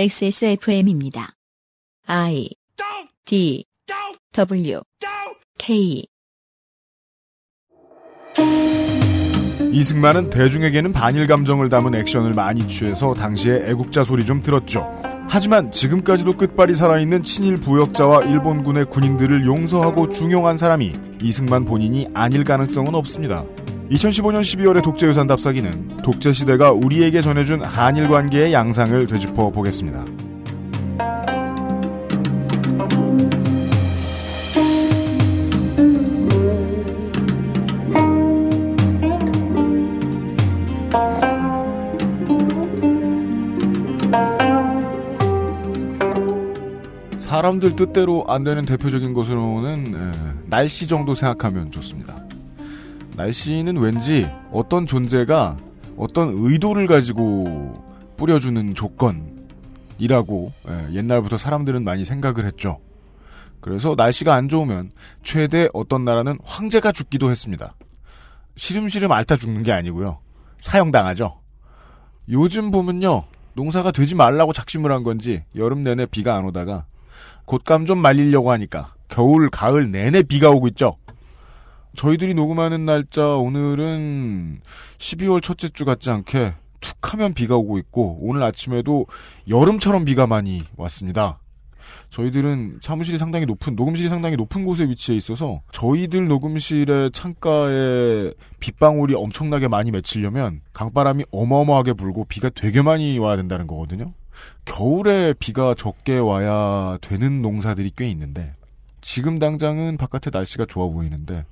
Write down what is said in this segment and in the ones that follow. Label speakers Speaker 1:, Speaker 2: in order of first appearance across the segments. Speaker 1: XSFM입니다. I D W K
Speaker 2: 이승만은 대중에게는 반일 감정을 담은 액션을 많이 취해서 당시에 애국자 소리 좀 들었죠. 하지만 지금까지도 끝발이 살아있는 친일 부역자와 일본군의 군인들을 용서하고 중용한 사람이 이승만 본인이 아닐 가능성은 없습니다. 2015년 12월의 독재유산 답사기는 독재시대가 우리에게 전해준 한일 관계의 양상을 되짚어 보겠습니다. 사람들 뜻대로 안 되는 대표적인 것으로는 에, 날씨 정도 생각하면 좋습니다. 날씨는 왠지 어떤 존재가 어떤 의도를 가지고 뿌려주는 조건이라고 에, 옛날부터 사람들은 많이 생각을 했죠. 그래서 날씨가 안 좋으면 최대 어떤 나라는 황제가 죽기도 했습니다. 시름시름 앓다 죽는 게 아니고요. 사형당하죠. 요즘 보면요. 농사가 되지 말라고 작심을 한 건지 여름 내내 비가 안 오다가 곶감 좀 말리려고 하니까 겨울 가을 내내 비가 오고 있죠. 저희들이 녹음하는 날짜 오늘은 12월 첫째 주 같지 않게 툭하면 비가 오고 있고 오늘 아침에도 여름처럼 비가 많이 왔습니다. 저희들은 사무실이 상당히 높은 녹음실이 상당히 높은 곳에 위치해 있어서 저희들 녹음실의 창가에 빗방울이 엄청나게 많이 맺히려면 강바람이 어마어마하게 불고 비가 되게 많이 와야 된다는 거거든요. 겨울에 비가 적게 와야 되는 농사들이 꽤 있는데 지금 당장은 바깥에 날씨가 좋아 보이는데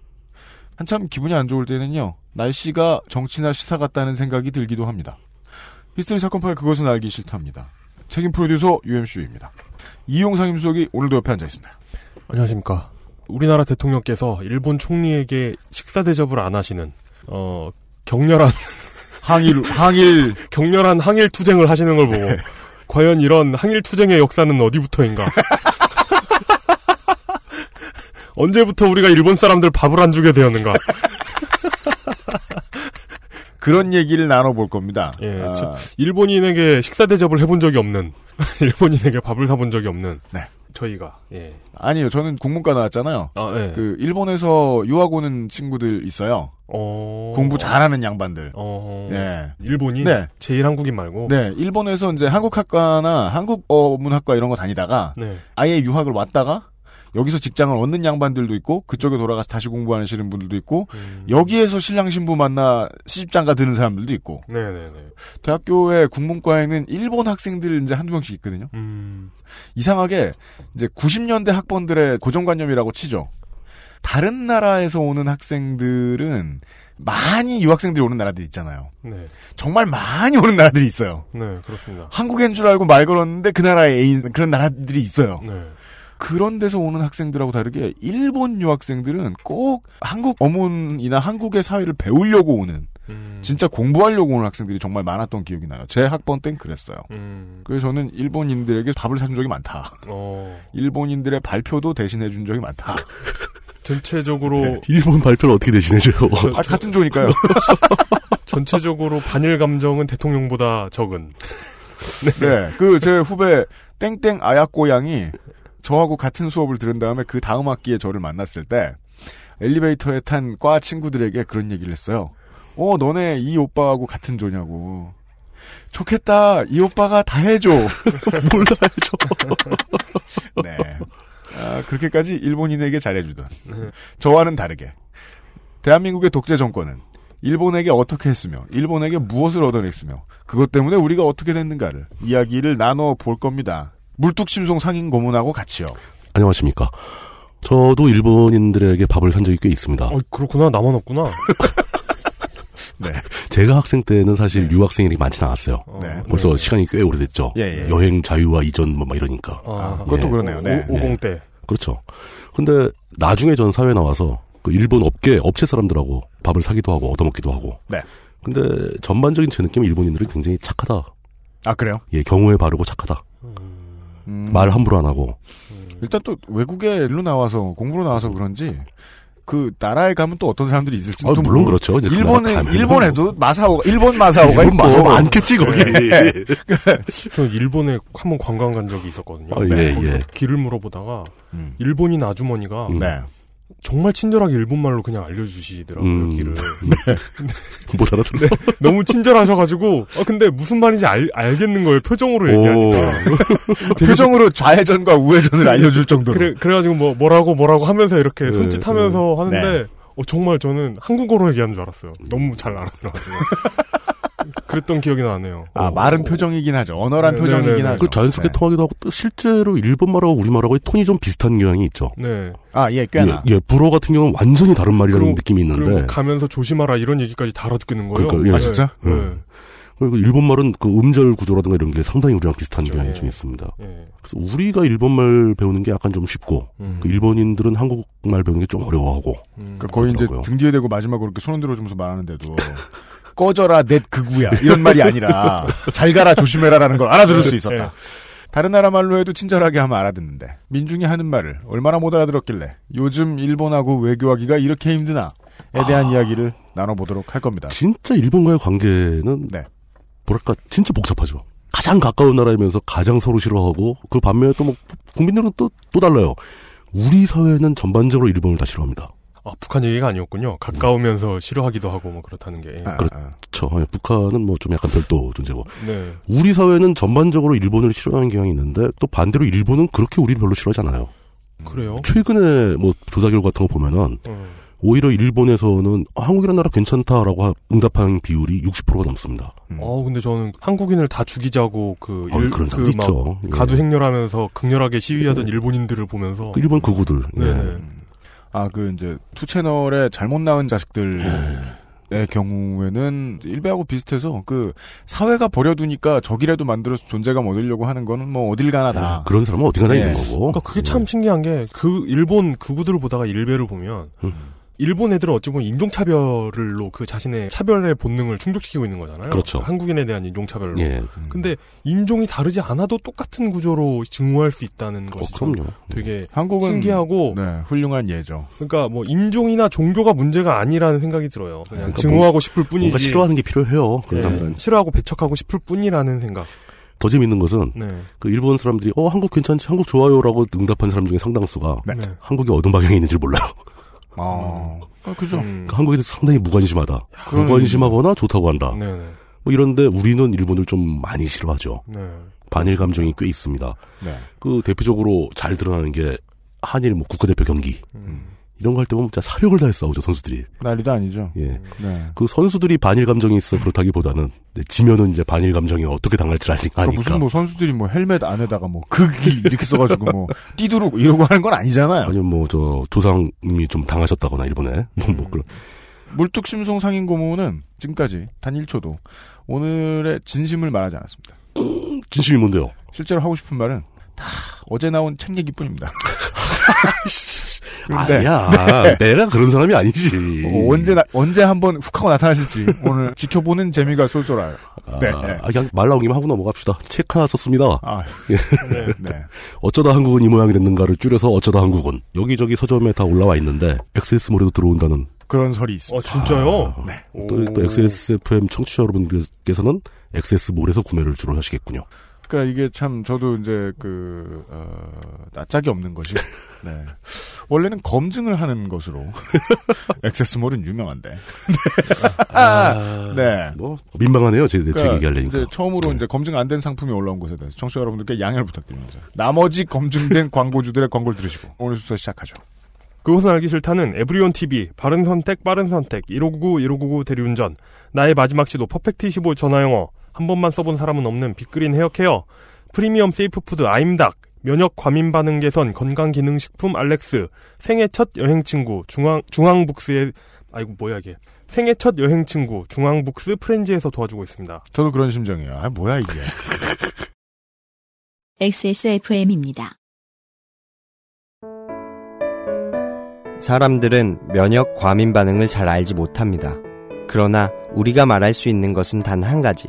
Speaker 2: 한참 기분이 안 좋을 때는요 날씨가 정치나 시사 같다는 생각이 들기도 합니다. 히스테리 사건 파일 그것은 알기 싫답니다. 책임 프로듀서 UMC입니다. 이용상 임수석이 오늘도 옆에 앉아 있습니다.
Speaker 3: 안녕하십니까. 우리나라 대통령께서 일본 총리에게 식사 대접을 안 하시는 어 격렬한
Speaker 2: 항일 항일
Speaker 3: 격렬한 항일 투쟁을 하시는 걸 보고 과연 이런 항일 투쟁의 역사는 어디부터인가? 언제부터 우리가 일본 사람들 밥을 안 주게 되었는가?
Speaker 2: 그런 얘기를 나눠볼 겁니다.
Speaker 3: 예,
Speaker 2: 아,
Speaker 3: 참. 일본인에게 식사 대접을 해본 적이 없는 일본인에게 밥을 사본 적이 없는
Speaker 2: 네.
Speaker 3: 저희가 예.
Speaker 2: 아니요, 저는 국문과 나왔잖아요.
Speaker 3: 아, 예.
Speaker 2: 그 일본에서 유학 오는 친구들 있어요.
Speaker 3: 어...
Speaker 2: 공부 잘하는 양반들.
Speaker 3: 어...
Speaker 2: 예.
Speaker 3: 일본인
Speaker 2: 네.
Speaker 3: 제일 한국인 말고
Speaker 2: 네, 일본에서 이제 한국학과나 한국어 문학과 이런 거 다니다가
Speaker 3: 네.
Speaker 2: 아예 유학을 왔다가 여기서 직장을 얻는 양반들도 있고 그쪽에 돌아가서 다시 공부하시는 분들도 있고
Speaker 3: 음.
Speaker 2: 여기에서 신랑 신부 만나 시집장가 드는 사람들도 있고
Speaker 3: 네네네.
Speaker 2: 대학교의 국문과에는 일본 학생들 이제 한두 명씩 있거든요.
Speaker 3: 음.
Speaker 2: 이상하게 이제 90년대 학번들의 고정관념이라고 치죠. 다른 나라에서 오는 학생들은 많이 유학생들이 오는 나라들 있잖아요.
Speaker 3: 네.
Speaker 2: 정말 많이 오는 나라들이 있어요.
Speaker 3: 네, 그렇습니다.
Speaker 2: 한국인 줄 알고 말 걸었는데 그 나라에 애인 그런 나라들이 있어요.
Speaker 3: 네.
Speaker 2: 그런 데서 오는 학생들하고 다르게 일본 유학생들은 꼭 한국 어문이나 한국의 사회를 배우려고 오는
Speaker 3: 음.
Speaker 2: 진짜 공부하려고 오는 학생들이 정말 많았던 기억이 나요. 제 학번 땐 그랬어요.
Speaker 3: 음.
Speaker 2: 그래서 저는 일본인들에게 밥을 사준 적이 많다.
Speaker 3: 어.
Speaker 2: 일본인들의 발표도 대신해 준 적이 많다.
Speaker 3: 전체적으로
Speaker 4: 일본 발표를 어떻게 대신해줘요?
Speaker 2: 아, 같은 조니까요.
Speaker 3: 전체적으로 반일 감정은 대통령보다 적은.
Speaker 2: 네. 그 제 후배 땡땡 아야코 양이 저하고 같은 수업을 들은 다음에 그 다음 학기에 저를 만났을 때 엘리베이터에 탄 과 친구들에게 그런 얘기를 했어요. 어, 너네 이 오빠하고 같은 조냐고. 좋겠다. 이 오빠가 다 해줘.
Speaker 4: 몰라요,
Speaker 2: 네. 아, 그렇게까지 일본인에게 잘해주던. 저와는 다르게. 대한민국의 독재 정권은 일본에게 어떻게 했으며, 일본에게 무엇을 얻어냈으며, 그것 때문에 우리가 어떻게 됐는가를 이야기를 나눠볼 겁니다. 물뚝심송 상인 고문하고 같이요.
Speaker 4: 안녕하십니까. 저도 일본인들에게 밥을 산 적이 꽤 있습니다.
Speaker 3: 어, 그렇구나. 나만 없구나.
Speaker 2: 네.
Speaker 4: 제가 학생 때는 사실 유학생이 이렇게 많진 네. 않았어요.
Speaker 3: 어,
Speaker 2: 네.
Speaker 4: 벌써 시간이 꽤 오래됐죠.
Speaker 2: 예, 예.
Speaker 4: 여행 자유화 이전 뭐 막 이러니까.
Speaker 3: 아,
Speaker 2: 그것도
Speaker 4: 예.
Speaker 2: 그러네요. 네.
Speaker 3: 오, 50 대.
Speaker 4: 그렇죠. 근데 나중에 전 사회 나와서 그 일본 업계 업체 사람들하고 밥을 사기도 하고 얻어먹기도 하고.
Speaker 2: 네.
Speaker 4: 근데 전반적인 제 느낌은 일본인들은 굉장히 착하다.
Speaker 2: 아, 그래요?
Speaker 4: 예, 경우에 바르고 착하다.
Speaker 2: 음,
Speaker 4: 말 함부로 안 하고.
Speaker 2: 일단 또 외국에 일로 나와서, 공부로 나와서 그런지, 그 나라에 가면 또 어떤 사람들이 있을지도
Speaker 4: 아,
Speaker 2: 모르고.
Speaker 4: 물론 그렇죠. 이제 그
Speaker 2: 일본에
Speaker 4: 나라 가면.
Speaker 2: 일본에도 마사오가 일본 마사오가
Speaker 4: 일본
Speaker 2: 있고 네.
Speaker 4: 마사 많겠지 거기. 예.
Speaker 3: 저는 일본에 한 번 관광 간 적이 있었거든요.
Speaker 4: 아, 예,
Speaker 3: 거기서
Speaker 4: 예.
Speaker 3: 길을 물어보다가
Speaker 2: 음.
Speaker 3: 일본인 아주머니가
Speaker 4: 음.
Speaker 2: 네.
Speaker 3: 정말 친절하게 일본말로 그냥 알려주시더라고요
Speaker 4: 음.
Speaker 3: 길을.
Speaker 4: 못 알아들어.
Speaker 3: 너무 친절하셔가지고 아 근데 무슨 말인지 알, 알겠는 거예요 표정으로
Speaker 4: 오.
Speaker 3: 얘기하니까. 되게
Speaker 2: 표정으로 좌회전과 우회전을 알려줄 정도로.
Speaker 3: 그래 그래가지고 뭐 뭐라고 뭐라고 하면서 이렇게
Speaker 4: 네,
Speaker 3: 손짓하면서 하는데
Speaker 2: 네.
Speaker 3: 어, 정말 저는 한국어로 얘기하는 줄 알았어요. 너무 잘 알아들어가지고 그랬던 기억이 나네요.
Speaker 2: 아 말은 표정이긴 하죠. 언어란
Speaker 3: 네,
Speaker 2: 표정이긴
Speaker 3: 네, 네.
Speaker 2: 하죠.
Speaker 4: 그 자연스럽게
Speaker 2: 네.
Speaker 4: 통하기도 하고 또 실제로 일본말하고 우리말하고 톤이 좀 비슷한 경향이 있죠.
Speaker 3: 네.
Speaker 2: 아 예, 꽤나.
Speaker 4: 예, 예, 불어 같은 경우는 완전히 다른 말이라는
Speaker 3: 그리고-
Speaker 4: 느낌이
Speaker 3: 그리고
Speaker 4: 있는데
Speaker 3: 가면서 조심하라 이런 얘기까지 다 알아듣는 거예요.
Speaker 4: 그러니까요.
Speaker 2: 아, 진짜?
Speaker 3: 네.
Speaker 4: 음. 그리고 일본말은 그 음절 구조라든가 이런 게 상당히 우리랑 비슷한
Speaker 3: 그렇죠.
Speaker 4: 경향이
Speaker 3: 예.
Speaker 4: 좀 있습니다.
Speaker 3: 네. 예.
Speaker 4: 그래서 우리가 일본말 배우는 게 약간 좀 쉽고
Speaker 3: 음.
Speaker 4: 그 일본인들은 한국말 배우는 게 좀 어려워하고
Speaker 3: 음.
Speaker 2: 그러니까 거의 이제
Speaker 4: 그렇더라고요.
Speaker 2: 등 뒤에 대고 마지막으로 이렇게 손 흔들어 주면서 말하는데도 꺼져라 넷 극우야 이런 말이 아니라 잘 가라 조심해라라는 걸 알아들을 수 있었다.
Speaker 3: 예.
Speaker 2: 다른 나라 말로 해도 친절하게 하면 알아듣는데 민중이 하는 말을 얼마나 못 알아들었길래 요즘 일본하고 외교하기가 이렇게 힘드나에 대한
Speaker 4: 아.
Speaker 2: 이야기를 나눠보도록 할
Speaker 3: 아.
Speaker 2: 겁니다.
Speaker 4: 진짜 일본과의 관계는
Speaker 2: 네.
Speaker 4: 뭐랄까 진짜 복잡하죠. 가장 가까운 나라이면서 가장 서로 싫어하고 그 반면에 또 뭐 국민들은 또 또 달라요. 우리 사회는 전반적으로 일본을 다 싫어합니다.
Speaker 3: 아, 북한 얘기가 아니었군요. 가까우면서 싫어하기도 하고 뭐 그렇다는 게.
Speaker 2: 아,
Speaker 4: 그렇-
Speaker 2: 아.
Speaker 4: 그렇죠. 예, 북한은 뭐 좀 약간 별도 존재고
Speaker 3: 네.
Speaker 4: 우리 사회는 전반적으로 일본을 싫어하는 경향이 있는데 또 반대로 일본은 그렇게 우리를 별로 싫어하지 않아요.
Speaker 3: 그래요.
Speaker 4: 최근에 뭐 조사 결과 같은 거 보면은
Speaker 3: 어.
Speaker 4: 오히려 일본에서는 아, 한국이라는 나라 괜찮다라고 하- 응답한 비율이 60%가 넘습니다.
Speaker 2: 음.
Speaker 3: 어, 근데 저는 한국인을 다 죽이자고 그,
Speaker 4: 아,
Speaker 3: 일-
Speaker 4: 그런
Speaker 3: 그
Speaker 4: 사람도 있죠. 예. 음.
Speaker 3: 가두 행렬하면서 극렬하게 시위하던 일본인들을 보면서
Speaker 4: 그 일본 극우들. 예.
Speaker 3: 네.
Speaker 2: 아, 그 이제 투 채널의 잘못 낳은 자식들의 경우에는 일베하고 비슷해서 그 사회가 버려두니까 적이라도 만들어서 존재감 얻으려고 하는 거는 뭐 어딜 가나 다.
Speaker 4: 아, 그런 사람은 어디가나
Speaker 2: 예.
Speaker 4: 있는 거고.
Speaker 3: 그러니까 그게 참 신기한 게 그 일본 극우들을 보다가 일베를 보면
Speaker 4: 음.
Speaker 3: 일본 애들은 어찌 보면 인종차별로 그 자신의 차별의 본능을 충족시키고 있는 거잖아요.
Speaker 4: 그렇죠.
Speaker 3: 한국인에 대한 인종차별로.
Speaker 4: 예.
Speaker 2: 음.
Speaker 3: 근데 인종이 다르지 않아도 똑같은 구조로 증오할 수 있다는
Speaker 4: 어,
Speaker 3: 것이 참
Speaker 4: 그럼요.
Speaker 3: 되게
Speaker 2: 한국은
Speaker 3: 신기하고
Speaker 2: 네, 훌륭한 예죠.
Speaker 3: 그러니까 뭐 인종이나 종교가 문제가 아니라는 생각이 들어요. 그냥
Speaker 4: 그러니까
Speaker 3: 증오하고 싶을 뿐이지.
Speaker 4: 뭔가 싫어하는 게 필요해요. 그런
Speaker 3: 예,
Speaker 4: 사람들은.
Speaker 3: 싫어하고 배척하고 싶을 뿐이라는 생각.
Speaker 4: 더 재밌는 것은
Speaker 3: 네.
Speaker 4: 그 일본 사람들이 어 한국 괜찮지 한국 좋아요라고 응답한 사람 중에 상당수가
Speaker 2: 네.
Speaker 4: 한국이 어느 방향에 있는지 몰라요.
Speaker 2: 아, 아, 그죠.
Speaker 3: 음.
Speaker 4: 그러니까 한국에 대해서 상당히 무관심하다.
Speaker 2: 그런-
Speaker 4: 무관심하거나 좋다고 한다.
Speaker 3: 네. 네.
Speaker 4: 뭐 이런데 우리는 일본을 좀 많이 싫어하죠.
Speaker 3: 네.
Speaker 4: 반일 감정이 꽤 있습니다.
Speaker 2: 네.
Speaker 4: 그 대표적으로 잘 드러나는 게 한일 뭐 국가대표 경기
Speaker 3: 음.
Speaker 4: 이런 거 할 때 보면 진짜 사력을 다해 싸우죠 선수들이.
Speaker 2: 난리도 아니죠.
Speaker 4: 예.
Speaker 2: 네.
Speaker 4: 그 선수들이 반일 감정이 있어 그렇다기보다는 네, 지면은 이제 반일 감정이 어떻게 당할지 아니까.
Speaker 2: 그러니까 무슨 뭐 선수들이 뭐 헬멧 안에다가 뭐 극이 이렇게 써가지고 뭐 띠두르고 이러고 하는 건 아니잖아요.
Speaker 4: 아니면 뭐 저 조상님이 좀 당하셨다거나 일본에
Speaker 2: 음.
Speaker 4: 뭐, 뭐 그런
Speaker 2: 물뚝심송 상인고문은 지금까지 단 1초도 오늘의 진심을 말하지 않았습니다.
Speaker 4: 진심이 뭔데요?
Speaker 2: 실제로 하고 싶은 말은 다 어제 나온 책 얘기뿐입니다. 근데
Speaker 4: 아니야. 내가 그런 사람이 아니지.
Speaker 2: 네. 어, 언제 나- 언제 한번 훅하고 나타나실지 오늘 지켜보는 재미가 쏠쏠해요.
Speaker 4: 아,
Speaker 2: 네.
Speaker 4: 아, 그냥 말 나온 김에 하고 넘어갑시다. 책 하나 썼습니다.
Speaker 2: 아,
Speaker 3: 네.
Speaker 2: 네.
Speaker 4: 어쩌다 한국은 이 모양이 됐는가를 줄여서 어쩌다 한국은 여기저기 서점에 다 올라와 있는데 XS몰에도 들어온다는
Speaker 2: 그런 설이 있습니다.
Speaker 3: 아 진짜요?
Speaker 4: 아,
Speaker 3: 네.
Speaker 4: 또, 또 XSFM 청취자 여러분께서는 XS몰에서 구매를 주로 하시겠군요.
Speaker 2: 그러니까 이게 참 저도 이제 그 어, 낯짝이 없는 것이 네. 원래는 검증을 하는 것으로 액세스몰은 유명한데. 네.
Speaker 4: 뭐 민망하네요. 제가 대책
Speaker 2: 그러니까
Speaker 4: 얘기하려니까.
Speaker 2: 이제 처음으로
Speaker 4: 네.
Speaker 2: 이제 검증 안 된 상품이 올라온 것에 대해서 청취자 여러분들께 양해를 부탁드립니다. 나머지 검증된 광고주들의 광고를 들으시고 오늘 순서 시작하죠.
Speaker 3: 그것은 알기 싫다는 에브리온 TV 바른 선택 빠른 선택 1599 1599 대리운전 나의 마지막 시도 퍼펙트 25 전화영어 한 번만 써본 사람은 없는 빅그린 헤어케어 프리미엄 세이프푸드 아임닭 면역 과민 반응 개선 건강 기능 식품 알렉스 생애 첫 여행 친구 중앙 중앙북스의 아이고 뭐야 이게 생애 첫 여행 친구 중앙북스 프렌즈에서 도와주고 있습니다.
Speaker 2: 저도 그런 심정이에요. 아 뭐야 이게.
Speaker 1: XSFM입니다.
Speaker 5: 사람들은 면역 과민 반응을 잘 알지 못합니다. 그러나 우리가 말할 수 있는 것은 단 한 가지.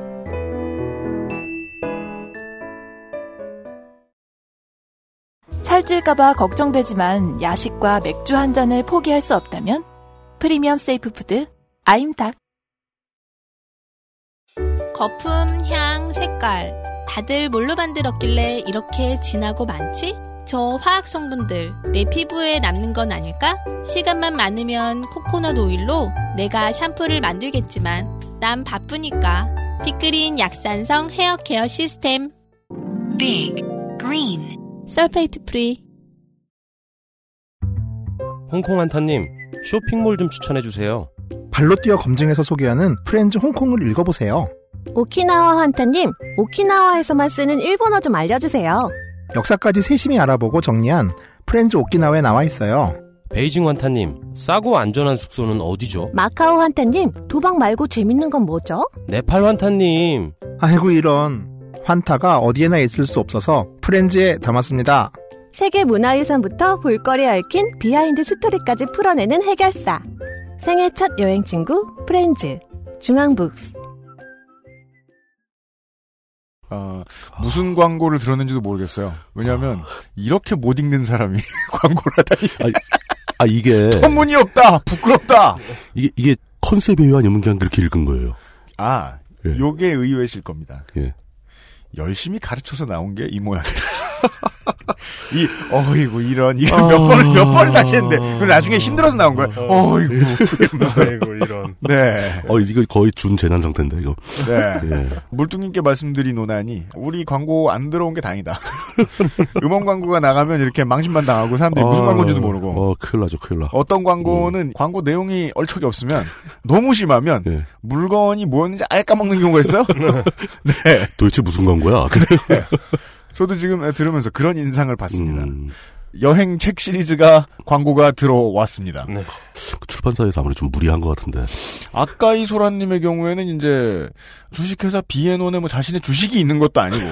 Speaker 6: 살찔까봐 걱정되지만 야식과 맥주 한 잔을 포기할 수 없다면 프리미엄 세이프 푸드 아임닭
Speaker 7: 거품, 향, 색깔. 다들 뭘로 만들었길래 이렇게 진하고 많지? 저 화학 성분들 내 피부에 남는 건 아닐까? 시간만 많으면 코코넛 오일로 내가 샴푸를 만들겠지만 난 바쁘니까 빅그린 약산성 헤어 케어 시스템
Speaker 8: Big Green
Speaker 7: 설페이트 프리
Speaker 9: 홍콩 한타님, 쇼핑몰 좀 추천해주세요.
Speaker 5: 발로 뛰어 검증해서 소개하는 프렌즈 홍콩을 읽어보세요.
Speaker 10: 오키나와 환타님, 오키나와에서만 쓰는 일본어 좀 알려주세요.
Speaker 5: 역사까지 세심히 알아보고 정리한 프렌즈 오키나와에 나와 있어요.
Speaker 9: 베이징 환타님, 싸고 안전한 숙소는 어디죠?
Speaker 10: 마카오 환타님, 도박 말고 재밌는 건 뭐죠?
Speaker 9: 네팔 환타님,
Speaker 5: 아이고 이런 환타가 어디에나 있을 수 없어서 프렌즈에 담았습니다.
Speaker 10: 세계 문화유산부터 볼거리 얽힌 비하인드 스토리까지 풀어내는 해결사. 생애 첫 여행 친구 프렌즈 중앙북스.
Speaker 2: 아, 무슨 광고를 들었는지도 모르겠어요. 왜냐하면 이렇게 못 읽는 사람이 광고를
Speaker 4: 네.
Speaker 2: 하다니
Speaker 4: 아 이게
Speaker 2: 선문이 없다. 부끄럽다.
Speaker 4: 이게 이게 컨셉에 의한 연기한 그렇게 읽은 거예요.
Speaker 2: 아,
Speaker 4: 예.
Speaker 2: 요게 의외실 겁니다.
Speaker 4: 예.
Speaker 2: 열심히 가르쳐서 나온 게 이 모양이다. 이, 어이구, 이런, 이거
Speaker 4: 아.
Speaker 2: 몇 번을, 몇 번을 다시 했는데, 그리고 나중에 힘들어서 나온 거야. 어이구, 이러면서.
Speaker 3: 아이고 이런.
Speaker 2: 네,
Speaker 4: 어 이거 거의 준 재난 상태인데 이거.
Speaker 2: 네.
Speaker 4: 예.
Speaker 2: 물뚱님께 말씀드린 오난이, 우리 광고 안 들어온 게 다행이다. 음원 광고가 나가면 이렇게 망신만 당하고, 사람들이 무슨
Speaker 4: 아,
Speaker 2: 광고인지도 모르고.
Speaker 4: 어 큰일 나죠 큰일 나.
Speaker 2: 어떤 광고는 광고 내용이 얼척이 없으면, 너무 심하면,
Speaker 4: 예.
Speaker 2: 물건이 뭐였는지 아예 까먹는 경우가 있어요? 네.
Speaker 4: 도대체 무슨 광고야?
Speaker 2: 저도 지금 들으면서 그런 인상을 받습니다.
Speaker 4: 음,
Speaker 2: 여행 책 시리즈가 광고가 들어왔습니다.
Speaker 3: 네.
Speaker 4: 그 출판사에서 아무래도 좀 무리한 것 같은데.
Speaker 2: 아까이 소라님의 경우에는 이제 주식회사 비앤온에 뭐 자신의 주식이 있는 것도 아니고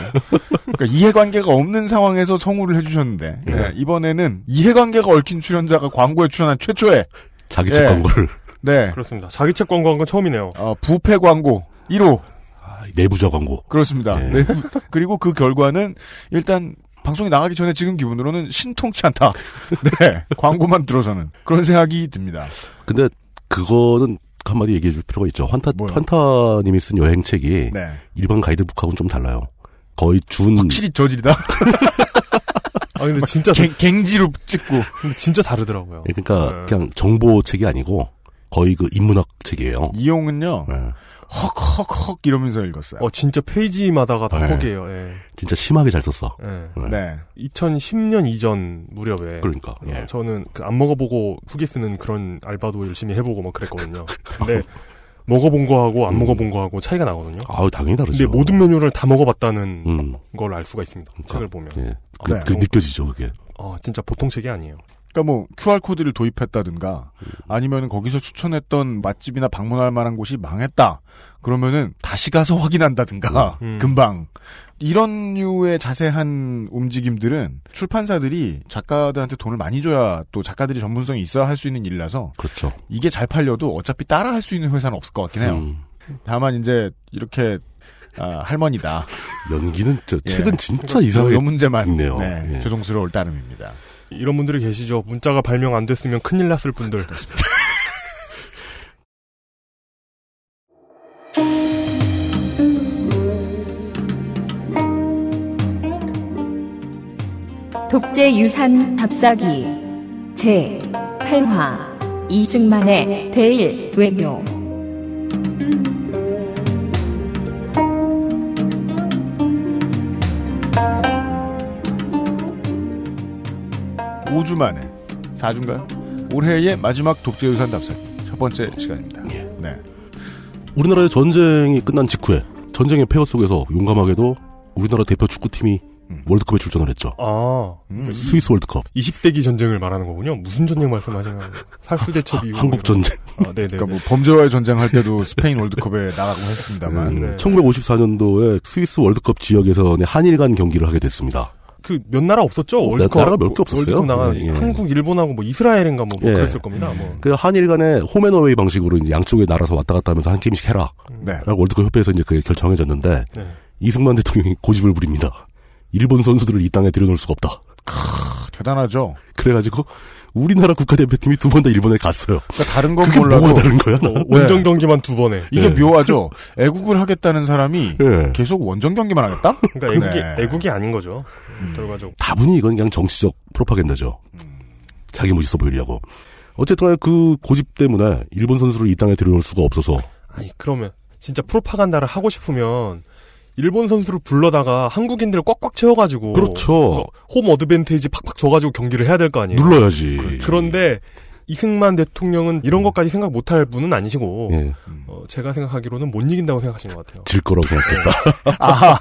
Speaker 2: 그러니까 이해관계가 없는 상황에서 성우를 해주셨는데
Speaker 4: 네.
Speaker 2: 네, 이번에는 이해관계가 얽힌 출연자가 광고에 출연한 최초의
Speaker 4: 자기
Speaker 2: 예.
Speaker 4: 책 광고를
Speaker 2: 네
Speaker 3: 그렇습니다. 자기 책 광고한 건 처음이네요.
Speaker 2: 어, 부패 광고 1호
Speaker 4: 아, 내부자 광고.
Speaker 2: 그렇습니다.
Speaker 4: 네.
Speaker 2: 네. 그리고 그 결과는 일단 방송이 나가기 전에 지금 기분으로는 신통치 않다. 네 광고만 들어서는 그런 생각이 듭니다.
Speaker 4: 근데 그거는 한마디 얘기해 줄 필요가 있죠. 환타
Speaker 2: 뭐요?
Speaker 4: 환타님이 쓴 여행책이
Speaker 2: 네
Speaker 4: 일반 가이드북하고는 좀 달라요. 거의 준
Speaker 2: 확실히 저질이다.
Speaker 4: 음.
Speaker 3: 아 근데 진짜
Speaker 2: 갱, 갱지로 찍고
Speaker 3: 근데 진짜 다르더라고요.
Speaker 4: 그러니까
Speaker 3: 네.
Speaker 4: 그냥 정보책이 아니고 거의 그 인문학 책이에요.
Speaker 2: 이용은요
Speaker 4: 예.
Speaker 2: 헉헉헉 이러면서 읽었어요.
Speaker 3: 어 진짜 페이지마다가 다
Speaker 4: 네.
Speaker 3: 거기에요. 예.
Speaker 4: 진짜 심하게 잘 썼어.
Speaker 3: 예.
Speaker 4: 예.
Speaker 2: 네.
Speaker 3: 2010년 이전 무렵에
Speaker 4: 그러니까.
Speaker 3: 어,
Speaker 4: 예.
Speaker 3: 저는 그 안 먹어보고 후기 쓰는 그런 알바도 열심히 해보고 막 그랬거든요. 근데 먹어본 거하고 안
Speaker 4: 네. 음.
Speaker 3: 먹어본 거하고 차이가 나거든요.
Speaker 4: 아우 당연히 다르죠.
Speaker 3: 근데 모든 메뉴를 다 먹어봤다는
Speaker 4: 음.
Speaker 3: 걸 알 수가 있습니다.
Speaker 4: 그러니까,
Speaker 3: 책을 보면.
Speaker 4: 예. 그,
Speaker 2: 네.
Speaker 4: 그 느껴지죠 그게.
Speaker 3: 아 진짜 보통 책이 아니에요.
Speaker 2: 그러니까 뭐 QR 코드를 도입했다든가 아니면 거기서 추천했던 맛집이나 방문할 만한 곳이 망했다. 그러면은 다시 가서 확인한다든가
Speaker 3: 음.
Speaker 2: 금방 이런 류의 자세한 움직임들은 출판사들이 작가들한테 돈을 많이 줘야 또 작가들이 전문성이 있어야 할 수 있는 일이라서
Speaker 4: 그렇죠.
Speaker 2: 이게 잘 팔려도 어차피 따라 할 수 있는 회사는 없을 것 같긴 해요.
Speaker 4: 음.
Speaker 2: 다만 이제 이렇게 아, 할머니다.
Speaker 4: 연기는 저
Speaker 2: 예.
Speaker 4: 책은 진짜 이상해.
Speaker 2: 요 문제만
Speaker 4: 있네요.
Speaker 2: 네,
Speaker 4: 예.
Speaker 2: 죄송스러울 따름입니다.
Speaker 3: 이런 분들이 계시죠. 문자가 발명 안 됐으면 큰일 났을 분들.
Speaker 10: 독재 유산 답사기 제 8화 이승만의 대일 외교
Speaker 2: 오주 만에 4주인가요? 올해의 마지막 독재유산 답사 첫 번째 시간입니다.
Speaker 4: 예.
Speaker 2: 네.
Speaker 4: 우리나라의 전쟁이 끝난 직후에 전쟁의 폐허 속에서 용감하게도 우리나라 대표 축구팀이
Speaker 2: 음.
Speaker 4: 월드컵에 출전을 했죠.
Speaker 3: 아,
Speaker 4: 스위스 월드컵.
Speaker 3: 20세기 전쟁을 말하는 거군요. 무슨 전쟁 말씀하시는 거예요? 살수대첩 이후.
Speaker 4: 한국 전쟁.
Speaker 3: 아, 네네.
Speaker 2: 그러니까 뭐 범죄와의 전쟁할 때도 스페인 월드컵에 나가고
Speaker 3: 네.
Speaker 2: 했습니다만.
Speaker 4: 네.
Speaker 2: 네.
Speaker 4: 1954년도에 스위스 월드컵 지역에서 한일 간 경기를 하게 됐습니다.
Speaker 3: 그 몇 나라 없었죠? 월드컵.
Speaker 4: 나라가 몇개 없었어요.
Speaker 3: 월드컵 나가
Speaker 4: 예, 예.
Speaker 3: 한국, 일본하고 뭐 이스라엘인가 뭐, 뭐
Speaker 4: 예.
Speaker 3: 그랬을 겁니다. 뭐.
Speaker 4: 그 한일 간의 홈앤어웨이 방식으로 이제 양쪽의 나라서 왔다 갔다 하면서 한 게임씩 해라.
Speaker 2: 그러니까
Speaker 4: 라고 월드컵 협회에서 이제 그게 결정해졌는데
Speaker 3: 네.
Speaker 4: 이승만 대통령이 고집을 부립니다. 일본 선수들을 이 땅에 들여놓을 수가 없다.
Speaker 2: 대단하죠.
Speaker 4: 그래가지고 우리나라 국가대표팀이 두 번 다 일본에 갔어요.
Speaker 2: 그러니까 다른 건
Speaker 4: 그게
Speaker 2: 몰라도
Speaker 4: 뭐가 다른 거야?
Speaker 3: 어,
Speaker 2: 네.
Speaker 3: 경기만 두 번에.
Speaker 2: 이게
Speaker 4: 네.
Speaker 2: 묘하죠. 애국을 하겠다는 사람이
Speaker 4: 예.
Speaker 2: 계속 원정 경기만 하겠다?
Speaker 3: 그러니까 애국이,
Speaker 2: 네.
Speaker 3: 애국이 아닌 거죠.
Speaker 4: 음.
Speaker 3: 결과적으로.
Speaker 4: 다분히 이건 그냥 정치적 프로파겐다죠. 자기 멋있어 보이려고. 어쨌든 간에 그 고집 때문에 일본 선수를 이 땅에 들여놓을 수가 없어서
Speaker 3: 아니, 그러면 진짜 프로파간다를 하고 싶으면 일본 선수를 불러다가 한국인들을 꽉꽉 채워가지고. 뭐,
Speaker 4: 그렇죠.
Speaker 3: 홈 어드밴테이지 팍팍 줘가지고 경기를 해야 될 거 아니에요?
Speaker 4: 눌러야지.
Speaker 3: 예. 그렇죠. 그런데 이승만 대통령은 이런 것까지 생각 못할 분은 아니시고
Speaker 4: 예.
Speaker 3: 어, 제가 생각하기로는 못 이긴다고 생각하시는 것 같아요. 네.
Speaker 4: 질 거라고 생각했다.
Speaker 2: 아,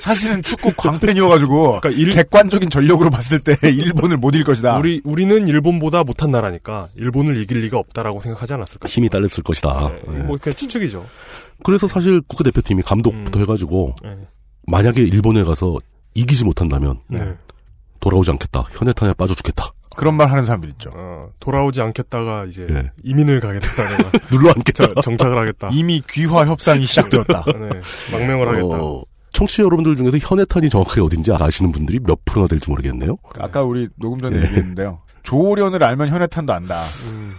Speaker 2: 사실은 축구 광팬이어가지고
Speaker 3: 그러니까
Speaker 2: 객관적인 전력으로 봤을 때 일본을 못 이길 것이다.
Speaker 3: 우리 우리는 일본보다 못한 나라니까 일본을 이길 리가 없다라고 생각하지 않았을까?
Speaker 4: 힘이 딸렸을 것이다.
Speaker 3: 뭐
Speaker 4: 예.
Speaker 3: 그냥 추측이죠.
Speaker 4: 그래서 사실 국가대표팀이 감독부터 해가지고
Speaker 3: 네.
Speaker 4: 만약에 일본에 가서 이기지 못한다면
Speaker 3: 네.
Speaker 4: 돌아오지 않겠다. 현해탄에 빠져 죽겠다.
Speaker 2: 그런 말 하는 사람들 있죠.
Speaker 3: 어, 돌아오지 않겠다가 이제
Speaker 4: 예.
Speaker 3: 이민을 가겠다. 내가
Speaker 4: 눌러 앉겠다.
Speaker 3: 저- 정착을 하겠다.
Speaker 2: 이미 귀화 협상이 시작되었다.
Speaker 3: 네. 망명을 하겠다.
Speaker 4: 어, 청취자 여러분들 중에서 현해탄이 정확하게 어딘지 아시는 분들이 몇 프로나 될지 모르겠네요.
Speaker 2: 아까 우리 녹음 전에
Speaker 4: 예.
Speaker 2: 얘기했는데요. 조오련을 알면 현해탄도 안다.
Speaker 3: 음.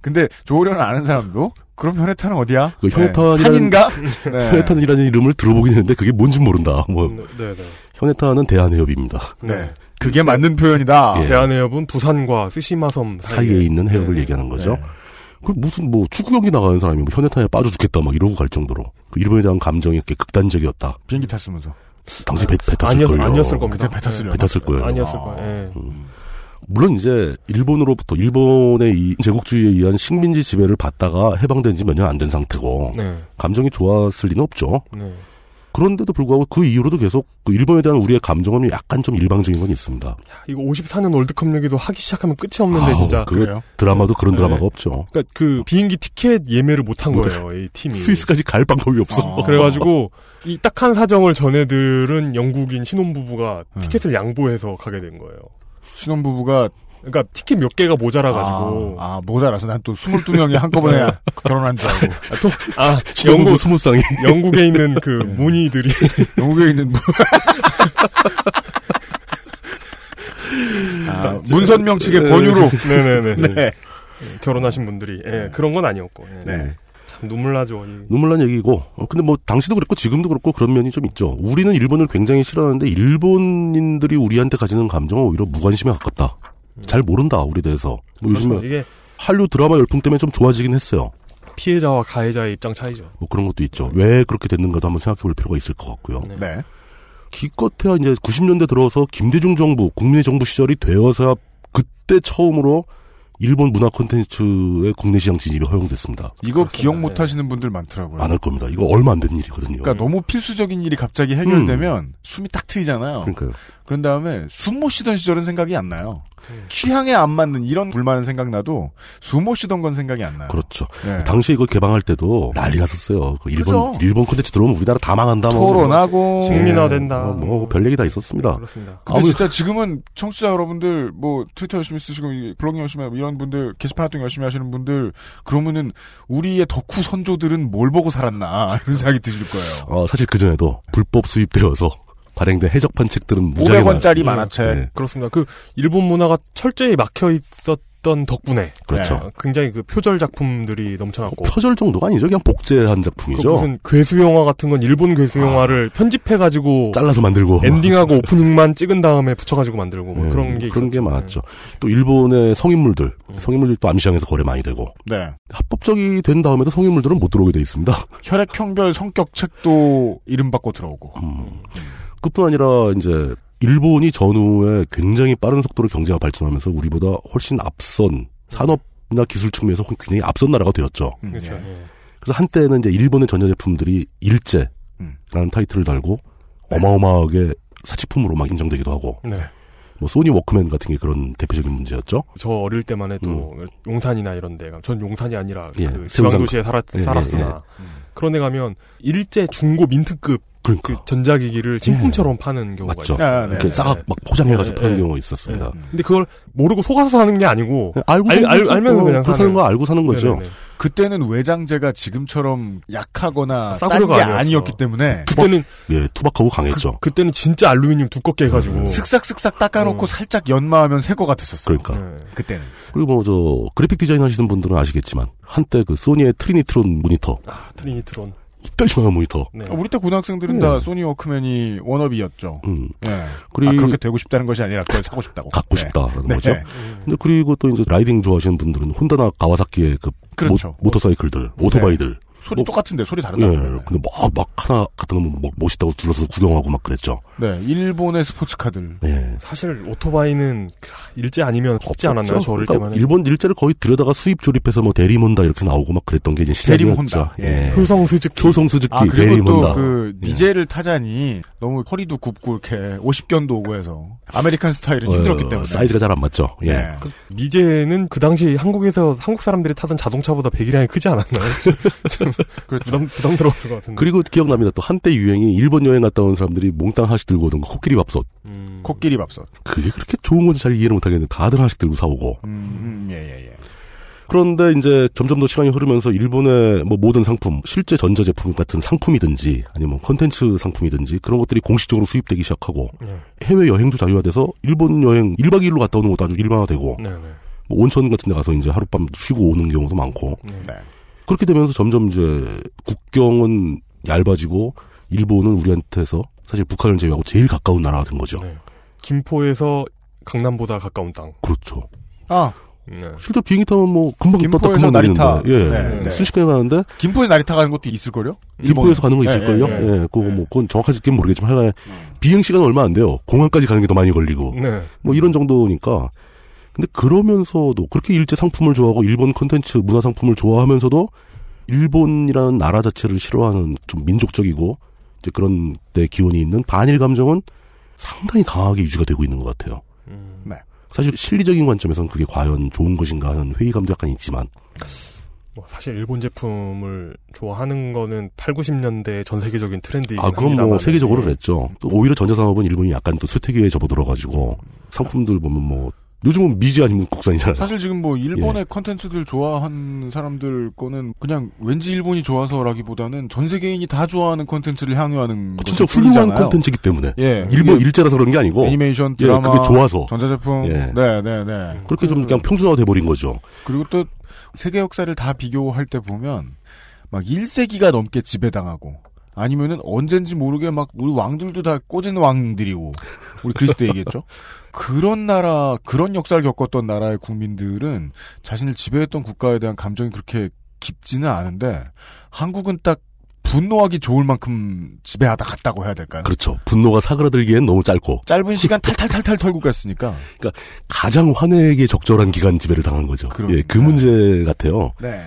Speaker 2: 근데 조오련을 아는 사람도 그럼 현해탄은 어디야? 네.
Speaker 4: 그 현해탄이라는-
Speaker 2: 산인가? 네.
Speaker 4: 현해탄이라는 이름을 들어보긴 했는데 그게 뭔진 모른다. 뭐
Speaker 3: 네, 네.
Speaker 4: 현해탄은 대한해협입니다.
Speaker 2: 네. 그게 맞는 표현이다.
Speaker 4: 예.
Speaker 3: 대한해협은 부산과 스시마섬 사이에,
Speaker 4: 사이에 있는 해협을
Speaker 3: 네.
Speaker 4: 얘기하는 거죠. 그 무슨 뭐 축구 경기 나가는 사람이 뭐 현해탄에 빠져 죽겠다 막 이러고 갈 정도로 그 일본에 대한 감정이 꽤 극단적이었다.
Speaker 2: 비행기 탔으면서.
Speaker 4: 당시 배, 배 탔을
Speaker 3: 아니었,
Speaker 4: 거예요.
Speaker 3: 아니었을 겁니다.
Speaker 2: 그때 배 탔으려나?
Speaker 4: 네, 배 탔을 거예요. 음.
Speaker 3: 아니었을 거예요. 예.
Speaker 4: 물론 이제 일본으로부터 일본의 이 제국주의에 의한 식민지 지배를 받다가 해방된 지 몇 년 안 된 상태고
Speaker 3: 네.
Speaker 4: 감정이 좋았을 리는 없죠.
Speaker 3: 네.
Speaker 4: 그런데도 불구하고 그 이후로도 계속 그 일본에 대한 우리의 감정은 약간 좀 일방적인 건 있습니다.
Speaker 3: 이거 54년 월드컵 얘기도 하기 시작하면 끝이 없는데
Speaker 4: 아우,
Speaker 3: 진짜
Speaker 4: 그 드라마도 그런
Speaker 3: 네.
Speaker 4: 드라마가 없죠.
Speaker 3: 그러니까 그 비행기 티켓 예매를 못한 거예요 이 팀이.
Speaker 4: 뭐, 스위스까지 갈 방법이 없어.
Speaker 2: 아.
Speaker 3: 그래가지고 이 딱한 사정을 전해들은 영국인 신혼부부가
Speaker 2: 네.
Speaker 3: 티켓을 양보해서 가게 된 거예요.
Speaker 2: 신혼부부가
Speaker 3: 그러니까 티켓 몇 개가 모자라가지고 아,
Speaker 2: 아, 아, 모자라서 난 또 22명이 한꺼번에 결혼한 줄 알고.
Speaker 3: 또, 아
Speaker 4: 신혼부부
Speaker 3: 영국
Speaker 4: 스무 쌍이
Speaker 3: 영국에 있는 그 문의들이
Speaker 2: 영국에 있는 문. 아, 문선명 측의 권유로.
Speaker 3: 네네네
Speaker 2: 네.
Speaker 3: 결혼하신 분들이 예, 그런 건 아니었고 예.
Speaker 2: 네.
Speaker 3: 참 눈물 나죠. 이-
Speaker 4: 눈물난 얘기고. 어, 근데 뭐 당시도 그랬고 지금도 그렇고 그런 면이 좀 있죠. 우리는 일본을 굉장히 싫어하는데 일본인들이 우리한테 가지는 감정은 오히려 무관심에 가깝다.
Speaker 2: 음.
Speaker 4: 잘 모른다 우리 대해서. 뭐
Speaker 3: 그래서
Speaker 4: 요즘에
Speaker 3: 이게
Speaker 4: 한류 드라마 열풍 때문에 좀 좋아지긴 했어요.
Speaker 3: 피해자와 가해자의 입장 차이죠.
Speaker 4: 뭐 그런 것도 있죠. 왜 그렇게 됐는가도 한번 생각해 볼 필요가 있을 것 같고요.
Speaker 2: 네.
Speaker 4: 기껏해야 이제 90년대 들어서 김대중 정부, 국민의 정부 시절이 되어서 그때 처음으로 일본 문화 콘텐츠의 국내 시장 진입이 허용됐습니다.
Speaker 2: 이거
Speaker 3: 그렇습니다.
Speaker 2: 기억 못
Speaker 3: 예.
Speaker 2: 하시는 분들 많더라고요.
Speaker 4: 안 할 겁니다. 이거 얼마 안 된 일이거든요.
Speaker 2: 그러니까 너무 필수적인 일이 갑자기 해결되면 숨이 딱 트이잖아요.
Speaker 4: 음. 그러니까요.
Speaker 2: 그런 다음에 숨 못 쉬던 시절은 생각이 안 나요. 취향에 안 맞는 이런 불만은 생각나도 숨 못 쉬던 건 생각이 안 나요.
Speaker 4: 그렇죠.
Speaker 2: 네.
Speaker 4: 당시에 이걸 개방할 때도 난리 났었어요. 그 일본
Speaker 2: 그죠.
Speaker 4: 일본 콘텐츠 들어오면 우리나라 다 망한다. 뭐.
Speaker 2: 토론하고
Speaker 3: 식민화된다. 그렇죠.
Speaker 4: 뭐, 뭐, 별 얘기 다 있었습니다.
Speaker 3: 그렇습니다.
Speaker 2: 근데
Speaker 4: 아무-
Speaker 2: 진짜 지금은 청취자 여러분들 뭐 트위터 열심히 쓰시고 이 블로깅 열심히 하고 이런 분들 게시판 활동 열심히 하시는 분들 그러면은 우리의 덕후 선조들은 뭘 보고 살았나 이런 생각이 드실 거예요.
Speaker 4: 어, 사실 그 전에도 불법 수입되어서 발행된 해적판 책들은 무지하게
Speaker 2: 500원짜리
Speaker 4: 많았어요.
Speaker 2: 만화책.
Speaker 4: 네,
Speaker 3: 그렇습니다. 그 일본 문화가 철저히 막혀 있었던 덕분에
Speaker 4: 그렇죠.
Speaker 2: 네.
Speaker 3: 어, 굉장히 그 표절 작품들이 넘쳐났고
Speaker 4: 표절 정도가 아니죠. 그냥 복제한
Speaker 3: 네. 그
Speaker 4: 작품이죠. 아.
Speaker 3: 무슨 괴수 영화 같은 건 일본 괴수 영화를 편집해 가지고
Speaker 4: 잘라서 만들고
Speaker 3: 엔딩하고 오프닝만 찍은 다음에 붙여가지고 만들고 뭐
Speaker 4: 예,
Speaker 3: 그런 게 있었죠.
Speaker 4: 많았죠. 또 일본의 성인물들,
Speaker 3: 음.
Speaker 4: 성인물들 또 암시장에서 거래 많이 되고
Speaker 2: 네.
Speaker 4: 합법적이 된 다음에도 성인물들은 못 들어오게 돼 있습니다.
Speaker 2: 혈액형별 성격책도 이름 받고 들어오고.
Speaker 4: 음. 그뿐 아니라 이제 일본이 전후에 굉장히 빠른 속도로 경제가 발전하면서 우리보다 훨씬 앞선 산업이나 기술 측면에서 굉장히 앞선 나라가 되었죠.
Speaker 2: 음,
Speaker 3: 그렇죠.
Speaker 2: 예.
Speaker 3: 예.
Speaker 4: 그래서 한때는 이제 일본의 전자제품들이 일제라는
Speaker 2: 음.
Speaker 4: 타이틀을 달고 어마어마하게 사치품으로 막 인정되기도 하고
Speaker 3: 네.
Speaker 4: 뭐 소니 워크맨 같은 게 그런 대표적인 문제였죠.
Speaker 3: 저 어릴 때만 해도 용산이나 이런 데, 가면 전 용산이 아니라
Speaker 4: 음. 예,
Speaker 3: 그 지방도시에
Speaker 4: 세운상가.
Speaker 3: 살았,
Speaker 4: 예, 예,
Speaker 3: 살았으나
Speaker 4: 예.
Speaker 3: 그런 데 가면 일제 중고 민트급
Speaker 4: 그러니까.
Speaker 3: 그 네, 전자기기를 신품처럼 파는 경우가
Speaker 4: 맞죠.
Speaker 2: 네.
Speaker 3: 있어요.
Speaker 2: 아,
Speaker 4: 이렇게 싸각 막 포장해가지고
Speaker 3: 네,
Speaker 4: 파는 경우가 있었습니다.
Speaker 3: 근데 그걸 모르고 속아서 사는 게 아니고
Speaker 4: 예, 알고
Speaker 3: 네. 알,
Speaker 4: 사는
Speaker 3: 면
Speaker 4: 거죠.
Speaker 3: 서
Speaker 4: 어,
Speaker 3: 그냥
Speaker 4: 그거 사는 거 알고 사는 거죠.
Speaker 3: 네네네.
Speaker 2: 그때는 외장재가 지금처럼 약하거나 싼
Speaker 3: 싸구려가
Speaker 2: 게
Speaker 3: 아니었어.
Speaker 2: 아니었기 때문에
Speaker 3: 그때는
Speaker 4: 예, 투박하고 강했죠.
Speaker 3: 그때는 진짜 알루미늄 두껍게
Speaker 4: 음.
Speaker 3: 해가지고
Speaker 2: 쓱싹쓱싹 닦아놓고 살짝 연마하면 새 거 같았었어요.
Speaker 4: 그러니까.
Speaker 3: 네.
Speaker 2: 그때는
Speaker 4: 그리고 뭐 저 그래픽 디자인 하시는 분들은 아시겠지만 한때 그 소니의 트리니트론 모니터
Speaker 3: 아, 트리니트론.
Speaker 4: 이따시만한 모니터.
Speaker 3: 네.
Speaker 2: 아, 우리 때 고등학생들은
Speaker 4: 네.
Speaker 2: 다 소니 워크맨이 워너비였죠.
Speaker 4: 음.
Speaker 2: 네.
Speaker 4: 그리고
Speaker 2: 아, 그렇게 되고 싶다는 것이 아니라 그걸 사고 싶다고.
Speaker 4: 갖고
Speaker 2: 네.
Speaker 4: 싶다라는
Speaker 2: 네.
Speaker 4: 거죠.
Speaker 2: 네.
Speaker 4: 근데 그리고 또 이제 라이딩 좋아하시는 분들은 혼다나 가와사키의 그
Speaker 2: 그렇죠.
Speaker 4: 모, 터사이클들 오토바이들.
Speaker 2: 소리
Speaker 4: 뭐-
Speaker 2: 똑같은데 소리 다르다. 네.
Speaker 4: 예, 근데 막, 막 하나 같은 거면 막 멋있다고 둘러서 구경하고 막 그랬죠.
Speaker 2: 네, 일본의 스포츠카들.
Speaker 4: 예.
Speaker 3: 사실 오토바이는 그, 일제 아니면 없지 않았나요? 저 어릴
Speaker 4: 그러니까
Speaker 3: 때만 해도.
Speaker 4: 일본 일제를 거의 들여다가 수입 조립해서 뭐 대리몬다 이렇게 나오고 막 그랬던 게 이제 시작이었죠.
Speaker 2: 대리몬다. 예.
Speaker 3: 효성 수즈키.
Speaker 4: 효성 스즈키
Speaker 2: 아 그리고
Speaker 4: 대리몬다. 예.
Speaker 2: 또 그 니제를 타자니 너무 허리도 굽고 이렇게 50견도 오고 해서 아메리칸 스타일은 힘들었기
Speaker 4: 어,
Speaker 2: 때문에
Speaker 4: 사이즈가 잘 안 맞죠. 예.
Speaker 2: 네.
Speaker 3: 미제는 그 당시 한국에서 한국 사람들이 타던 자동차보다 배기량이 크지 않았나요? 참
Speaker 2: 그렇죠.
Speaker 3: 부담 부담스러웠을 것 같은데.
Speaker 4: 그리고 기억납니다. 또 한때 유행이 일본 여행 갔다 온 사람들이 몽땅 하나씩 들고 오던 거 코끼리 밥솥.
Speaker 3: 음,
Speaker 2: 코끼리 밥솥.
Speaker 4: 그게 그렇게 좋은 건지 잘 이해를 못하겠는데 다들 하나씩 들고 사오고.
Speaker 2: 음, 음, 예, 예, 예.
Speaker 4: 그런데 이제 점점 더 시간이 흐르면서 일본의 뭐 모든 상품, 실제 전자제품 같은 상품이든지 아니면 컨텐츠 상품이든지 그런 것들이 공식적으로 수입되기 시작하고
Speaker 3: 네.
Speaker 4: 해외 여행도 자유화돼서 일본 여행 1박 2일로 갔다 오는 것도 아주 일반화되고
Speaker 3: 네네.
Speaker 4: 뭐 온천 같은 데 가서 이제 하룻밤 쉬고 오는 경우도 많고
Speaker 2: 네.
Speaker 4: 그렇게 되면서 점점 이제 국경은 얇아지고 일본은 우리한테서 사실 북한을 제외하고 제일 가까운 나라가 된 거죠.
Speaker 3: 네. 김포에서 강남보다 가까운 땅.
Speaker 4: 그렇죠.
Speaker 2: 아,
Speaker 3: 네.
Speaker 4: 실제 비행기 타면 뭐 금방 떴다
Speaker 2: 김포에서
Speaker 4: 금방 내리는데
Speaker 2: 나리타.
Speaker 4: 예.
Speaker 2: 네, 네.
Speaker 4: 순식간에 가는데
Speaker 2: 김포에서 나리타 가는 것도 있을걸요?
Speaker 4: 김포에서 가는 거
Speaker 2: 예,
Speaker 4: 있을걸요?
Speaker 2: 예,
Speaker 4: 예,
Speaker 2: 예.
Speaker 4: 그거 뭐, 그건 정확하지 는 모르겠지만, 하여간
Speaker 2: 음.
Speaker 4: 비행 시간 얼마 안 돼요. 공항까지 가는 게 더 많이 걸리고,
Speaker 3: 네.
Speaker 4: 뭐 이런 정도니까. 근데 그러면서도, 그렇게 일제 상품을 좋아하고, 일본 컨텐츠, 문화 상품을 좋아하면서도, 일본이라는 나라 자체를 싫어하는 좀 민족적이고, 이제 그런 데 기운이 있는 반일 감정은 상당히 강하게 유지가 되고 있는 것 같아요.
Speaker 3: 음.
Speaker 2: 네.
Speaker 4: 사실 실리적인 관점에서는 그게 과연 좋은 것인가 하는 회의감도 약간 있지만,
Speaker 3: 뭐 사실 일본 제품을 좋아하는 거는 8, 90년대 전 세계적인 트렌드이긴
Speaker 4: 아, 그럼 뭐
Speaker 3: 합니다만.
Speaker 4: 세계적으로
Speaker 3: 예.
Speaker 4: 그랬죠. 또 오히려 전자산업은 일본이 약간 또 수태기에 접어들어가지고 상품들 보면 뭐 요즘은 미지 아니면 국산이잖아요.
Speaker 2: 사실 지금 뭐
Speaker 4: 예.
Speaker 2: 일본의 컨텐츠들 좋아하는 사람들 거는 그냥 왠지 일본이 좋아서라기보다는 전 세계인이 다 좋아하는 컨텐츠를 향유하는
Speaker 4: 아, 진짜
Speaker 2: 것일
Speaker 4: 훌륭한
Speaker 2: 뿐이잖아요.
Speaker 4: 콘텐츠이기 때문에
Speaker 2: 예,
Speaker 4: 일본
Speaker 2: 그게
Speaker 4: 일제라서 그런 게 아니고
Speaker 2: 애니메이션
Speaker 4: 예,
Speaker 2: 드라마
Speaker 4: 그게 좋아서
Speaker 2: 전자제품
Speaker 4: 예.
Speaker 2: 네, 네, 네.
Speaker 4: 그렇게 좀 그냥 평준화돼 버린 거죠.
Speaker 2: 그리고 또 세계 역사를 다 비교할 때 보면 막 1세기가 넘게 지배당하고 아니면은 언젠지 모르게 막 우리 왕들도 다 꽂은 왕들이고 우리 그리스 얘기했죠. 그런 나라 그런 역사를 겪었던 나라의 국민들은 자신을 지배했던 국가에 대한 감정이 그렇게 깊지는 않은데 한국은 딱 분노하기 좋을 만큼 지배하다 갔다고 해야 될까요?
Speaker 4: 그렇죠. 분노가 사그라들기엔 너무 짧고
Speaker 2: 짧은 시간 탈탈탈탈 털고 갔으니까.
Speaker 4: 가장 환해에게 적절한 기간 지배를 당한 거죠.
Speaker 2: 그럼.
Speaker 4: 예, 그
Speaker 2: 네.
Speaker 4: 문제 같아요.
Speaker 2: 네.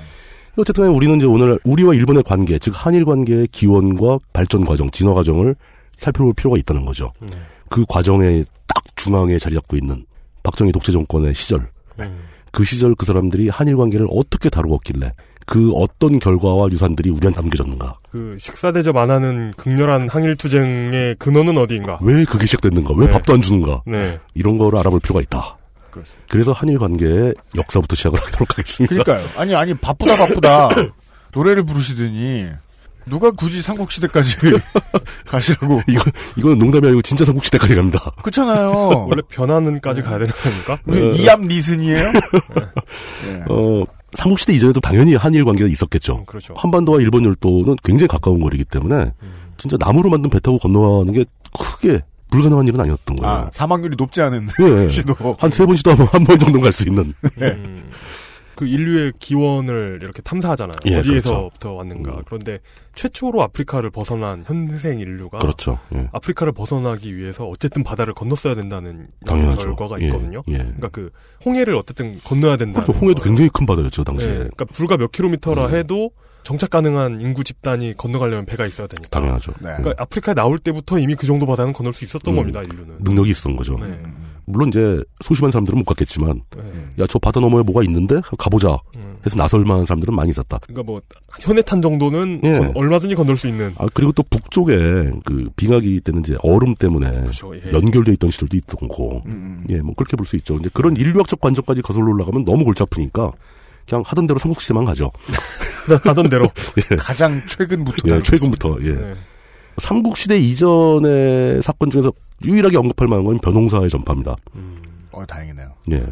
Speaker 4: 어쨌든 간에 우리는 이제 오늘 우리와 일본의 관계, 즉 한일 관계의 기원과 발전 과정, 진화 과정을 살펴볼 필요가 있다는 거죠.
Speaker 2: 음.
Speaker 4: 그 과정에 딱 중앙에 자리 잡고 있는 박정희 독재 정권의 시절,
Speaker 3: 음.
Speaker 4: 그 시절 그 사람들이 한일 관계를 어떻게 다루었길래 그 어떤 결과와 유산들이 우리한테 남겨졌는가,
Speaker 3: 그 식사 대접 안 하는 극렬한 항일 투쟁의 근원은 어디인가?
Speaker 4: 왜 그게 시작됐는가, 왜
Speaker 3: 네.
Speaker 4: 밥도 안 주는가
Speaker 3: 네.
Speaker 4: 이런 거를 알아볼 필요가 있다.
Speaker 2: 그렇습니다.
Speaker 4: 래서 한일 관계의 역사부터 시작을 하도록 하겠습니다.
Speaker 2: 그러니까요. 아니 아니 바쁘다 바쁘다 노래를 부르시더니 누가 굳이 삼국 시대까지 가시라고?
Speaker 4: 이거 이건 농담이 아니고 진짜 삼국시대까지 갑니다.
Speaker 2: 그렇잖아요.
Speaker 3: 원래 변화는까지 가야 되는 겁니까?
Speaker 2: 우리 이암 리슨이에요? 예.
Speaker 4: 어, 삼국시대 이전에도 당연히 한일 관계가 있었겠죠.
Speaker 3: 음, 그렇죠.
Speaker 4: 한반도와 일본 열도는 굉장히 가까운 거리기 때문에
Speaker 3: 음.
Speaker 4: 진짜 나무로 만든 배 타고 건너가는 게 크게 불가능한 일은 아니었던 거예요.
Speaker 2: 아 사망률이 높지 않은
Speaker 4: 예.
Speaker 2: 시도.
Speaker 4: 한 세 번 시도하면 한 번 정도 갈 수 있는.
Speaker 3: 음, 그 인류의 기원을 이렇게 탐사하잖아요.
Speaker 4: 예,
Speaker 3: 어디에서부터 왔는가.
Speaker 4: 음.
Speaker 3: 그런데 최초로 아프리카를 벗어난 현생 인류가
Speaker 4: 그렇죠. 예.
Speaker 3: 아. 아프리카를 벗어나기 위해서 어쨌든 바다를 건넜어야 된다는
Speaker 4: 당연하죠.
Speaker 3: 결과가
Speaker 4: 예,
Speaker 3: 있거든요.
Speaker 4: 예.
Speaker 3: 그러니까 그 홍해를 어쨌든 건너야 된다.
Speaker 4: 그렇죠. 음. 홍해도 굉장히 큰 바다였죠,
Speaker 3: 네,
Speaker 4: 당시에.
Speaker 3: 그러니까 불과 몇 킬로미터라 해도 정착 가능한 인구 집단이 건너가려면 배가 있어야 되니까.
Speaker 4: 당연하죠.
Speaker 2: 네.
Speaker 3: 그러니까 아프리카에 나올 때부터 이미 그 정도 바다는 건널 수 있었던
Speaker 4: 음.
Speaker 3: 겁니다, 인류는.
Speaker 4: 능력이 있었던 거죠.
Speaker 3: 네.
Speaker 4: 물론 이제 소심한 사람들은 못 갔겠지만
Speaker 3: 네.
Speaker 4: 야 저 바다 너머에 뭐가 있는데 가보자
Speaker 3: 음.
Speaker 4: 해서 나설만한 사람들은 많이 있었다.
Speaker 3: 그러니까 뭐 현해탄 정도는
Speaker 4: 예.
Speaker 3: 건- 얼마든지 건널 수 있는.
Speaker 4: 아 그리고 또 북쪽에 그 빙하기 때는 이제 얼음 때문에
Speaker 3: 그렇죠. 예. 음,
Speaker 4: 연결돼 있던 시절도 있던 거고 예 뭐 그렇게 볼 수 있죠. 이제 그런 인류학적 관점까지 거슬러 올라가면 너무 골치 아프니까 그냥 하던 대로 삼국시대만 가죠.
Speaker 3: 하던 대로.
Speaker 2: 그러니까 가장 최근부터.
Speaker 4: 예,
Speaker 2: 다루고
Speaker 4: 최근부터 예.
Speaker 3: 네.
Speaker 4: 삼국시대 이전의 사건 중에서 유일하게 언급할 만한 건 변홍사의 전파입니다.
Speaker 2: 있습니다. 어, 다행이네요.
Speaker 4: 예.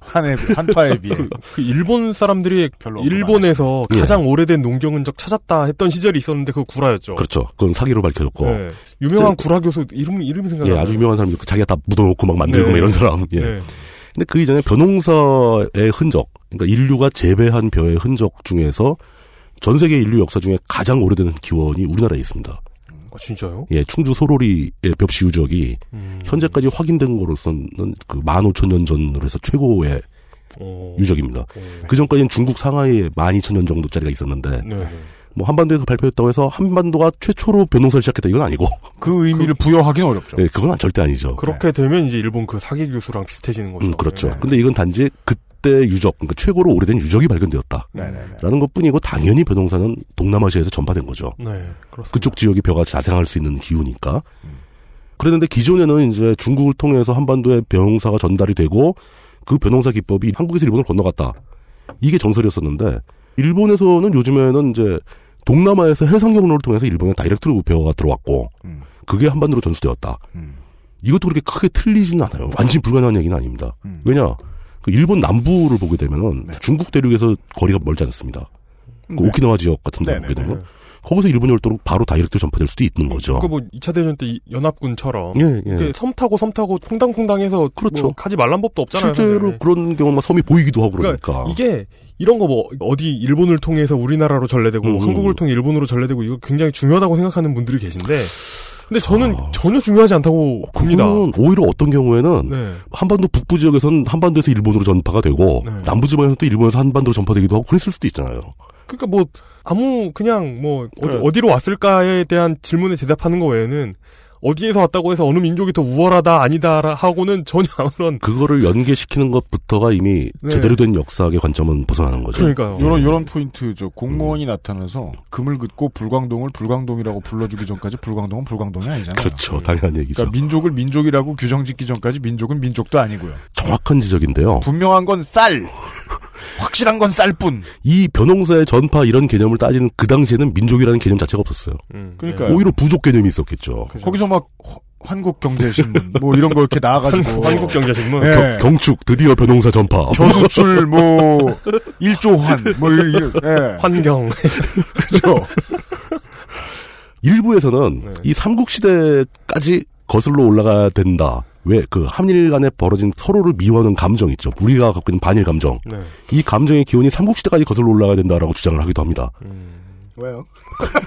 Speaker 2: 한해, 한파에 비해.
Speaker 3: 그 일본 사람들이
Speaker 2: 별로 언급 안
Speaker 3: 일본에서
Speaker 4: 예.
Speaker 3: 가장 오래된 농경 흔적 찾았다 했던 시절이 있었는데 그거 구라였죠.
Speaker 4: 그렇죠. 그건 사기로 밝혀졌고.
Speaker 3: 네. 유명한 구라 교수 이름 이름이 생각나.
Speaker 4: 예, 아주 유명한 사람이 있고 자기가 다 묻어놓고 막 만들고
Speaker 3: 네.
Speaker 4: 막 이런 사람. 예.
Speaker 3: 네.
Speaker 4: 근데 그 이전에 변홍사의 흔적, 그러니까 인류가 재배한 벼의 흔적 중에서 전 세계 인류 역사 중에 가장 오래된 기원이 우리나라에 있습니다.
Speaker 3: 아, 진짜요?
Speaker 4: 예, 충주 소로리의 벽시 유적이
Speaker 3: 음.
Speaker 4: 현재까지 확인된 거로서는 그 15,000년 전으로 해서 최고의
Speaker 3: 어.
Speaker 4: 유적입니다.
Speaker 3: 어.
Speaker 4: 그 전까지는 중국 상하이에 12,000년 정도짜리가 있었는데
Speaker 3: 네. 네.
Speaker 4: 뭐 한반도에서 발표했다고 해서 한반도가 최초로 변동사를 시작했다 이건 아니고
Speaker 2: 그 의미를 부여하기는 어렵죠.
Speaker 4: 예, 그건 절대 아니죠.
Speaker 3: 그렇죠. 그렇게 되면 이제 일본 그 사기 교수랑 비슷해지는 거죠.
Speaker 4: 음, 그렇죠.
Speaker 2: 네.
Speaker 4: 근데 이건 단지 그때 유적, 그러니까 최고로 오래된 유적이 발견되었다라는
Speaker 2: 네네네.
Speaker 4: 것뿐이고 당연히 변동사는 동남아시아에서 전파된 거죠.
Speaker 3: 네. 네. 그렇습니다.
Speaker 4: 그쪽 지역이 벼가 자생할 수 있는 기후니까.
Speaker 2: 음.
Speaker 4: 그랬는데 기존에는 이제 중국을 통해서 한반도에 변홍사가 전달이 되고 그 변홍사 기법이 한국에서 일본을 건너갔다. 이게 정설이었었는데 일본에서는 요즘에는 이제 동남아에서 해상 경로를 통해서 일본에 다이렉트로 벼가 들어왔고
Speaker 2: 음.
Speaker 4: 그게 한반도로 전수되었다.
Speaker 2: 음.
Speaker 4: 이것도 그렇게 크게 틀리지는 않아요. 완전 히 불가능한 얘기는 아닙니다.
Speaker 2: 음.
Speaker 4: 왜냐? 그 일본 남부를 보게 되면은
Speaker 2: 네.
Speaker 4: 중국 대륙에서 거리가 멀지 않습니다. 그
Speaker 2: 네.
Speaker 4: 오키나와 지역 같은 데
Speaker 2: 네네네.
Speaker 4: 보게 되면 거기서 일본 열도로 바로 다이렉트 전파될 수도 있는 거죠.
Speaker 3: 그뭐 뭐 2차 대전 때 이- 연합군처럼
Speaker 4: 예, 예.
Speaker 3: 이렇게 섬 타고 섬 타고 콩당콩당해서
Speaker 4: 그렇죠.
Speaker 3: 뭐 가지 말란 법도 없잖아요.
Speaker 4: 실제로
Speaker 3: 사실.
Speaker 4: 그런 경우는 막 섬이 보이기도 하고 그러니까.
Speaker 3: 이게 이런 거 뭐 어디 일본을 통해서 우리나라로 전래되고 뭐
Speaker 4: 음.
Speaker 3: 한국을 통해 일본으로 전래되고 이거 굉장히 중요하다고 생각하는 분들이 계신데 근데 저는
Speaker 4: 아.
Speaker 3: 전혀 중요하지 않다고 봅니다.
Speaker 4: 그건 오히려 어떤 경우에는
Speaker 3: 네.
Speaker 4: 한반도 북부 지역에선 한반도에서 일본으로 전파가 되고
Speaker 3: 네.
Speaker 4: 남부 지방에서 또 일본에서 한반도로 전파되기도 하고 그랬을 수도 있잖아요.
Speaker 3: 그러니까 뭐 아무 그냥 뭐
Speaker 4: 네.
Speaker 2: 그래.
Speaker 3: 어디, 로 왔을까에 대한 질문에 대답하는 거 외에는 어디에서 왔다고 해서 어느 민족이 더 우월하다 아니다 라 하고는 전혀 아무런
Speaker 4: 그거를 연계시키는 것부터가 이미
Speaker 3: 네.
Speaker 4: 제대로 된 역사학의 관점은 벗어나는 거죠.
Speaker 3: 그러니까요.
Speaker 2: 요런, 요런 포인트죠. 공무원이 나타나서 금을 긋고 불광동을 불광동이라고 불러주기 전까지 불광동은 불광동이 아니잖아요.
Speaker 4: 그렇죠. 당연한 얘기죠.
Speaker 2: 그러니까 민족을 민족이라고 규정 짓기 전까지 민족은 민족도 아니고요.
Speaker 4: 정확한 지적인데요.
Speaker 2: 분명한 건 쌀! 확실한 건 쌀뿐!
Speaker 4: 이 변홍사의 전파 이런 개념을 따지는 그 당시에는 민족이라는 개념 자체가 없었어요.
Speaker 3: 음,
Speaker 2: 그러니까요.
Speaker 4: 오히려 부족 개념이 있었겠죠.
Speaker 3: 그죠.
Speaker 2: 거기서 막 허- 한국경제신문 뭐 이런 거 이렇게 나와가지고
Speaker 3: 한국 경제신문
Speaker 2: 예.
Speaker 4: 경- 경축 드디어 변홍사 전파.
Speaker 2: 교수출 뭐 일조환 뭐 이- 이- 예.
Speaker 3: 환경
Speaker 4: 그,
Speaker 2: 그렇죠.
Speaker 4: 일부에서는
Speaker 3: 네.
Speaker 4: 이 삼국시대까지 거슬러 올라가야 된다. 왜 그 한일 간에 벌어진 서로를 미워하는 감정 있죠. 우리가 갖고 있는 반일 감정.
Speaker 3: 네.
Speaker 4: 이 감정의 기원이 삼국시대까지 거슬러 올라가야 된다라고 주장을 하기도 합니다.
Speaker 3: 음,
Speaker 2: 왜요?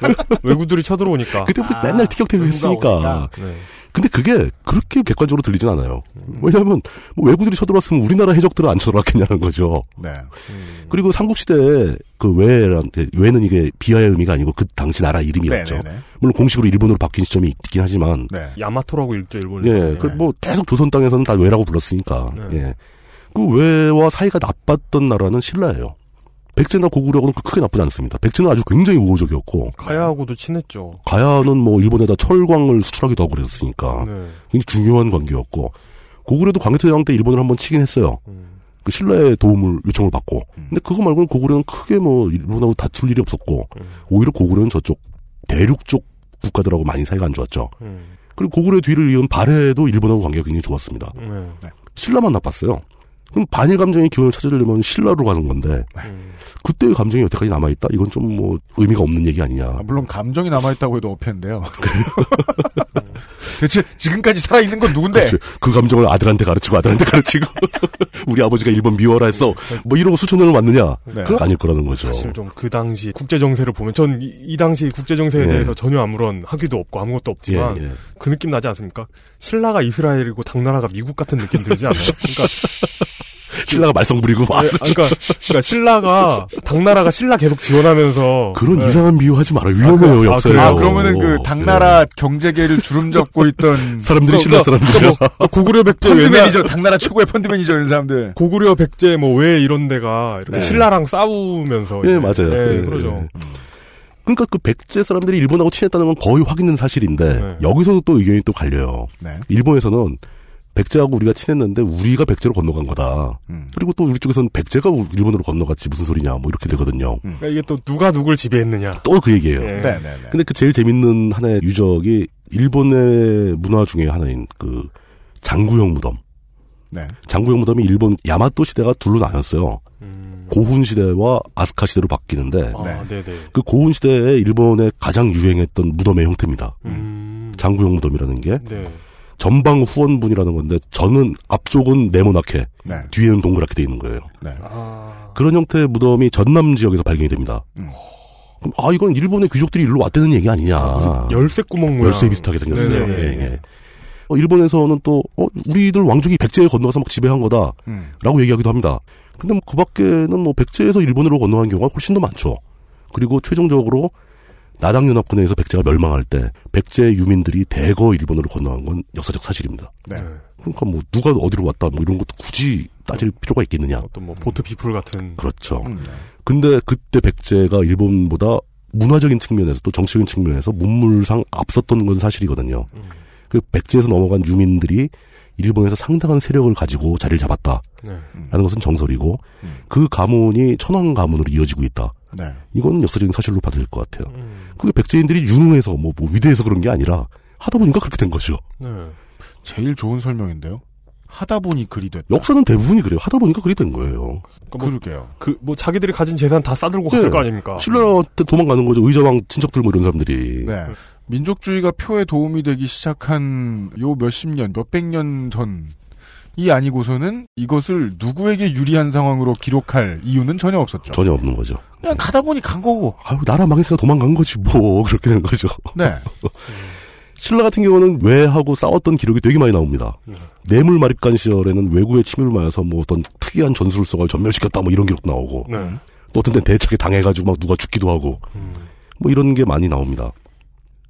Speaker 3: 외구들이 쳐들어오니까
Speaker 4: 그때부터
Speaker 2: 아,
Speaker 4: 맨날 티격태격
Speaker 2: 누군가
Speaker 4: 했으니까.
Speaker 3: 네.
Speaker 4: 근데 그게 그렇게 객관적으로 들리진 않아요. 왜냐하면 뭐 외국들이 쳐들어왔으면 우리나라 해적들은 안 쳐들어왔겠냐는 거죠.
Speaker 2: 네.
Speaker 3: 음.
Speaker 4: 그리고 삼국시대에 그 외란 외는 이게 비하의 의미가 아니고 그 당시 나라 이름이었죠.
Speaker 2: 네네네.
Speaker 4: 물론 공식으로 일본으로 바뀐 시점이 있긴 하지만
Speaker 2: 네.
Speaker 3: 야마토라고 읽죠 일본에서.
Speaker 4: 예,
Speaker 3: 네.
Speaker 4: 그 뭐 계속 조선 땅에서는 다 외라고 불렀으니까.
Speaker 3: 네.
Speaker 4: 예. 그 외와 사이가 나빴던 나라는 신라예요. 백제나 고구려하고는 그 크게 나쁘지 않습니다. 백제는 아주 굉장히 우호적이었고
Speaker 3: 가야하고도 친했죠.
Speaker 4: 가야는 뭐 일본에다 철광을 수출하기도 하고 그랬으니까
Speaker 3: 네.
Speaker 4: 굉장히 중요한 관계였고 고구려도 광개토대왕 때 일본을 한번 치긴 했어요.
Speaker 3: 음.
Speaker 4: 그 신라의 도움을 요청을 받고. 근데 그거 말고는 고구려는 크게 뭐 일본하고 다툴 일이 없었고
Speaker 3: 음.
Speaker 4: 오히려 고구려는 저쪽 대륙 쪽 국가들하고 많이 사이가 안 좋았죠.
Speaker 3: 음.
Speaker 4: 그리고 고구려 뒤를 이은 발해도 일본하고 관계가 굉장히 좋았습니다.
Speaker 3: 네.
Speaker 4: 신라만 나빴어요. 그럼 반일 감정의 기원을 찾으려면 신라로 가는 건데
Speaker 3: 음.
Speaker 4: 그때의 감정이 여태까지 남아 있다. 이건 좀 뭐 의미가 없는 얘기 아니냐.
Speaker 2: 아, 물론 감정이 남아있다고 해도 어폐인데요. 대체 지금까지 살아있는 건 누군데?
Speaker 4: 그렇지. 그 감정을 아들한테 가르치고 아들한테 가르치고 우리 아버지가 일본 미워라 했어. 뭐 이러고 수천 년을 왔느냐.
Speaker 2: 네.
Speaker 4: 그건 아닐 거라는 거죠.
Speaker 3: 사실 좀 그 당시 국제 정세를 보면 전 이 당시 국제 정세에
Speaker 4: 예.
Speaker 3: 대해서 전혀 아무런 학위도 없고 아무것도 없지만
Speaker 4: 예, 예.
Speaker 3: 그 느낌 나지 않습니까? 신라가 이스라엘이고 당나라가 미국 같은 느낌 들지 않아요? 그러니까
Speaker 4: 신라가 말썽 부리고 막.
Speaker 3: 아, 그러니까, 그러니까 신라가 당나라가 신라 계속 지원하면서
Speaker 4: 그런
Speaker 3: 네.
Speaker 4: 이상한 비유하지 말아요. 위험해요,
Speaker 3: 아,
Speaker 4: 역사에.
Speaker 3: 그래요?
Speaker 2: 아, 그러면은 그 당나라 그러니까 경제계를 주름잡고 있던
Speaker 4: 네. 사람들이 신라 사람들이요.
Speaker 3: 뭐 고구려 백제
Speaker 2: 펀드
Speaker 3: 왜냐
Speaker 2: 매니저, 당나라 최고의 펀드 매니저 이런 사람들.
Speaker 3: 고구려 백제 뭐 왜 이런 데가 이렇게
Speaker 4: 네.
Speaker 3: 신라랑 싸우면서
Speaker 4: 예,
Speaker 3: 이제,
Speaker 4: 맞아요.
Speaker 3: 예,
Speaker 4: 예,
Speaker 3: 그러죠.
Speaker 4: 예. 그러니까 그 백제 사람들이 일본하고 친했다는 건 거의 확인된 사실인데
Speaker 3: 네.
Speaker 4: 여기서도 또 의견이 또 갈려요.
Speaker 2: 네.
Speaker 4: 일본에서는 백제하고 우리가 친했는데 우리가 백제로 건너간 거다.
Speaker 2: 음.
Speaker 4: 그리고 또 우리 쪽에서는 백제가 우- 일본으로 건너갔지 무슨 소리냐 뭐 이렇게 되거든요.
Speaker 3: 그러니까 이게 또 누가 누굴 지배했느냐.
Speaker 4: 또 그 얘기예요.
Speaker 3: 예.
Speaker 2: 네, 네, 네.
Speaker 4: 근데 그 제일 재밌는 하나의 유적이 일본의 문화 중에 하나인 그 장구형 무덤.
Speaker 2: 네.
Speaker 4: 장구형 무덤이 일본 야마토 시대가 둘로 나뉘었어요.
Speaker 3: 음.
Speaker 4: 고훈 시대와 아스카 시대로 바뀌는데
Speaker 3: 아, 네, 네.
Speaker 4: 그 고훈 시대에 일본에 가장 유행했던 무덤의 형태입니다.
Speaker 3: 음.
Speaker 4: 장구형 무덤이라는 게
Speaker 3: 네.
Speaker 4: 전방 후원분이라는 건데 저는 앞쪽은 네모나게
Speaker 2: 네.
Speaker 4: 뒤에는 동그랗게 돼 있는 거예요.
Speaker 2: 네.
Speaker 3: 아.
Speaker 4: 그런 형태의 무덤이 전남 지역에서 발견이 됩니다.
Speaker 2: 음.
Speaker 4: 그럼 아 이건 일본의 귀족들이 일로 왔다는 얘기 아니냐.
Speaker 3: 열쇠 구멍 모양.
Speaker 4: 네. 열쇠 비슷하게 생겼어요.
Speaker 3: 네네.
Speaker 4: 예, 예. 어, 일본에서는 또 어, 우리들 왕족이 백제에 건너가서 막 지배한 거다라고
Speaker 2: 음.
Speaker 4: 얘기하기도 합니다. 근데 뭐그 밖에는 뭐 백제에서 일본으로 건너간 경우가 훨씬 더 많죠. 그리고 최종적으로 나당연합군에서 백제가 멸망할 때 백제 유민들이 대거 일본으로 건너간 건 역사적 사실입니다.
Speaker 2: 네.
Speaker 4: 그러니까 뭐 누가 어디로 왔다 뭐 이런 것도 굳이 따질 필요가 있겠느냐.
Speaker 3: 어떤 뭐 보트 비풀 같은.
Speaker 4: 그렇죠.
Speaker 2: 음, 네.
Speaker 4: 근데 그때 백제가 일본보다 문화적인 측면에서 또 정치적인 측면에서 문물상 앞섰던 건 사실이거든요.
Speaker 2: 음.
Speaker 4: 그 백제에서 넘어간 유민들이 일본에서 상당한 세력을 가지고 자리를 잡았다라는
Speaker 3: 네.
Speaker 4: 것은 정설이고
Speaker 2: 음.
Speaker 4: 그 가문이 천황 가문으로 이어지고 있다.
Speaker 2: 네.
Speaker 4: 이건 역사적인 사실로 봐도 될 것 같아요.
Speaker 3: 음.
Speaker 4: 그게 백제인들이 유능해서 뭐, 뭐 위대해서 그런 게 아니라 하다 보니까 그렇게 된 거죠.
Speaker 3: 네.
Speaker 2: 제일 좋은 설명인데요. 하다 보니 그리 됐다.
Speaker 4: 역사는 대부분이 그래요. 하다 보니까 그렇게 된 거예요.
Speaker 3: 그러니까 뭐,
Speaker 2: 그러게요.
Speaker 3: 그, 뭐 자기들이 가진 재산 다 싸들고 갔을
Speaker 4: 네.
Speaker 3: 거 아닙니까?
Speaker 4: 신라한테 도망가는 거죠. 의자왕 친척들 뭐 이런 사람들이.
Speaker 2: 네. 민족주의가 표에 도움이 되기 시작한 요 몇십 년, 몇백 년 전이 아니고서는 이것을 누구에게 유리한 상황으로 기록할 이유는 전혀 없었죠.
Speaker 4: 전혀 없는 거죠.
Speaker 2: 그냥 가다 보니 간 거고.
Speaker 4: 아유 나라 망했으니까 도망간 거지 뭐 그렇게 된 거죠.
Speaker 2: 네.
Speaker 4: 신라 같은 경우는 왜하고 싸웠던 기록이 되게 많이 나옵니다.
Speaker 3: 네.
Speaker 4: 뇌물 마립간 시절에는 외국의 침입을 맞아서 뭐 어떤 특이한 전술을 써가 전멸시켰다 뭐 이런 기록도 나오고
Speaker 3: 네.
Speaker 4: 또 어떤 때 대차게 당해가지고 막 누가 죽기도 하고
Speaker 3: 음.
Speaker 4: 뭐 이런 게 많이 나옵니다.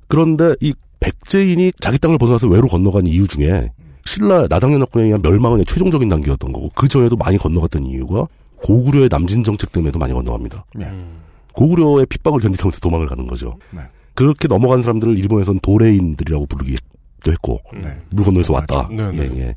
Speaker 4: 그런데 이 백제인이 자기 땅을 벗어나서 외로 건너간 이유 중에 신라 나당연합군에 의한 멸망은 최종적인 단계였던 거고 그 전에도 많이 건너갔던 이유가 고구려의 남진 정책 때문에도 많이 건너갑니다.
Speaker 3: 음.
Speaker 4: 고구려의 핍박을 견디다 못해 도망을 가는 거죠.
Speaker 2: 네.
Speaker 4: 그렇게 넘어간 사람들을 일본에서는 도래인들이라고 부르기도 했고
Speaker 2: 네.
Speaker 4: 물 건너에서 왔다.
Speaker 3: 네, 네.
Speaker 4: 예, 예.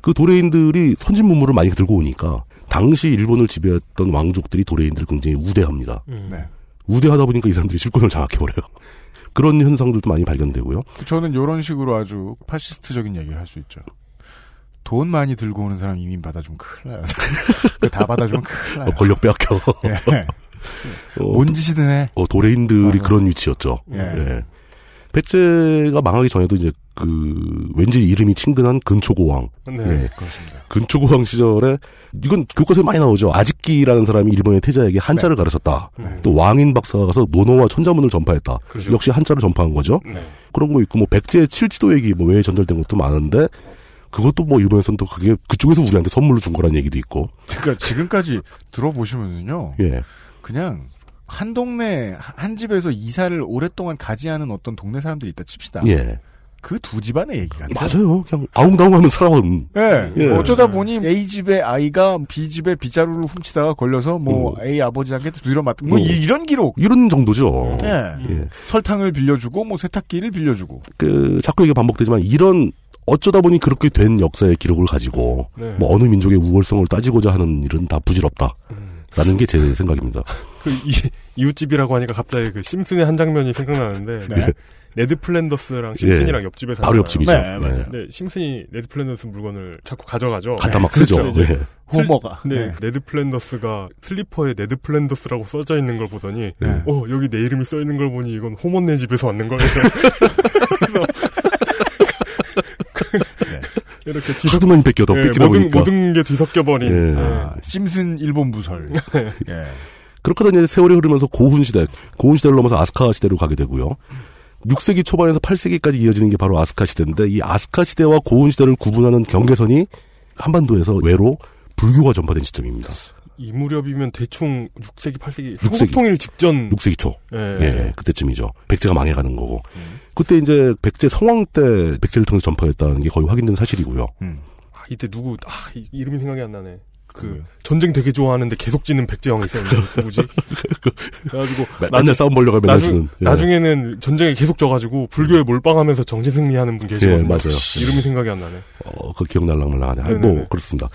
Speaker 4: 그 도래인들이 선진 문물을 많이 들고 오니까 당시 일본을 지배했던 왕족들이 도래인들을 굉장히 우대합니다.
Speaker 3: 음.
Speaker 2: 네.
Speaker 4: 우대하다 보니까 이 사람들이 실권을 장악해버려요. 그런 현상들도 많이 발견되고요.
Speaker 2: 저는 이런 식으로 아주 파시스트적인 얘기를 할 수 있죠. 돈 많이 들고 오는 사람 이민 받아주면 큰일 나요. 그거 다 받아주면 큰일
Speaker 3: 네.
Speaker 4: 어,
Speaker 2: 나요.
Speaker 4: 권력 빼앗겨.
Speaker 2: 예.
Speaker 4: 어,
Speaker 2: 뭔 짓이든 해.
Speaker 4: 어,
Speaker 3: 네.
Speaker 4: 도래인들이 그런 위치였죠.
Speaker 2: 예.
Speaker 4: 예. 백제가 망하기 전에도 이제 그 왠지 이름이 친근한 근초고왕
Speaker 3: 네.
Speaker 4: 예.
Speaker 2: 그렇습니다.
Speaker 4: 근초고왕 시절에 이건 교과서에 많이 나오죠. 아직기라는 사람이 일본의 태자에게 한자를 가르쳤다.
Speaker 3: 네.
Speaker 4: 또 왕인 박사가 가서 노노와 천자문을 전파했다.
Speaker 3: 그렇죠.
Speaker 4: 역시 한자를 전파한 거죠.
Speaker 3: 네.
Speaker 4: 그런 거 있고 뭐 백제 칠지도 얘기 뭐 외에 전달된 것도 많은데 그것도 뭐 일본에서는 또 그게 그쪽에서 우리한테 선물로 준 거라는 얘기도 있고.
Speaker 2: 그러니까 지금까지 들어보시면은요.
Speaker 4: 예.
Speaker 2: 그냥 한 동네 한 집에서 이사를 오랫동안 가지 않은 어떤 동네 사람들이 있다
Speaker 3: 아.
Speaker 2: 칩시다.
Speaker 4: 예.
Speaker 2: 그 두 집안의 얘기 같아요.
Speaker 4: 맞아요. 그냥 아웅다웅하면 살아온
Speaker 2: 예.
Speaker 4: 예.
Speaker 2: 어쩌다 보니 A 집의 아이가 B 집의 빗자루를 훔치다가 걸려서 뭐
Speaker 4: 음.
Speaker 2: A 아버지한테 두드려 맞던 뭐
Speaker 4: 음.
Speaker 2: 이- 이런 기록.
Speaker 4: 이런 정도죠.
Speaker 3: 네.
Speaker 2: 예.
Speaker 4: 예.
Speaker 2: 설탕을 빌려주고 뭐 세탁기를 빌려주고.
Speaker 4: 그 자꾸 이게 반복되지만 이런 어쩌다 보니 그렇게 된 역사의 기록을 가지고
Speaker 3: 네.
Speaker 4: 뭐 어느 민족의 우월성을 따지고자 하는 일은 다 부질없다.
Speaker 3: 음.
Speaker 4: 라는 게 제 생각입니다.
Speaker 3: 그 이, 이웃집이라고 하니까 갑자기 그 심슨의 한 장면이 생각나는데
Speaker 4: 예.
Speaker 2: 네.
Speaker 3: 레드 플랜더스랑 심슨이랑 옆집에 사
Speaker 4: 바로 옆집이죠. 예.
Speaker 2: 네, 맞아요.
Speaker 3: 아, 네, 심슨이 레드 플랜더스 물건을 자꾸 가져가죠.
Speaker 4: 갖다 막 쓰죠.
Speaker 3: 그렇죠. 이제
Speaker 4: 예.
Speaker 2: 호머가.
Speaker 3: 네,
Speaker 2: 네.
Speaker 3: 네드 플랜더스가 슬리퍼에 네드 플랜더스라고 써져 있는 걸 보더니
Speaker 4: 예.
Speaker 2: 네.
Speaker 3: 어 여기 내 이름이 써 있는 걸 보니 이건 호먼네 집에서 왔는 거예요.
Speaker 2: 네.
Speaker 3: 이렇게 뒤섞
Speaker 4: 하도만 뺏겨도
Speaker 3: 예,
Speaker 4: 뺏기다
Speaker 3: 모든
Speaker 4: 보니까.
Speaker 3: 모든 게 뒤섞여 버린.
Speaker 4: 예.
Speaker 2: 아, 심슨 일본 부설. 예.
Speaker 4: 그렇게 다 이제 세월이 흐르면서 고훈 시대, 고훈 시대를 넘어서 아스카 시대로 가게 되고요. 6세기 초반에서 8세기까지 이어지는 게 바로 아스카 시대인데 이 아스카 시대와 고훈 시대를 구분하는 경계선이 한반도에서 외로 불교가 전파된 시점입니다.
Speaker 3: 이 무렵이면 대충 6세기, 8세기,
Speaker 4: 육세기.
Speaker 3: 삼국통일 직전.
Speaker 4: 6세기 초.
Speaker 3: 예.
Speaker 4: 예, 그때쯤이죠. 백제가 망해가는 거고.
Speaker 3: 음.
Speaker 4: 그때 이제 백제 성황 때 백제를 통해서 전파했다는 게 거의 확인된 사실이고요.
Speaker 3: 아, 이때 누구, 아, 이- 이름이 생각이 안 나네. 그, 전쟁 되게 좋아하는데 계속 지는 백제 형이 있었는데, 누구지? 그래가지고.
Speaker 4: 맨- 네, 맨날 싸움 벌려가 맨날 지는. 예.
Speaker 3: 나중에는 전쟁에 계속 져가지고, 불교에 몰빵하면서 정신승리하는 분 계시거든요.
Speaker 4: 예, 맞아요.
Speaker 3: 이름이 생각이 안 나네.
Speaker 4: 어, 그 기억날랑말랑하네. 아, 뭐,
Speaker 3: 네네네.
Speaker 4: 그렇습니다.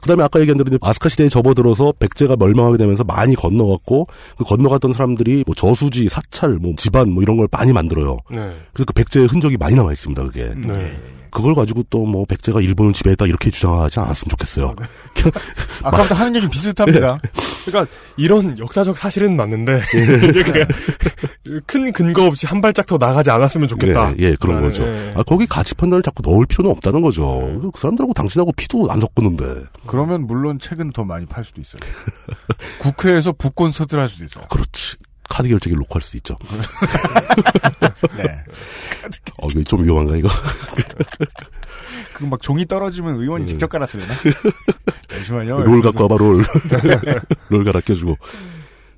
Speaker 4: 그 다음에 아까 얘기한 대로 이제 아스카 시대에 접어들어서 백제가 멸망하게 되면서 많이 건너갔고, 그 건너갔던 사람들이 뭐 저수지, 사찰, 뭐 집안 뭐 이런 걸 많이 만들어요.
Speaker 3: 네.
Speaker 4: 그래서 그 백제의 흔적이 많이 남아있습니다, 그게.
Speaker 3: 네.
Speaker 4: 그걸 가지고 또 뭐 백제가 일본을 지배했다 이렇게 주장하지 않았으면
Speaker 3: 아,
Speaker 4: 좋겠어요.
Speaker 2: 아까부터 하는 얘기
Speaker 4: 예.
Speaker 2: 비슷합니다.
Speaker 3: 그러니까 이런 역사적 사실은 맞는데
Speaker 4: 예.
Speaker 3: 이제 그냥 큰 근거 없이 한 발짝 더 나가지 않았으면 좋겠다.
Speaker 4: 예, 예, 그런
Speaker 3: 라는,
Speaker 4: 거죠.
Speaker 3: 예. 네.
Speaker 4: 아, 거기 가치 판단을 자꾸 넣을 필요는 없다는 거죠. 그 사람들하고 당신하고 피도 안 섞었는데.
Speaker 2: 그러면 물론 책은 더 많이 팔 수도 있어요. 국회에서 북콘서트를 할 수도 있어요.
Speaker 4: 그렇지. 카드 결제기 녹화할 수 있죠.
Speaker 2: 네.
Speaker 4: 어, 이거 좀 위험한가, 이거?
Speaker 2: 그 막 종이 떨어지면 의원이 직접 깔았으려나? 음. 잠시만요.
Speaker 4: 롤 갖고 와봐, 롤. 롤 갈아 껴주고.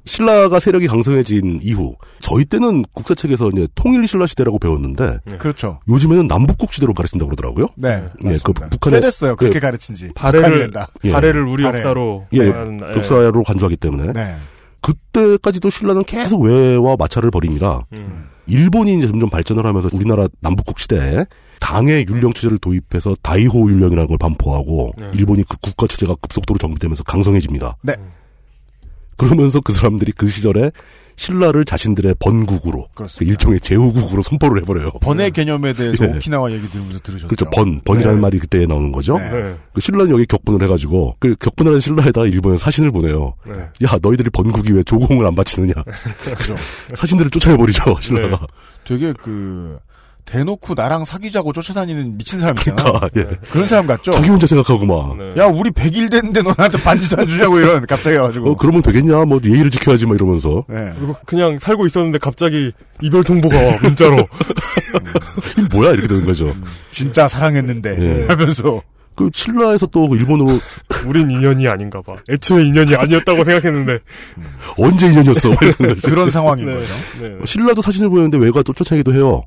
Speaker 4: 신라가 세력이 강성해진 이후, 저희 때는 국사 책에서 이제 통일 신라 시대라고 배웠는데,
Speaker 2: 그렇죠.
Speaker 4: 요즘에는 남북국 시대로 가르친다고 그러더라고요.
Speaker 2: 네.
Speaker 4: 예,
Speaker 2: 맞습니다.
Speaker 4: 그 북한의-
Speaker 2: 됐어요. 그렇게
Speaker 4: 예.
Speaker 2: 가르친 지. 북한이
Speaker 3: 발해를
Speaker 2: 된다.
Speaker 4: 예.
Speaker 3: 발해를 우리
Speaker 2: 발해.
Speaker 3: 역사로
Speaker 4: 예,
Speaker 3: 하는, 예.
Speaker 4: 역사로 간주하기 때문에.
Speaker 2: 네.
Speaker 4: 그때까지도 신라는 계속 외와 마찰을 벌입니다.
Speaker 3: 음.
Speaker 4: 일본이 이제 점점 발전을 하면서 우리나라 남북국 시대에 당의 율령 체제를 도입해서 다이호 율령이라는 걸 반포하고
Speaker 3: 네.
Speaker 4: 일본이 그 국가 체제가 급속도로 정비되면서 강성해집니다.
Speaker 2: 네.
Speaker 4: 그러면서 그 사람들이 그 시절에 신라를 자신들의 번국으로
Speaker 2: 그렇습니다.
Speaker 4: 그 일종의 제후국으로 선포를 해버려요.
Speaker 2: 번의 개념에 대해서
Speaker 4: 예.
Speaker 2: 오키나와 얘기 들으면서 들으셨죠.
Speaker 4: 그렇죠. 번 번이라는
Speaker 2: 네.
Speaker 4: 말이 그때 나오는 거죠.
Speaker 2: 네.
Speaker 3: 네.
Speaker 4: 그 신라는 여기 격분을 해가지고 그 격분하는 신라에다가 일본에 사신을 보내요.
Speaker 3: 네.
Speaker 4: 야 너희들이 번국이 왜 조공을 안 바치느냐.
Speaker 2: 그죠.
Speaker 4: 사신들을
Speaker 3: 네.
Speaker 4: 쫓아내버리죠 신라가.
Speaker 2: 되게 그 대놓고 나랑 사귀자고 쫓아다니는 미친 사람 있잖아.
Speaker 4: 아, 예.
Speaker 2: 그런 사람 같죠?
Speaker 4: 자기 혼자 생각하고 막.
Speaker 3: 네.
Speaker 2: 야, 우리 100일 됐는데 너 나한테 반지도 안 주냐고 이런 갑자기 와가지고.
Speaker 4: 어, 그러면 되겠냐? 뭐 예의를 지켜야지 막 이러면서
Speaker 2: 네.
Speaker 3: 그리고 그냥 살고 있었는데 갑자기 이별 통보가 와, 문자로.
Speaker 4: 이 뭐야 이렇게 되는 거죠.
Speaker 3: 음.
Speaker 2: 진짜 사랑했는데
Speaker 4: 예.
Speaker 2: 하면서
Speaker 4: 그 신라에서 또그 일본으로
Speaker 3: 우린 인연이 아닌가 봐. 애초에 인연이 아니었다고 생각했는데.
Speaker 4: 언제 인연이었어? 막 이러는 거죠.
Speaker 2: 그런 상황인 거죠.
Speaker 3: 네. 네.
Speaker 4: 신라도 사진을 보였는데 외가 또 쫓아내기도 해요.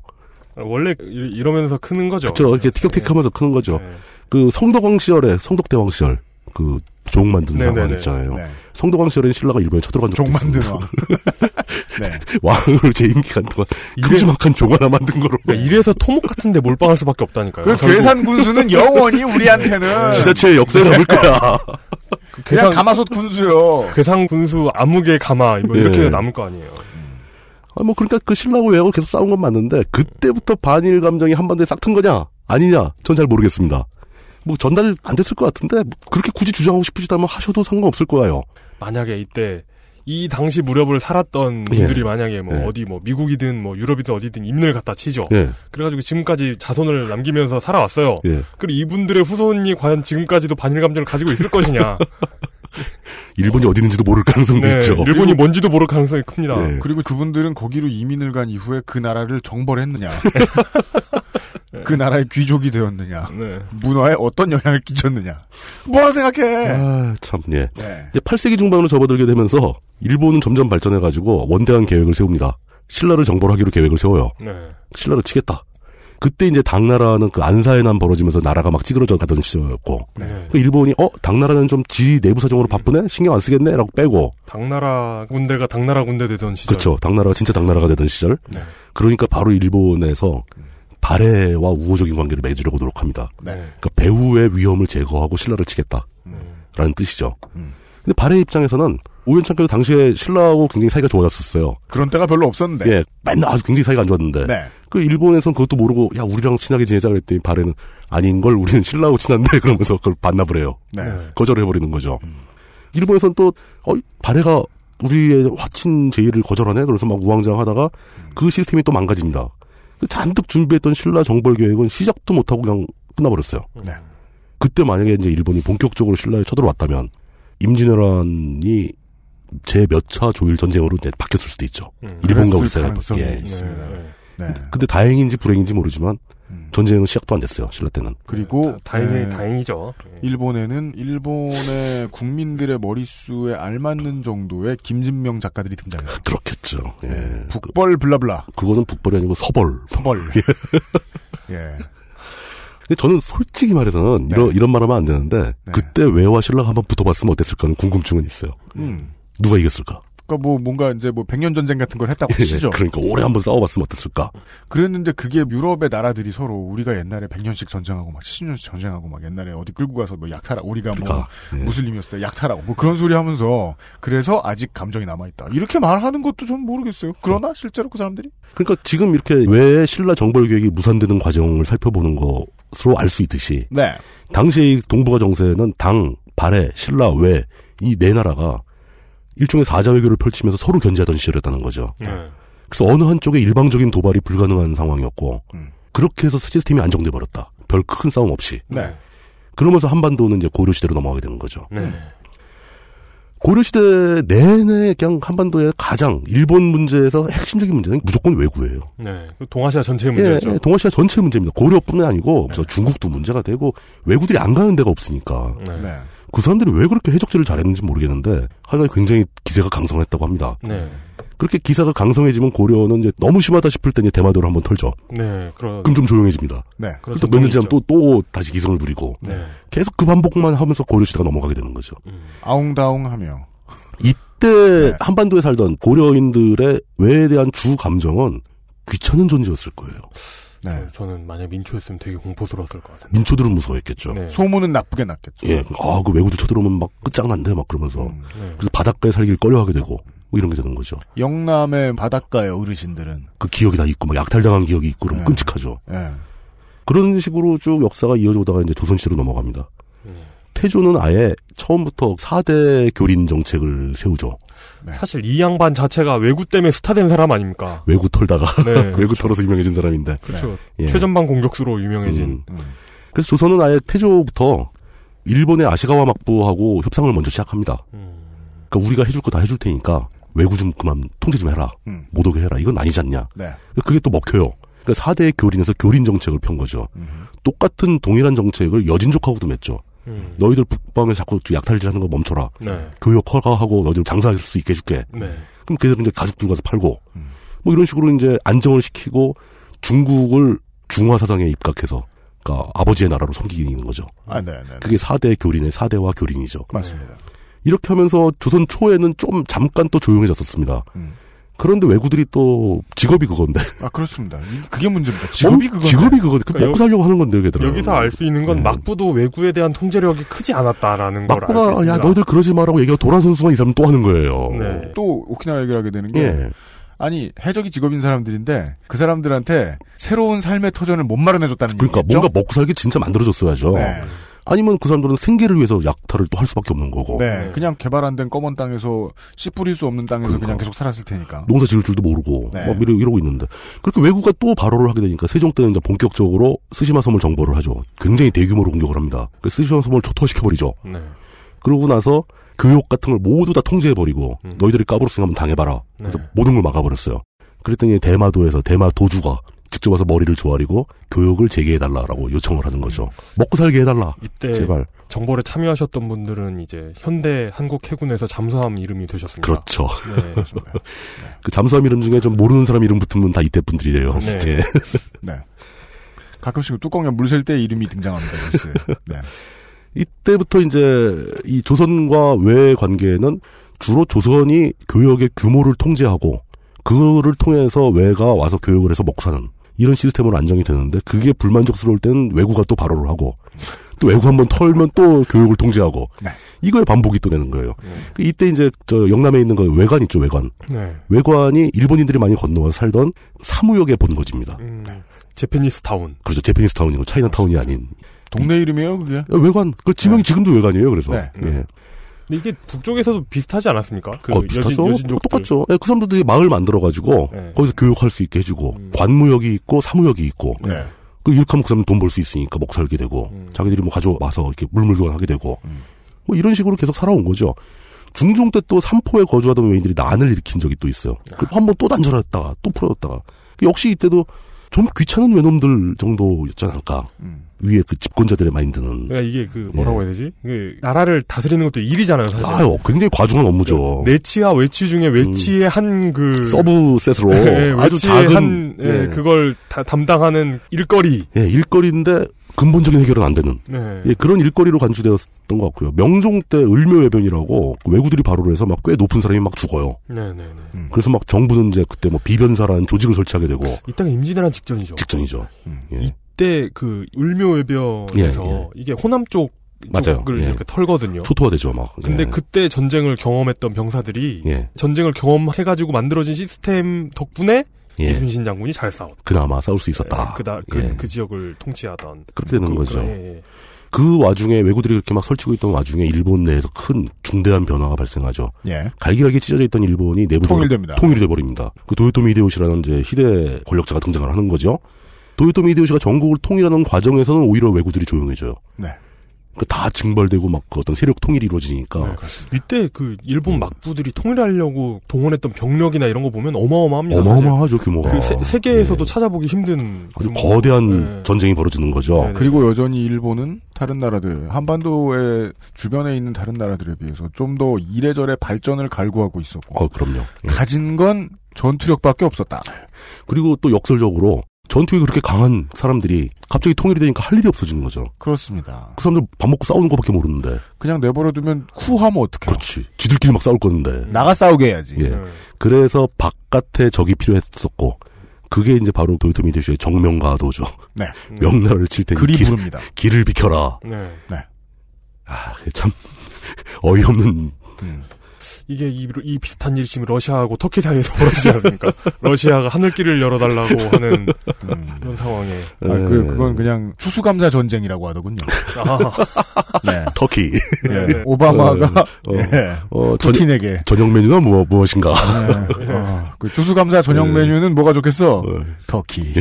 Speaker 3: 원래 이- 이러면서 크는 거죠.
Speaker 4: 그렇죠. 이렇게 티격태격하면서 크는 거죠.
Speaker 3: 어, 네.
Speaker 4: 그 성덕왕 시절에 성덕대왕 시절 그 종 만드는
Speaker 3: 네네네.
Speaker 4: 상황 있잖아요.
Speaker 2: 네.
Speaker 4: 성덕왕 시절에는 신라가 일본에 쳐들어간 적도
Speaker 2: 종 만든 왕.
Speaker 4: 있습니다.
Speaker 2: 네.
Speaker 4: 왕을 재임 기간 동안
Speaker 3: 이래-
Speaker 4: 큼지막한 종 하나 만든 거로
Speaker 3: 그러니까 이래서 토목 같은데 몰빵할 수밖에 없다니까요.
Speaker 2: 그
Speaker 3: 결국
Speaker 2: 괴산 군수는 영원히 우리한테는
Speaker 4: 지자체의 역사에 남을 거야.
Speaker 3: 그
Speaker 2: 그냥
Speaker 3: 네. 괴상
Speaker 2: 가마솥 군수요.
Speaker 3: 괴상 군수 암흑의 가마 뭐
Speaker 4: 예.
Speaker 3: 이렇게 남을 거 아니에요.
Speaker 4: 아, 뭐 그러니까 그 신라고 외하고 계속 싸운 건 맞는데 그때부터 반일 감정이 한반도에 싹 튼 거냐 아니냐 전 잘 모르겠습니다. 뭐 전달 안 됐을 것 같은데 뭐 그렇게 굳이 주장하고 싶으시다면 하셔도 상관없을 거예요.
Speaker 3: 만약에 이때 이 당시 무렵을 살았던
Speaker 4: 예.
Speaker 3: 분들이 만약에 뭐
Speaker 4: 예.
Speaker 3: 어디 뭐 미국이든 뭐 유럽이든 어디든 이민을 갖다 치죠.
Speaker 4: 예,
Speaker 3: 그래가지고 지금까지 자손을 남기면서 살아왔어요.
Speaker 4: 예.
Speaker 3: 그리고 이분들의 후손이 과연 지금까지도 반일 감정을 가지고 있을 것이냐.
Speaker 4: 일본이 어디 있는지도 모를 가능성도
Speaker 3: 네,
Speaker 4: 있죠.
Speaker 3: 일본이 뭔지도 모를 가능성이 큽니다.
Speaker 4: 예.
Speaker 2: 그리고 그분들은 거기로 이민을 간 이후에 그 나라를 정벌했느냐. 그 나라의 귀족이 되었느냐.
Speaker 3: 네.
Speaker 2: 문화에 어떤 영향을 끼쳤느냐. 뭐라 생각해?
Speaker 4: 아, 참, 예.
Speaker 2: 네.
Speaker 4: 이제 8세기 중반으로 접어들게 되면서 일본은 점점 발전해가지고 원대한 계획을 세웁니다. 신라를 정벌하기로 계획을 세워요.
Speaker 3: 네.
Speaker 4: 신라를 치겠다. 그때 이제 당나라는 그 안사의 난 벌어지면서 나라가 막 찌그러져 가던 시절이었고
Speaker 3: 네.
Speaker 4: 그 일본이 어 당나라는 좀 지 내부 사정으로 바쁘네 신경 안 쓰겠네라고 빼고
Speaker 3: 당나라 군대가 당나라 군대 되던 시절.
Speaker 4: 그렇죠 당나라가 진짜 당나라가 되던 시절
Speaker 3: 네.
Speaker 4: 그러니까 바로 일본에서 발해와 우호적인 관계를 맺으려고 노력합니다.
Speaker 3: 네.
Speaker 4: 그러니까 배후의 위험을 제거하고 신라를 치겠다라는 뜻이죠. 근데 발해 입장에서는 우연찮게도 당시에 신라하고 굉장히 사이가 좋아졌었어요.
Speaker 2: 그런 때가 별로 없었는데.
Speaker 4: 예, 맨날 아주 굉장히 사이가 안 좋았는데
Speaker 2: 네.
Speaker 4: 그 일본에선 그것도 모르고 야 우리랑 친하게 지내자 그랬더니 발해는 아닌 걸 우리는 신라하고 친한데 그러면서 그걸 반납을 해요.
Speaker 2: 네. 음.
Speaker 4: 거절을 해버리는 거죠. 일본에선 또, 어, 발해가 우리의 화친 제의를 거절하네? 그래서 막 우왕좌왕 하다가 그 시스템이 또 망가집니다. 그 잔뜩 준비했던 신라 정벌 계획은 시작도 못하고 그냥 끝나버렸어요.
Speaker 2: 네.
Speaker 4: 그때 만약에 이제 일본이 본격적으로 신라에 쳐들어왔다면 임진왜란이 제 몇 차 조일 전쟁으로 이제 바뀌었을 수도 있죠.
Speaker 3: 음.
Speaker 4: 일본과
Speaker 2: 그랬을
Speaker 4: 우리 사이가
Speaker 2: 가능성이
Speaker 4: 예.
Speaker 2: 있습니다.
Speaker 3: 네.
Speaker 2: 네.
Speaker 4: 근데 다행인지 불행인지 모르지만
Speaker 2: 음.
Speaker 4: 전쟁은 시작도 안 됐어요. 신라 때는.
Speaker 2: 그리고
Speaker 3: 네. 다행히
Speaker 4: 네.
Speaker 2: 예,
Speaker 3: 다행이죠.
Speaker 2: 일본에는 일본의 국민들의 머릿수에 알맞는 정도의 김진명 작가들이 등장해요.
Speaker 4: 그렇겠죠. 예.
Speaker 2: 북벌 블라블라.
Speaker 4: 그거는 북벌이 아니고 서벌.
Speaker 2: 서벌. 예.
Speaker 4: 근데 저는 솔직히 말해서는 이런 이런 말하면 안 되는데 그때 외화 신랑 한번 붙어봤으면 어땠을까 하는 궁금증은 있어요.
Speaker 2: 음.
Speaker 4: 누가 이겼을까?
Speaker 2: 그러니까 뭐 뭔가 이제 뭐 백년 전쟁 같은 걸 했다고
Speaker 4: 예,
Speaker 2: 치죠.
Speaker 4: 그러니까 오래 한번 싸워봤으면 어땠을까?
Speaker 2: 그랬는데 그게 유럽의 나라들이 서로 우리가 옛날에 100년씩 전쟁하고 막 70년씩 전쟁하고 막 옛날에 어디 끌고 가서 뭐 약탈하고 우리가
Speaker 4: 그러니까,
Speaker 2: 뭐 무슬림이었을 때 약탈하고 뭐 그런 소리 하면서 그래서 아직 감정이 남아있다. 이렇게 말하는 것도 전 모르겠어요. 그러나 실제로 그 사람들이
Speaker 4: 그러니까 지금 이렇게 왜 신라 정벌 계획이 무산되는 과정을 살펴보는 것으로 알 수 있듯이
Speaker 2: 네.
Speaker 4: 당시의 동북아 정세는 당, 발해, 신라, 외 이 네 나라가 일종의 사자회교를 펼치면서 서로 견제하던 시절이었다는 거죠.
Speaker 3: 네.
Speaker 4: 그래서 어느 한쪽의 일방적인 도발이 불가능한 상황이었고 그렇게 해서 시스템이 안정돼 버렸다. 별 큰 싸움 없이.
Speaker 2: 네.
Speaker 4: 그러면서 한반도는 이제 고려 시대로 넘어가게 되는 거죠.
Speaker 3: 네,
Speaker 4: 고려 시대 내내 그냥 한반도의 가장 일본 문제에서 핵심적인 문제는 무조건 외구예요.
Speaker 3: 네. 그 동아시아 전체의 문제였죠. 네.
Speaker 4: 예, 예, 동아시아 전체 문제입니다. 고려뿐만 아니고 저 중국도 문제가 되고 외국들이 안 가는 데가 없으니까
Speaker 2: 네.
Speaker 4: 그 사람들이 왜 그렇게 해적질을 잘했는지 모르겠는데 하여간 굉장히 기세가 강성했다고 합니다.
Speaker 3: 네.
Speaker 4: 그렇게 기세가 강성해지면 고려는 이제 너무 심하다 싶을 때 이제 대마도를 한번 털죠.
Speaker 3: 네. 그런
Speaker 4: 그럼 좀 조용해집니다.
Speaker 2: 네.
Speaker 3: 그런
Speaker 4: 또 몇 년
Speaker 3: 전통이
Speaker 4: 지나면 또, 또 다시 기승을 부리고
Speaker 3: 네.
Speaker 4: 계속 그 반복만 하면서 고려 시대가 넘어가게 되는 거죠.
Speaker 2: 아웅다웅하며
Speaker 4: 이때 한반도에 살던 고려인들의 외에 대한 주 감정은 귀찮은 존재였을 거예요.
Speaker 2: 네.
Speaker 3: 저는 만약 민초였으면 되게 공포스러웠을 것 같은데.
Speaker 4: 민초들은 무서워했겠죠.
Speaker 3: 네.
Speaker 2: 소문은 나쁘게 났겠죠.
Speaker 4: 예, 아, 그 외국들 쳐들어오면 막 끝장난데 막 그러면서
Speaker 3: 네.
Speaker 4: 그래서 바닷가에 살길 꺼려하게 되고 뭐 이런 게 되는 거죠.
Speaker 2: 영남의 바닷가의 어르신들은
Speaker 4: 그 기억이 다 있고 막 약탈당한 기억이 있고 그러면
Speaker 2: 네.
Speaker 4: 끔찍하죠.
Speaker 2: 예.
Speaker 4: 그런 식으로 쭉 역사가 이어져 오다가 이제 조선시대로 넘어갑니다.
Speaker 3: 네.
Speaker 4: 태조는 아예 처음부터 4대 교린 정책을 세우죠. 네.
Speaker 3: 사실 이 양반 자체가 외구 때문에 스타된 사람 아닙니까?
Speaker 4: 외구 털다가
Speaker 3: 네.
Speaker 4: 외구 털어서 유명해진 사람인데.
Speaker 3: 그렇죠.
Speaker 4: 예.
Speaker 3: 최전방 공격수로 유명해진.
Speaker 2: 음.
Speaker 4: 그래서 조선은 아예 태조부터 일본의 아시가와 막부하고 협상을 먼저 시작합니다.
Speaker 3: 음.
Speaker 4: 그러니까 우리가 해줄 거 다 해줄 테니까 외구 좀 그만 통제 좀 해라.
Speaker 2: 음.
Speaker 4: 못 오게 해라. 이건 아니지 않냐.
Speaker 2: 네.
Speaker 4: 그게 또 먹혀요. 그러니까 4대 교린에서 교린 정책을 편 거죠. 똑같은 동일한 정책을 여진족하고도 맺죠.
Speaker 3: 음.
Speaker 4: 너희들 북방에 자꾸 약탈질하는 거 멈춰라.
Speaker 3: 네.
Speaker 4: 교역 허가하고 너희들 장사할 수 있게 해줄게.
Speaker 3: 네.
Speaker 4: 그럼 걔들은 이제 가죽 들고 가서 팔고 뭐 이런 식으로 이제 안정을 시키고 중국을 중화 사상에 입각해서 그러니까 아버지의 나라로 섬기는 거죠.
Speaker 2: 아, 네, 네. 네.
Speaker 4: 그게 4대 교린의 4대와 교린이죠.
Speaker 2: 맞습니다.
Speaker 4: 이렇게 하면서 조선 초에는 좀 잠깐 또 조용해졌었습니다.
Speaker 2: 음.
Speaker 4: 그런데 외구들이 또 직업이 그건데
Speaker 2: 아, 그렇습니다. 이- 그게 문제입니다. 직업이
Speaker 4: 뭐,
Speaker 2: 그거.
Speaker 4: 직업이 그거 그
Speaker 3: 그러니까
Speaker 4: 먹고 살려고 하는 건데 걔들은
Speaker 3: 여기서 알 수 있는 건
Speaker 4: 네.
Speaker 3: 막부도 외구에 대한 통제력이 크지 않았다라는 걸 알 수
Speaker 4: 막부가
Speaker 3: 있습니다.
Speaker 4: 야 너희들 그러지 마라고 얘기가 돌아선 순간 이 사람 또 하는 거예요.
Speaker 3: 네.
Speaker 2: 또 오키나와 얘기를 하게 되는 게
Speaker 4: 예.
Speaker 2: 아니 해적이 직업인 사람들인데 그 사람들한테 새로운 삶의 터전을 못 마련해줬다는
Speaker 4: 그러니까
Speaker 2: 얘기죠.
Speaker 4: 뭔가 뭐. 먹고 살게 진짜 만들어줬어야죠.
Speaker 2: 네.
Speaker 4: 아니면 그 사람들은 생계를 위해서 약탈을 또 할 수밖에 없는 거고
Speaker 2: 네, 그냥 개발 안 된 검은 땅에서 씨 뿌릴 수 없는 땅에서
Speaker 4: 그러니까.
Speaker 2: 그냥 계속 살았을 테니까.
Speaker 4: 농사 지을 줄도 모르고
Speaker 2: 네.
Speaker 4: 막 이러- 이러고 있는데 그렇게 외국가 또 발호를 하게 되니까 세종 때는 이제 본격적으로 스시마 섬을 정벌을 하죠. 굉장히 대규모로 공격을 합니다. 그 스시마 섬을 초토화시켜 버리죠.
Speaker 3: 네.
Speaker 4: 그러고 나서 교육 같은 걸 모두 다 통제해 버리고 너희들이 까불었으면 한번 당해봐라. 그래서
Speaker 3: 음. 네.
Speaker 4: 모든 걸 막아버렸어요. 그랬더니 대마도에서 대마 도주가 직접 와서 머리를 조아리고 교육을 재개해 달라라고 요청을 하는 거죠.
Speaker 3: 음.
Speaker 4: 먹고 살게 해달라.
Speaker 3: 이때
Speaker 4: 제발.
Speaker 3: 정벌에 참여하셨던 분들은 이제 현대 한국 해군에서 잠수함 이름이 되셨습니다.
Speaker 4: 그렇죠.
Speaker 3: 네.
Speaker 4: 그 잠수함 이름 중에 좀 모르는 사람 이름 붙으면 다 이때 분들이래요.
Speaker 3: 네.
Speaker 4: 예.
Speaker 2: 네. 가끔씩 뚜껑에 물 셀 때 이름이 등장합니다. 뉴스에. 네.
Speaker 4: 이때부터 이제 이 조선과 외의 관계는 주로 조선이 교역의 규모를 통제하고 그거를 통해서 외가 와서 교역을 해서 먹고 사는 이런 시스템으로 안정이 되는데 그게 불만족스러울 때는 외구가 또 발호를 하고 또 외구 한번 털면 또 교역을 통제하고
Speaker 2: 네.
Speaker 4: 이거의 반복이 또 되는 거예요. 그 이때 이제 저 영남에 있는 거 외관 있죠 외관.
Speaker 3: 네.
Speaker 4: 외관이 일본인들이 많이 건너와 살던 사무역의 본거지입니다.
Speaker 3: 음, 제페니스 타운.
Speaker 4: 그렇죠. 제페니스 타운이고 차이나 타운이
Speaker 2: 그렇죠.
Speaker 4: 아닌
Speaker 2: 동네 이름이에요, 그게?
Speaker 4: 외관. 그 지명이 지금도 외관이에요. 그래서
Speaker 2: 네.
Speaker 4: 예.
Speaker 3: 근데 이게 북쪽에서도 비슷하지 않았습니까? 그
Speaker 4: 어, 비슷하죠.
Speaker 3: 여진, 여진족들.
Speaker 4: 똑같죠. 예, 그 사람들이 마을 만들어가지고
Speaker 3: 네. 음.
Speaker 4: 거기서 교육할 수 있게 해주고 관무역이 있고 사무역이 있고
Speaker 2: 네.
Speaker 4: 그 이렇게 하면 그 사람 돈 벌 수 있으니까 먹 살게 되고
Speaker 3: 음.
Speaker 4: 자기들이 뭐 가져와서 이렇게 물물교환하게 되고 뭐 이런 식으로 계속 살아온 거죠. 중종 때 또 삼포에
Speaker 3: 아.
Speaker 4: 거주하던 외인들이 난을 일으킨 적이 또 있어요. 그리고 한번 또 단절했다가 또 풀어졌다가 그 역시 이때도 좀 귀찮은 외놈들 정도였지 않을까.
Speaker 3: 음.
Speaker 4: 위에 그 집권자들의 마인드는.
Speaker 3: 그러니까 이게 그 뭐라고 해야 되지? 그 나라를 다스리는 것도 일이잖아요, 사실.
Speaker 4: 예. 아유, 굉장히 과중한 업무죠. 음.
Speaker 3: 내치와 외치 중에 외치의 한그 네,
Speaker 4: 서브셋으로 아주 작은
Speaker 3: 한 예,
Speaker 4: 예.
Speaker 3: 그걸 다- 담당하는 일거리.
Speaker 4: 예, 일거리인데 근본적인 해결은 안 되는
Speaker 3: 네.
Speaker 4: 예, 그런 일거리로 간주되었던 것 같고요. 명종 때 을묘해변이라고 그 왜구들이 발호를 해서 막 꽤 높은 사람이 막 죽어요.
Speaker 3: 네, 네, 네.
Speaker 4: 그래서 막 정부는 이제 그때 뭐 비변사라는 조직을 설치하게 되고
Speaker 3: 이 땅에 임진왜란 직전이죠.
Speaker 4: 직전이죠.
Speaker 3: 음,
Speaker 4: 예.
Speaker 3: 그때 그 을묘해변에서
Speaker 4: 예, 예.
Speaker 3: 이게 호남 쪽
Speaker 4: 맞아요.
Speaker 3: 쪽을
Speaker 4: 예.
Speaker 3: 이렇게 털거든요.
Speaker 4: 초토화되죠, 막.
Speaker 3: 근데
Speaker 4: 예.
Speaker 3: 그때 전쟁을 경험했던 병사들이
Speaker 4: 예.
Speaker 3: 전쟁을 경험해가지고 만들어진 시스템 덕분에
Speaker 4: 예.
Speaker 3: 이순신 장군이 잘 싸웠다.
Speaker 4: 그나마 싸울 수 있었다.
Speaker 3: 그다 그,
Speaker 4: 예.
Speaker 3: 그 지역을 통치하던
Speaker 4: 그렇게 되는
Speaker 3: 그러니까,
Speaker 4: 거죠.
Speaker 3: 예, 예.
Speaker 4: 그 와중에 왜구들이 그렇게 막 설치고 있던 와중에 일본 내에서 큰 중대한 변화가 발생하죠.
Speaker 2: 예.
Speaker 4: 갈기갈기 찢어져 있던 일본이 내부
Speaker 2: 통일됩니다.
Speaker 4: 통일이 돼버립니다. 그 도요토미 히데요시라는 이제 희대 권력자가 등장을 하는 거죠. 도요토미 히데요시가 전국을 통일하는 과정에서는 오히려 왜구들이 조용해져요.
Speaker 2: 네.
Speaker 4: 그 다 징벌되고 막 그 어떤 세력 통일이 이루어지니까
Speaker 3: 네, 이때 그
Speaker 4: 음.
Speaker 3: 일본 막부들이 통일하려고 동원했던 병력이나 이런 거 보면 어마어마합니다. 사실.
Speaker 4: 어마어마하죠 규모가.
Speaker 3: 그 세, 세계에서도 찾아보기 힘든
Speaker 4: 예. 아주
Speaker 3: 규모.
Speaker 4: 거대한
Speaker 3: 네.
Speaker 4: 전쟁이 벌어지는 거죠.
Speaker 3: 네, 네.
Speaker 2: 그리고 여전히 일본은 다른 나라들, 한반도의 주변에 있는 다른 나라들에 비해서 좀 더 이래저래 발전을 갈구하고 있었고,
Speaker 4: 어 그럼요. 예.
Speaker 2: 가진 건 전투력밖에 없었다.
Speaker 4: 그리고 또 역설적으로 전투에 그렇게 강한 사람들이 갑자기 통일이 되니까 할 일이 없어지는 거죠.
Speaker 2: 그렇습니다.
Speaker 4: 그 사람들 밥 먹고 싸우는 거밖에 모르는데.
Speaker 2: 그냥 내버려두면 쿠하면 어떡해요?
Speaker 3: 그렇죠.
Speaker 4: 그렇지. 지들끼리 막 싸울 건데.
Speaker 2: 나가 싸우게 해야지.
Speaker 4: 그렇죠. 예.
Speaker 3: 네.
Speaker 4: 그래서 바깥에 적이 필요했었고 그게 이제 바로 도요토미 대쇼의 정명가도죠.
Speaker 2: 네.
Speaker 4: 명나라를 칠 때는
Speaker 2: 그리
Speaker 4: 예, 길,
Speaker 2: 부릅니다.
Speaker 4: 길을 비켜라.
Speaker 3: 네.
Speaker 4: 아, 그게 참 어이없는
Speaker 2: 음.
Speaker 3: 이게 이, 이 비슷한 일이 지금 러시아하고 터키 사이에서 벌어지지 않습니까? 러시아가 하늘길을 열어달라고 하는
Speaker 2: 음.
Speaker 3: 이런 상황에.
Speaker 4: 예.
Speaker 2: 아, 그, 그건 그냥 추수감사 전쟁이라고 하더군요.
Speaker 3: 아,
Speaker 2: 네.
Speaker 4: 터키.
Speaker 2: 예.
Speaker 3: 네.
Speaker 2: 오바마가
Speaker 4: 어,
Speaker 2: 예.
Speaker 4: 어, 전,
Speaker 2: 푸틴에게
Speaker 4: 저녁 메뉴가 뭐, 무엇인가.
Speaker 2: 네. 어, 그 추수감사 저녁
Speaker 4: 예.
Speaker 2: 메뉴는 뭐가 좋겠어?
Speaker 4: 어,
Speaker 2: 터키.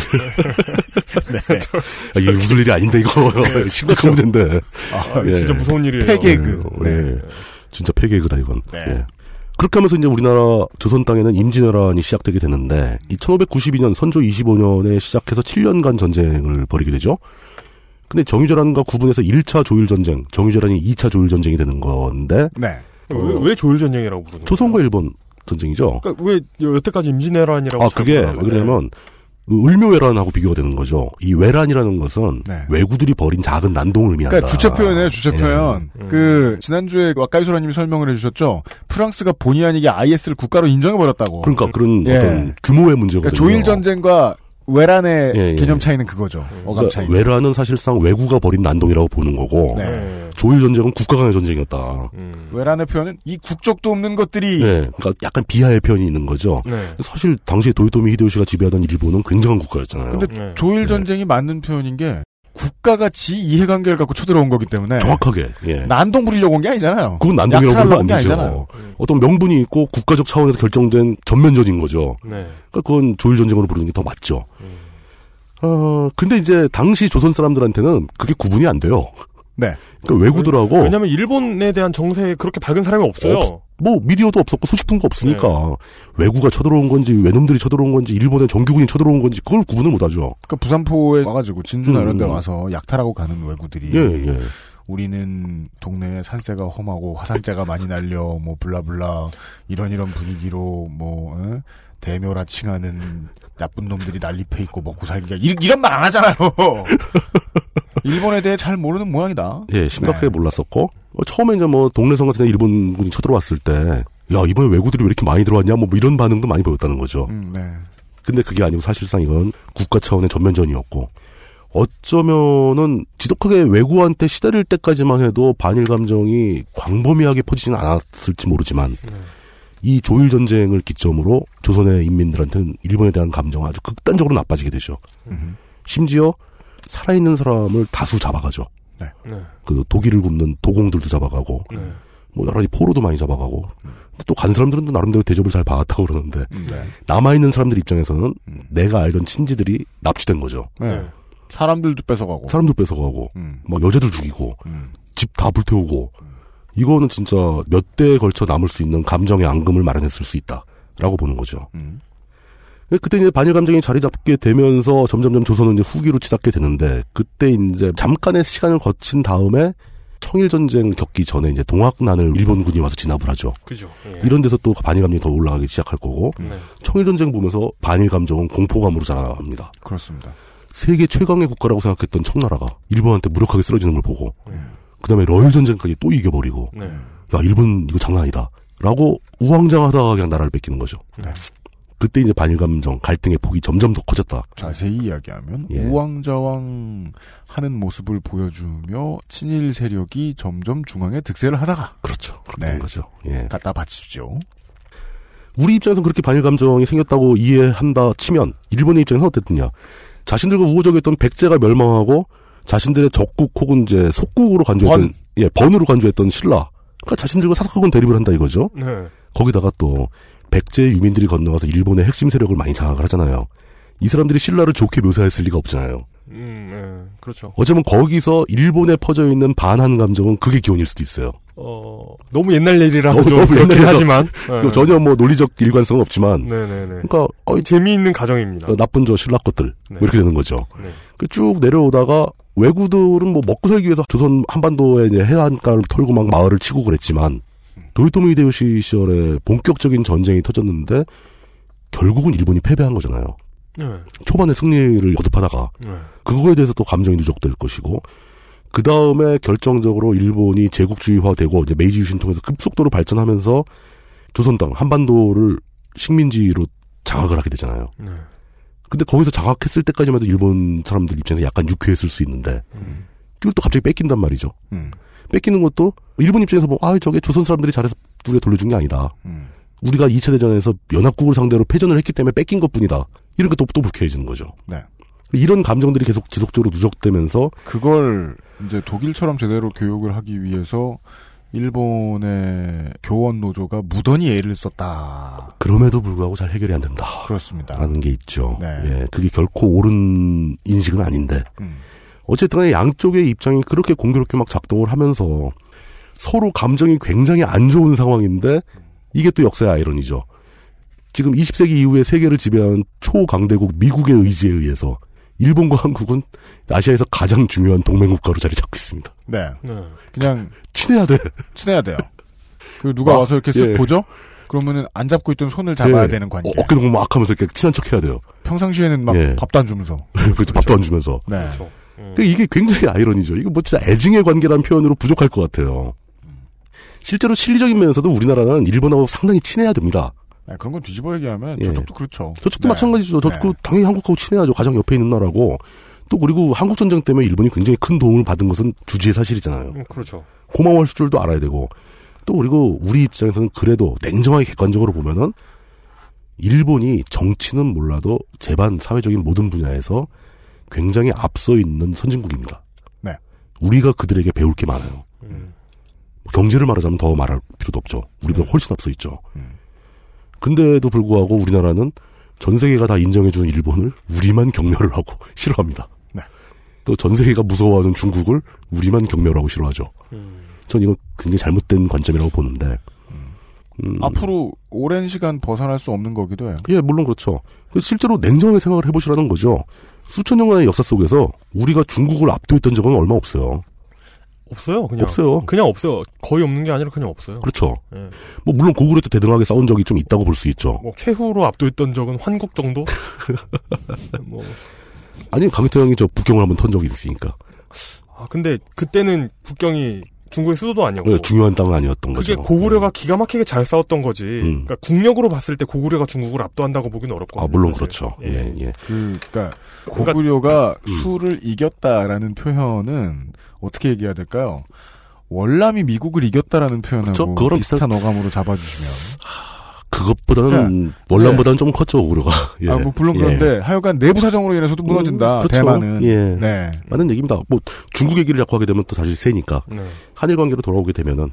Speaker 4: 아, 이게 웃을 일이 아닌데 이거 심각한 문제인데.
Speaker 2: 네. 아,
Speaker 4: 예.
Speaker 3: 진짜 무서운 일이에요.
Speaker 2: 폐개그.
Speaker 4: 어, 예. 진짜 폐계그다 이건.
Speaker 2: 네.
Speaker 4: 예. 그렇게 하면서 이제 우리나라 조선 땅에는 임진왜란이 시작되게 됐는데 이 1592년 선조 25년에 시작해서 7년간 전쟁을 벌이게 되죠. 근데 정유재란과 구분해서 1차 조일 전쟁, 정유재란이 2차 조일 전쟁이 되는 건데
Speaker 2: 네.
Speaker 3: 어, 왜, 왜 조일전쟁이라고 부르는 거예요?
Speaker 4: 조선과 일본 전쟁이죠.
Speaker 3: 그러니까 왜 여- 여태까지 임진왜란이라고
Speaker 4: 아
Speaker 3: 잘
Speaker 4: 그게 왜
Speaker 2: 네.
Speaker 3: 몰라요.
Speaker 4: 그러냐면 그 을묘왜란하고 비교가 되는 거죠. 이 왜란이라는 것은
Speaker 2: 네.
Speaker 4: 왜구들이 벌인 작은 난동을 의미한다.
Speaker 2: 그러니까 주체 표현이에요, 주체
Speaker 4: 예.
Speaker 2: 표현.
Speaker 3: 음.
Speaker 2: 그 지난주에 아까 이소라님이 설명을 해주셨죠. 프랑스가 본의 아니게 IS를 국가로 인정해버렸다고.
Speaker 4: 그러니까 그런
Speaker 2: 예.
Speaker 4: 어떤 규모의 문제거든요.
Speaker 2: 그러니까 조일 전쟁과 외란의
Speaker 4: 예, 예.
Speaker 2: 개념 차이는 그거죠. 어감 차이.
Speaker 4: 그러니까 외란은 사실상 외구가 벌인 난동이라고 보는 거고
Speaker 2: 네.
Speaker 3: 네.
Speaker 4: 조일 전쟁은 국가 간의 전쟁이었다.
Speaker 3: 음.
Speaker 2: 외란의 표현은 이 국적도 없는 것들이
Speaker 4: 예, 그러니까 약간 비하의 표현이 있는 거죠.
Speaker 3: 네.
Speaker 4: 사실 당시에 도요토미 히데요시가 지배하던 일본은 굉장한 국가였잖아요.
Speaker 2: 근데
Speaker 3: 네.
Speaker 2: 조일 전쟁이 맞는 표현인 게 국가가 지 이해관계를 갖고 쳐들어온 거기 때문에
Speaker 4: 정확하게 예.
Speaker 2: 난동 부리려고 온 게 아니잖아요.
Speaker 4: 그건 난동이라고
Speaker 2: 네. 약탈하려고
Speaker 4: 보면 안
Speaker 2: 한게
Speaker 4: 되죠.
Speaker 2: 아니잖아요. 음.
Speaker 4: 어떤 명분이 있고 국가적 차원에서 결정된 전면전인 거죠.
Speaker 3: 네.
Speaker 4: 그러니까 그건 조일 전쟁으로 부르는 게 더 맞죠.
Speaker 2: 음.
Speaker 4: 어, 근데 이제 당시 조선 사람들한테는 그게 구분이 안 돼요.
Speaker 2: 네.
Speaker 4: 그러니까 외구들하고
Speaker 3: 왜냐면 일본에 대한 정세에 그렇게 밝은 사람이 어. 없어요.
Speaker 4: 뭐 미디어도 없었고 소식통도 없으니까 외구가 쳐들어온 건지 외놈들이 쳐들어온 건지 일본의 정규군이 쳐들어온 건지 그걸 구분을 못하죠.
Speaker 2: 그러니까 부산포에 와가지고 진주나 이런 데
Speaker 4: 음.
Speaker 2: 와서 약탈하고 가는 외구들이
Speaker 4: 예, 예.
Speaker 2: 우리는 동네에 산세가 험하고 화산재가 많이 날려 뭐 블라블라 이런 이런 분위기로 뭐 어? 대묘라 칭하는 나쁜 놈들이 난립해 있고 먹고 살기가 이- 이런 말 안 하잖아요. 일본에 대해 잘 모르는 모양이다.
Speaker 4: 예, 심각하게
Speaker 2: 네.
Speaker 4: 몰랐었고 어, 처음에 이제 뭐 동네성 같은 데 일본군이 쳐들어왔을 때. 야 이번에 외구들이 왜 이렇게 많이 들어왔냐 뭐 이런 반응도 많이 보였다는 거죠.
Speaker 2: 음, 네.
Speaker 4: 근데 그게 아니고 사실상 이건 국가 차원의 전면전이었고 어쩌면은 지독하게 외구한테 시달릴 때까지만 해도 반일 감정이 광범위하게 퍼지지는 않았을지 모르지만 이 조일 전쟁을 기점으로 조선의 인민들한테는 일본에 대한 감정은 아주 극단적으로 나빠지게 되죠. 심지어 살아있는 사람을 다수 잡아가죠.
Speaker 3: 네.
Speaker 4: 그 독일을 굽는 도공들도 잡아가고
Speaker 3: 네.
Speaker 4: 뭐 여러 가지 포로도 많이 잡아가고 근데 또 간 사람들은 또 나름대로 대접을 잘 받았다고 그러는데
Speaker 2: 음, 네.
Speaker 4: 남아있는 사람들 입장에서는 내가 알던 친지들이 납치된 거죠.
Speaker 2: 네. 사람들도 뺏어가고.
Speaker 4: 사람들 뺏어가고,
Speaker 2: 음,
Speaker 4: 막뭐 여자들 죽이고,
Speaker 2: 음.
Speaker 4: 집 다 불태우고, 이거는 진짜 몇 대에 걸쳐 남을 수 있는 감정의 앙금을 마련했을 수 있다. 라고 보는 거죠.
Speaker 2: 음.
Speaker 4: 그때 이제 반일 감정이 자리 잡게 되면서 점점점 조선은 이제 후기로 치닫게 되는데 그때 이제 잠깐의 시간을 거친 다음에 청일 전쟁 겪기 전에 이제 동학난을 일본군이 와서 진압을 하죠.
Speaker 3: 그죠. 예.
Speaker 4: 이런 데서 또 반일 감정이 더 올라가기 시작할 거고
Speaker 3: 네.
Speaker 4: 청일 전쟁 보면서 반일 감정은 공포감으로 자라납니다.
Speaker 2: 그렇습니다.
Speaker 4: 세계 최강의 국가라고 생각했던 청나라가 일본한테 무력하게 쓰러지는 걸 보고 그다음에 러일 전쟁까지 또 이겨버리고
Speaker 3: 네.
Speaker 4: 야 일본 이거 장난 아니다 라고 우왕좌왕하다가 그냥 나라를 뺏기는 거죠
Speaker 2: 네.
Speaker 4: 그때 이제 반일 감정 갈등의 폭이 점점 더 커졌다
Speaker 2: 자세히 이야기하면
Speaker 4: 예.
Speaker 2: 우왕좌왕 하는 모습을 보여주며 친일 세력이 점점 중앙에 득세를 하다가
Speaker 4: 그렇죠 그렇게
Speaker 2: 네.
Speaker 4: 된 거죠 예.
Speaker 2: 갖다 바칩시오.
Speaker 4: 우리 입장에서 그렇게 반일 감정이 생겼다고 이해한다 치면 일본의 입장에서 어땠느냐 자신들과 우호적이었던 백제가 멸망하고 자신들의 적국 혹은 이제 속국으로 간주했던
Speaker 2: 번.
Speaker 4: 예 번으로 간주했던 신라 그러니까 자신들과 사사건 대립을 한다 이거죠
Speaker 3: 네.
Speaker 4: 거기다가 또 백제 유민들이 건너가서 일본의 핵심 세력을 많이 장악을 하잖아요. 이 사람들이 신라를 좋게 묘사했을 리가 없잖아요.
Speaker 3: 음, 예. 그렇죠.
Speaker 4: 어쩌면 거기서 일본에 퍼져 있는 반한 감정은 그게 기원일 수도 있어요.
Speaker 3: 어, 너무 옛날 일이라서
Speaker 4: 너무-
Speaker 3: 좀
Speaker 4: 너무
Speaker 3: 그렇긴
Speaker 4: 옛날이라서.
Speaker 3: 하지만.
Speaker 4: 그리고 전혀 뭐 논리적 일관성은 없지만,
Speaker 3: 네. 네네네.
Speaker 4: 그러니까 어, 이
Speaker 3: 재미있는 가정입니다.
Speaker 4: 어, 나쁜 저 신라 것들
Speaker 3: 네.
Speaker 4: 뭐 이렇게 되는 거죠.
Speaker 3: 네.
Speaker 4: 그쭉 내려오다가 외구들은 뭐 먹고 살기 위해서 조선 한반도에 이제 해안가를 털고 막 마을을 치고 그랬지만 도요토미 히데요시 시절에 본격적인 전쟁이 터졌는데 결국은 일본이 패배한 거잖아요.
Speaker 3: 네.
Speaker 4: 초반에 승리를 거듭하다가
Speaker 3: 네.
Speaker 4: 그거에 대해서 또 감정이 누적될 것이고 그 다음에 결정적으로 일본이 제국주의화되고 이제 메이지 유신 통해서 급속도로 발전하면서 조선 땅 한반도를 식민지로 장악을 하게 되잖아요.
Speaker 3: 네.
Speaker 4: 근데 거기서 장악했을 때까지만 해도 일본 사람들 입장에서 약간 유쾌했을 수 있는데
Speaker 3: 음.
Speaker 4: 그걸 또 갑자기 뺏긴단 말이죠.
Speaker 2: 음,
Speaker 4: 뺏기는 것도 일본 입장에서 보면 아 저게 조선 사람들이 잘해서 우리가 돌려준 게 아니다.
Speaker 2: 음.
Speaker 4: 우리가 2차 대전에서 연합국을 상대로 패전을 했기 때문에 뺏긴 것뿐이다. 이런 게또 또 불쾌해지는 거죠.
Speaker 2: 네.
Speaker 4: 이런 감정들이 계속 지속적으로 누적되면서
Speaker 2: 그걸 이제 독일처럼 제대로 교육을 하기 위해서 일본의 교원 노조가 무던히 애를 썼다.
Speaker 4: 그럼에도 불구하고 잘 해결이 안 된다.
Speaker 2: 그렇습니다.
Speaker 4: 라는 게 있죠.
Speaker 2: 네.
Speaker 4: 예, 그게 결코 옳은 인식은 아닌데
Speaker 2: 음,
Speaker 4: 어쨌든 간에 양쪽의 입장이 그렇게 공교롭게 막 작동을 하면서 서로 감정이 굉장히 안 좋은 상황인데 이게 또 역사의 아이러니죠. 지금 20세기 이후에 세계를 지배한 초강대국 미국의 의지에 의해서 일본과 한국은 아시아에서 가장 중요한 동맹국가로 자리 잡고 있습니다.
Speaker 2: 네.
Speaker 3: 네.
Speaker 2: 그냥
Speaker 4: 친해야 돼.
Speaker 2: 친해야 돼요. 그리고 누가
Speaker 4: 아,
Speaker 2: 와서 이렇게 쓱
Speaker 4: 예.
Speaker 2: 보죠? 그러면은 안 잡고 있던 손을 잡아야
Speaker 4: 예.
Speaker 2: 되는 관계.
Speaker 4: 어, 어깨 동무 막 하면서 이렇게 친한 척 해야 돼요.
Speaker 2: 평상시에는 막
Speaker 4: 예.
Speaker 2: 밥도 안 주면서.
Speaker 4: 그래도 밥도 안 주면서.
Speaker 2: 네.
Speaker 3: 그렇죠.
Speaker 4: 그러니까 이게 굉장히 아이러니죠. 이거 뭐 진짜 애증의 관계라는 표현으로 부족할 것 같아요. 실제로 실리적인 면에서도 우리나라는 일본하고 상당히 친해야 됩니다.
Speaker 2: 네, 그런 건 뒤집어 얘기하면
Speaker 4: 예.
Speaker 2: 저쪽도 그렇죠.
Speaker 4: 저쪽도
Speaker 2: 네.
Speaker 4: 마찬가지죠. 저쪽
Speaker 2: 네.
Speaker 4: 도 당연히 한국하고 친해야죠. 가장 옆에 있는 나라고. 또 그리고 한국 전쟁 때문에 일본이 굉장히 큰 도움을 받은 것은 주지의 사실이잖아요.
Speaker 3: 음, 그렇죠.
Speaker 4: 고마워할 줄도 알아야 되고. 또 그리고 우리 입장에서는 그래도 냉정하게 객관적으로 보면은 일본이 정치는 몰라도 제반 사회적인 모든 분야에서 굉장히 앞서 있는 선진국입니다.
Speaker 2: 네.
Speaker 4: 우리가 그들에게 배울 게 많아요.
Speaker 3: 음.
Speaker 4: 경제를 말하자면 더 말할 필요도 없죠. 우리보다 훨씬 앞서 있죠.
Speaker 2: 음.
Speaker 4: 근데도 불구하고 우리나라는 전 세계가 다 인정해준 일본을 우리만 경멸을 하고 싫어합니다.
Speaker 2: 네.
Speaker 4: 또 전 세계가 무서워하는 중국을 우리만 경멸하고 싫어하죠.
Speaker 3: 음.
Speaker 4: 전 이건 굉장히 잘못된 관점이라고 보는데. 음,
Speaker 2: 네. 앞으로 오랜 시간 벗어날 수 없는 거기도 해요.
Speaker 4: 예, 물론 그렇죠. 그 실제로 냉정하게 생각을 해보시라는 거죠. 수천 년간의 역사 속에서 우리가 중국을 압도했던 적은 얼마 없어요.
Speaker 3: 없어요, 그냥.
Speaker 4: 없어요.
Speaker 3: 그냥 없어요. 거의 없는 게 아니라 그냥 없어요.
Speaker 4: 그렇죠.
Speaker 3: 예.
Speaker 4: 뭐 물론 고구려 때 대등하게 싸운 적이 좀 있다고 볼 수 있죠.
Speaker 3: 뭐 최후로 압도했던 적은 환국 정도? 뭐
Speaker 4: 아니 강희태 형이 저 북경을 한번 턴 적이 있으니까
Speaker 3: 아, 근데 그때는 북경이 중국의 수도도 아니었고.
Speaker 4: 네, 중요한 땅은 아니었던
Speaker 3: 어. 그게
Speaker 4: 거죠.
Speaker 3: 고구려가
Speaker 4: 네.
Speaker 3: 기가 막히게 잘 싸웠던 거지. 그러니까 국력으로 봤을 때 고구려가 중국을 압도한다고 보기는 그러니까 어렵고.
Speaker 4: 아 물론 그렇죠.
Speaker 3: 예.
Speaker 4: 예예.
Speaker 2: 그, 그니까,
Speaker 4: 그러니까
Speaker 2: 고구려가
Speaker 4: 음.
Speaker 2: 수를 이겼다라는 표현은 어떻게 얘기해야 될까요? 월남이 미국을 이겼다라는
Speaker 4: 그쵸?
Speaker 2: 표현하고
Speaker 4: 그거랑
Speaker 2: 비슷한 어감으로 잡아주시면.
Speaker 4: 그것보다는 원란보다는 좀 컸죠 고구려가. 예.
Speaker 2: 네. 아, 뭐, 물론
Speaker 4: 예.
Speaker 2: 그런데 하여간 내부 사정으로 인해서도 무너진다.
Speaker 4: 음, 그렇죠.
Speaker 2: 대만은.
Speaker 4: 예.
Speaker 2: 네.
Speaker 4: 많은 얘기입니다. 뭐 중국 얘기를 자꾸 하게 되면 또 사실 세니까
Speaker 3: 네.
Speaker 4: 한일 관계로 돌아오게 되면은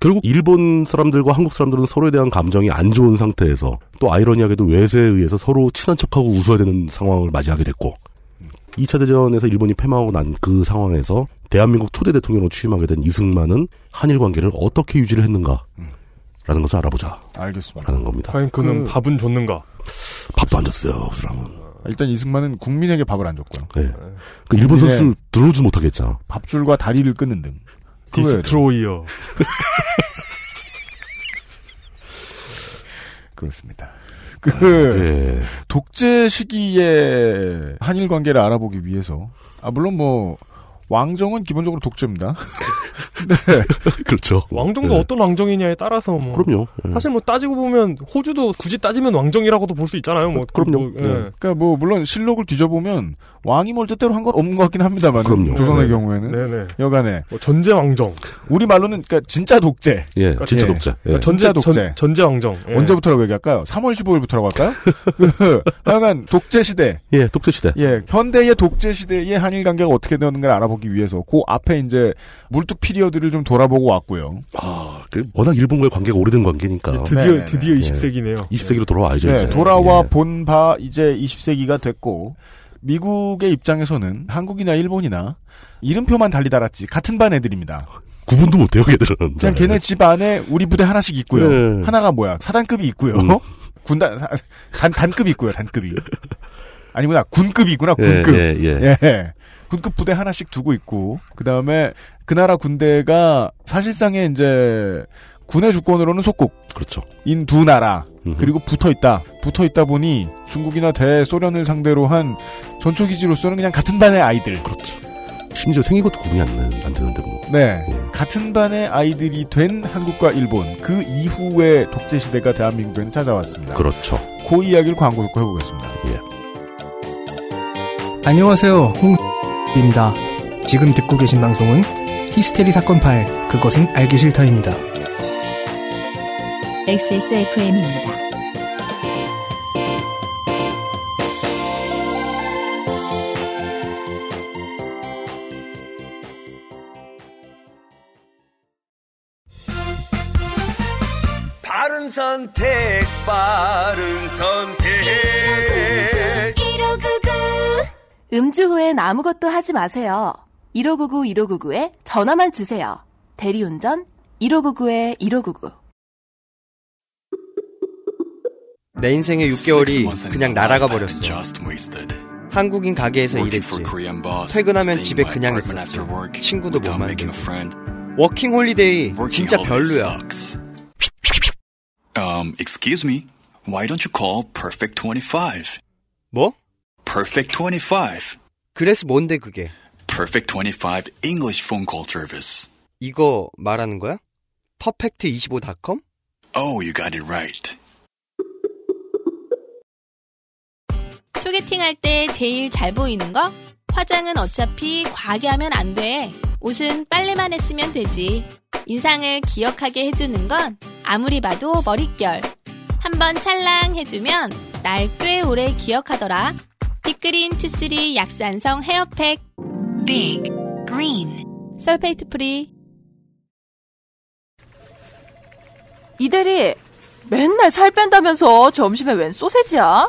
Speaker 4: 결국 일본 사람들과 한국 사람들은 서로에 대한 감정이 안 좋은 상태에서 또 아이러니하게도 외세에 의해서 서로 친한 척하고 웃어야 되는 상황을 맞이하게 됐고 2차 대전에서 일본이 패망하고 난 그 상황에서 대한민국 초대 대통령으로 취임하게 된 이승만은 한일 관계를 어떻게 유지를 했는가 라는 것을 알아보자.
Speaker 2: 알겠습니다.
Speaker 4: 라는 겁니다.
Speaker 3: 과연 그는
Speaker 2: 그-
Speaker 3: 밥은 줬는가?
Speaker 4: 밥도 안 줬어요, 그 사람은.
Speaker 2: 일단 이승만은 국민에게 밥을 안 줬고요.
Speaker 4: 예. 그
Speaker 3: 네.
Speaker 4: 일본 선수를 들어오지 못하게 했잖아.
Speaker 2: 밥줄과 다리를 끊는 등. 그거예요.
Speaker 3: 디스트로이어.
Speaker 2: 그렇습니다. 그
Speaker 4: 예.
Speaker 2: 독재 시기에 한일 관계를 알아보기 위해서 아 물론 뭐 왕정은 기본적으로 독재입니다.
Speaker 4: 그렇죠.
Speaker 3: 왕정도
Speaker 4: 예.
Speaker 3: 어떤 왕정이냐에 따라서 뭐.
Speaker 4: 그럼요. 예.
Speaker 3: 사실 뭐 따지고 보면 호주도 굳이 따지면 왕정이라고도 볼 수 있잖아요. 뭐
Speaker 4: 그럼요.
Speaker 3: 뭐,
Speaker 4: 네.
Speaker 3: 예.
Speaker 2: 그러니까 뭐 물론 실록을 뒤져보면 왕이 뭘 뜻대로 한 건 없는 것 같긴 합니다만
Speaker 4: 그럼요.
Speaker 2: 조선의
Speaker 4: 네.
Speaker 2: 경우에는
Speaker 3: 네네.
Speaker 2: 여간에
Speaker 3: 뭐 전제 왕정.
Speaker 2: 우리 말로는 그러니까 진짜 독재
Speaker 4: 예, 진짜
Speaker 2: 예.
Speaker 4: 독자. 예.
Speaker 3: 그러니까 전제
Speaker 2: 진짜 독재.
Speaker 3: 전, 전제 왕정. 예.
Speaker 2: 언제부터라고 얘기할까요? 3월 15일부터라고 할까요? 그, 하여간 독재 시대
Speaker 4: 예, 독재 시대.
Speaker 2: 예, 현대의 독재 시대의 한일 관계가 어떻게 되었는가를 알아보기 위해서 그 앞에 이제 물뚝 피리어드를 좀 돌아보고 왔고요.
Speaker 4: 아, 그 워낙 일본과의 관계가 오래된 관계니까.
Speaker 3: 드디어
Speaker 2: 아, 네네네.
Speaker 3: 드디어 20세기네요.
Speaker 4: 20세기로 돌아와야죠,
Speaker 2: 네,
Speaker 4: 이제.
Speaker 2: 예, 돌아와
Speaker 4: 예.
Speaker 2: 본 바 이제 20세기가 됐고 미국의 입장에서는 한국이나 일본이나 이름표만 달리 달았지 같은 반 애들입니다.
Speaker 4: 구분도 못해요, 걔들은. 예.
Speaker 2: 그냥 걔네 집 안에 우리 부대 하나씩 있고요.
Speaker 4: 네.
Speaker 2: 하나가 뭐야 사단급이 있고요.
Speaker 4: 음.
Speaker 2: 군단 사- 단 단급이 있고요. 단급이 아니구나 군급이 있구나
Speaker 4: 예,
Speaker 2: 군급.
Speaker 4: 예, 예.
Speaker 2: 그 예. 군급 부대 하나씩 두고 있고 그다음에 그 나라 군대가 사실상의 이제 군의 주권으로는 속국인
Speaker 4: 그렇죠.
Speaker 2: 두 나라
Speaker 4: 음.
Speaker 2: 그리고 붙어 있다 붙어 있다 보니 중국이나 대소련을 상대로 한 전초 기지로서는 그냥 같은 반의 아이들
Speaker 4: 그렇죠. 심지어 생긴 것도 구분이 안, 는- 안 되는데 뭐.
Speaker 2: 네
Speaker 4: 예.
Speaker 2: 같은 반의 아이들이 된 한국과 일본 그 이후에 독재 시대가 대한민국에는 찾아왔습니다. 그,
Speaker 4: 그렇죠. 예.
Speaker 2: 이야기를 광고 듣고 해보겠습니다.
Speaker 11: 안녕하세요. 홍입니다. 지금 듣고 계신 방송은 히스테리 사건 파일 그것은 알기 싫다입니다.
Speaker 1: XSFM입니다.
Speaker 12: 바른 선택, 바른
Speaker 2: 예.
Speaker 12: 선택.
Speaker 10: 음주 후엔 아무것도 하지 마세요. 1599 1599에 전화만 주세요. 대리운전 1599에 1599.
Speaker 5: 내 인생의 6개월이 그냥 날아가 버렸어. 한국인 가게에서 일했지. 퇴근하면 집에 그냥 있었지. 친구도 못 만들고. 워킹 홀리데이 진짜 별로야.
Speaker 13: Um, excuse me. Why don't you call Perfect 25?
Speaker 5: 뭐?
Speaker 13: Perfect 25.
Speaker 5: 그래서 뭔데 그게?
Speaker 13: Perfect 25 English phone call service.
Speaker 5: 이거 말하는 거야? 퍼펙트25.com?
Speaker 13: Oh, you got it right.
Speaker 7: 소개팅할 때 제일 잘 보이는 거? 화장은 어차피 과하게 하면 안 돼. 옷은 빨래만 했으면 되지. 인상을 기억하게 해주는 건 아무리 봐도 머릿결. 한번 찰랑 해주면 날 꽤 오래 기억하더라. 빅그린 투쓰리 약산성 헤어팩.
Speaker 1: Big Green.
Speaker 7: 설페이트 프리.
Speaker 10: 이 대리, 맨날 살 뺀다면서 점심에 웬 소세지야?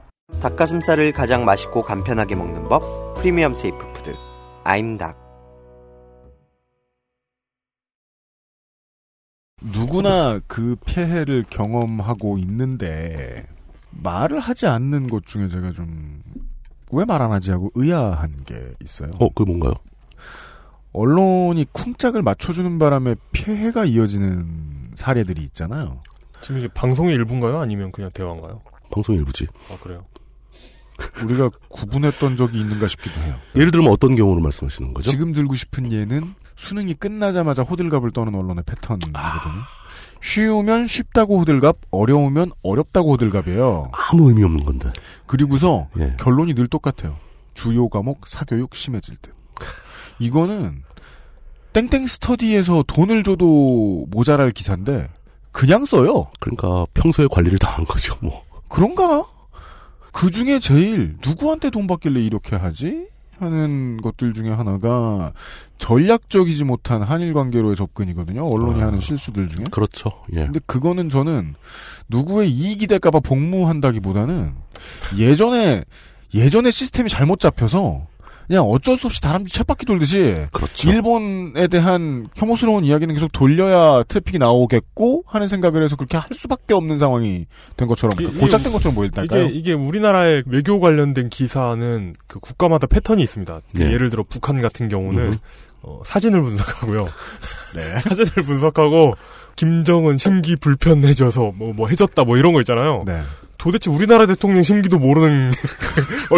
Speaker 5: 닭가슴살을 가장 맛있고 간편하게 먹는 법. 프리미엄 세이프 푸드. 아임닭.
Speaker 2: 누구나 그 피해를 경험하고 있는데 말을 하지 않는 것 중에 제가 좀 왜 말 안 하지 하고 의아한 게 있어요.
Speaker 4: 어, 그 뭔가요?
Speaker 2: 언론이 쿵짝을 맞춰주는 바람에 피해가 이어지는 사례들이 있잖아요.
Speaker 3: 지금 이게 방송의 일부인가요? 아니면 그냥 대화인가요?
Speaker 4: 방송 일부지.
Speaker 3: 아 그래요.
Speaker 2: 우리가 구분했던 적이 있는가 싶기도 해요.
Speaker 4: 예를 들면 어떤 경우를 말씀하시는 거죠?
Speaker 2: 지금 들고 싶은 예는 수능이 끝나자마자 호들갑을 떠는 언론의 패턴이거든요. 쉬우면 쉽다고 호들갑, 어려우면 어렵다고 호들갑이에요.
Speaker 4: 아무 의미 없는 건데.
Speaker 2: 그리고서
Speaker 4: 예.
Speaker 2: 결론이 늘 똑같아요. 주요 과목 사교육 심해질 듯. 이거는 땡땡 스터디에서 돈을 줘도 모자랄 기사인데 그냥 써요.
Speaker 4: 그러니까 평소에 관리를 당한 거죠, 뭐.
Speaker 2: 그런가? 그 중에 제일 누구한테 돈 받길래 이렇게 하지? 하는 것들 중에 하나가 전략적이지 못한 한일 관계로의 접근이거든요. 언론이 하는 실수들 중에.
Speaker 4: 그렇죠. 예.
Speaker 2: 근데 그거는 저는 누구의 이익이 될까봐 복무한다기보다는 예전에 예전에 시스템이 잘못 잡혀서 그냥 어쩔 수 없이 다람쥐 쳇바퀴 돌듯이
Speaker 4: 그렇죠.
Speaker 3: 그렇죠.
Speaker 2: 일본에 대한 혐오스러운 이야기는 계속 돌려야 트래픽이 나오겠고 하는 생각을 해서 그렇게 할 수밖에 없는 상황이 된 것처럼 그러니까
Speaker 3: 이게-
Speaker 2: 고착된 것처럼 보일까요?
Speaker 3: 이게, 이게 우리나라의 외교 관련된 기사는 그 국가마다 패턴이 있습니다. 그
Speaker 2: 네.
Speaker 3: 예를 들어 북한 같은 경우는
Speaker 2: 음흠.
Speaker 3: 어, 사진을 분석하고요. 사진을 분석하고 김정은 심기 불편해져서 뭐, 뭐 해졌다 뭐 이런 거 있잖아요.
Speaker 2: 네.
Speaker 3: 도대체 우리나라 대통령 심기도 모르는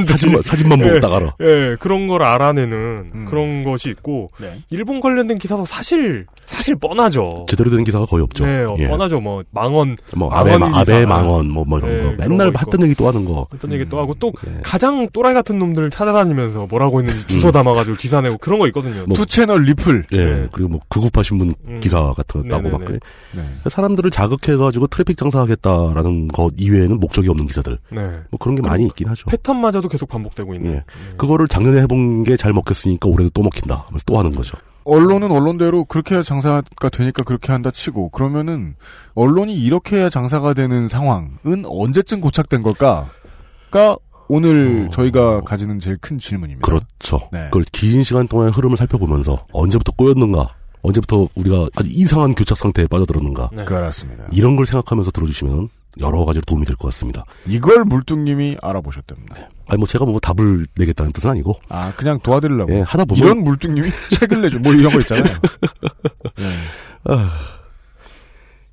Speaker 3: 언론들이-
Speaker 4: 사진만- 사진만 보고 딱 알아.
Speaker 3: 예, 예, 그런 걸 알아내는
Speaker 4: 음.
Speaker 3: 그런 것이 있고 일본 관련된 기사도 사실 사실 뻔하죠.
Speaker 4: 제대로 된 기사가 거의 없죠.
Speaker 3: 네, 어,
Speaker 4: 예.
Speaker 3: 뻔하죠. 뭐 망언,
Speaker 4: 뭐 아베
Speaker 3: 망언
Speaker 4: 마- 아베
Speaker 3: 기사.
Speaker 4: 망언 뭐, 뭐
Speaker 2: 네,
Speaker 4: 이런
Speaker 3: 예,
Speaker 4: 거
Speaker 3: 그런
Speaker 4: 맨날
Speaker 3: 거 있고.
Speaker 4: 했던 얘기 또 하는 거.
Speaker 3: 어떤 얘기 또 하고 또
Speaker 4: 예.
Speaker 3: 가장 또라이 같은 놈들을 찾아다니면서 뭐라고 했는지 주소 담아가지고 기사 내고 그런 거 있거든요.
Speaker 4: 음. 뭐-
Speaker 3: 투-
Speaker 2: 채널 리플.
Speaker 4: 예. 그리고 뭐 극우파 신문
Speaker 3: 음.
Speaker 4: 기사 같은 거 따고 막
Speaker 3: 네네네.
Speaker 4: 그래. 사람들을 자극해가지고 트래픽 장사하겠다라는 것 이외에는 목적이 없는 기사들.
Speaker 3: 네.
Speaker 4: 뭐 그런 게 많이 있긴 하죠.
Speaker 3: 패턴마저도 계속 반복되고 있는.
Speaker 4: 예. 그거를 작년에 해본 게 잘 먹혔으니까 올해도 또 먹힌다. 하면서 또 하는 거죠.
Speaker 3: 네.
Speaker 2: 언론은 언론대로 그렇게 해야 장사가 되니까 그렇게 한다 치고 그러면은 언론이 이렇게 해야 장사가 되는 상황은 언제쯤 고착된 걸까가 오늘
Speaker 3: 어.
Speaker 2: 저희가 가지는 제일 큰 질문입니다.
Speaker 4: 그렇죠.
Speaker 3: 네.
Speaker 4: 그걸 긴 시간 동안의 흐름을 살펴보면서 언제부터 꼬였는가, 언제부터 우리가 아주 이상한 교착 상태에
Speaker 3: 네.
Speaker 4: 빠져들었는가.
Speaker 2: 네. 그렇습니다.
Speaker 4: 이런 걸 생각하면서 들어주시면 여러 가지로 도움이 될 것 같습니다.
Speaker 2: 이걸 물뚱님이 알아보셨답니다.
Speaker 3: 네.
Speaker 4: 아니 뭐 제가 뭐 답을 내겠다는 뜻은 아니고.
Speaker 2: 아 그냥 도와드리려고.
Speaker 4: 예, 하다 보면
Speaker 2: 이런 물뚱님이 아, 뭐 책을 내줘 뭐 이런 거 있잖아요. 네.
Speaker 4: 아.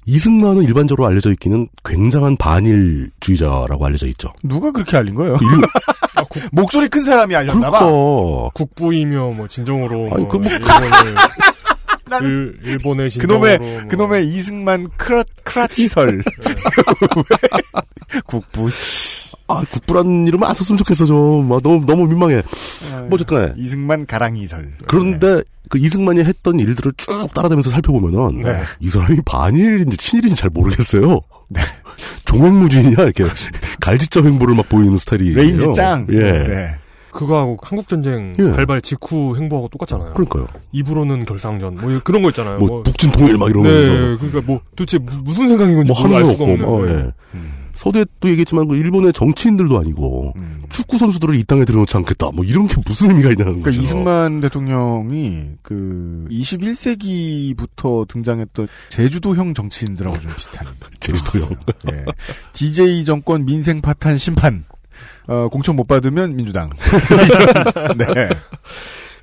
Speaker 4: 이승만은 일반적으로 알려져 있기는 굉장한 반일주의자라고 알려져 있죠.
Speaker 2: 누가 그렇게 알린 거예요? 아,
Speaker 3: 목소리
Speaker 2: 큰 사람이
Speaker 3: 알렸나봐.
Speaker 4: 그러니까.
Speaker 3: 국부이며 뭐 진정으로
Speaker 4: 아니,
Speaker 3: 뭐
Speaker 4: 그 뭐-
Speaker 3: 일본을 일, 일본의 진정으로
Speaker 2: 그놈의
Speaker 3: 뭐-
Speaker 2: 그놈의 이승만 크라 크라치설 국부.
Speaker 4: 아, 국부란 이름을 안 썼으면 좋겠어, 좀. 아, 너무, 너무 민망해. 뭐, 어쨌든. 간에.
Speaker 2: 이승만 가랑이설.
Speaker 4: 그런데 그 이승만이 했던 일들을 쭉 따라다니면서 살펴보면은
Speaker 2: 네.
Speaker 4: 이 사람이 반일인지 친일인지 잘 모르겠어요. 종횡무진이야 이렇게 갈지점 행보를 막 보이는
Speaker 2: 네.
Speaker 4: 스타일이에요. 예.
Speaker 3: 그거하고 한국 전쟁
Speaker 4: 예.
Speaker 3: 발발 직후 행보하고 똑같잖아요.
Speaker 4: 그러니까요.
Speaker 3: 입으로는 결상전 뭐 그런 거 있잖아요.
Speaker 4: 뭐 북진 동일 막 이러면서.
Speaker 3: 네, 그러니까 뭐 도대체 무- 무슨 생각인 건지
Speaker 4: 뭐
Speaker 3: 뭐
Speaker 4: 하는
Speaker 3: 알
Speaker 4: 거
Speaker 3: 수가
Speaker 4: 없고.
Speaker 3: 없는.
Speaker 4: 어, 예.
Speaker 2: 음.
Speaker 4: 서대도 얘기했지만 그 일본의 정치인들도 아니고
Speaker 2: 음.
Speaker 4: 축구 선수들을 이 땅에 들여놓지 않겠다. 뭐 이런 게 무슨 의미가 있냐는
Speaker 2: 그러니까
Speaker 4: 거죠.
Speaker 2: 이승만 대통령이 그 21세기부터 등장했던 제주도형 정치인들하고 좀 비슷한
Speaker 4: 제주도형
Speaker 2: 예. DJ 정권 민생 파탄 심판 어, 공천 못 받으면 민주당 네.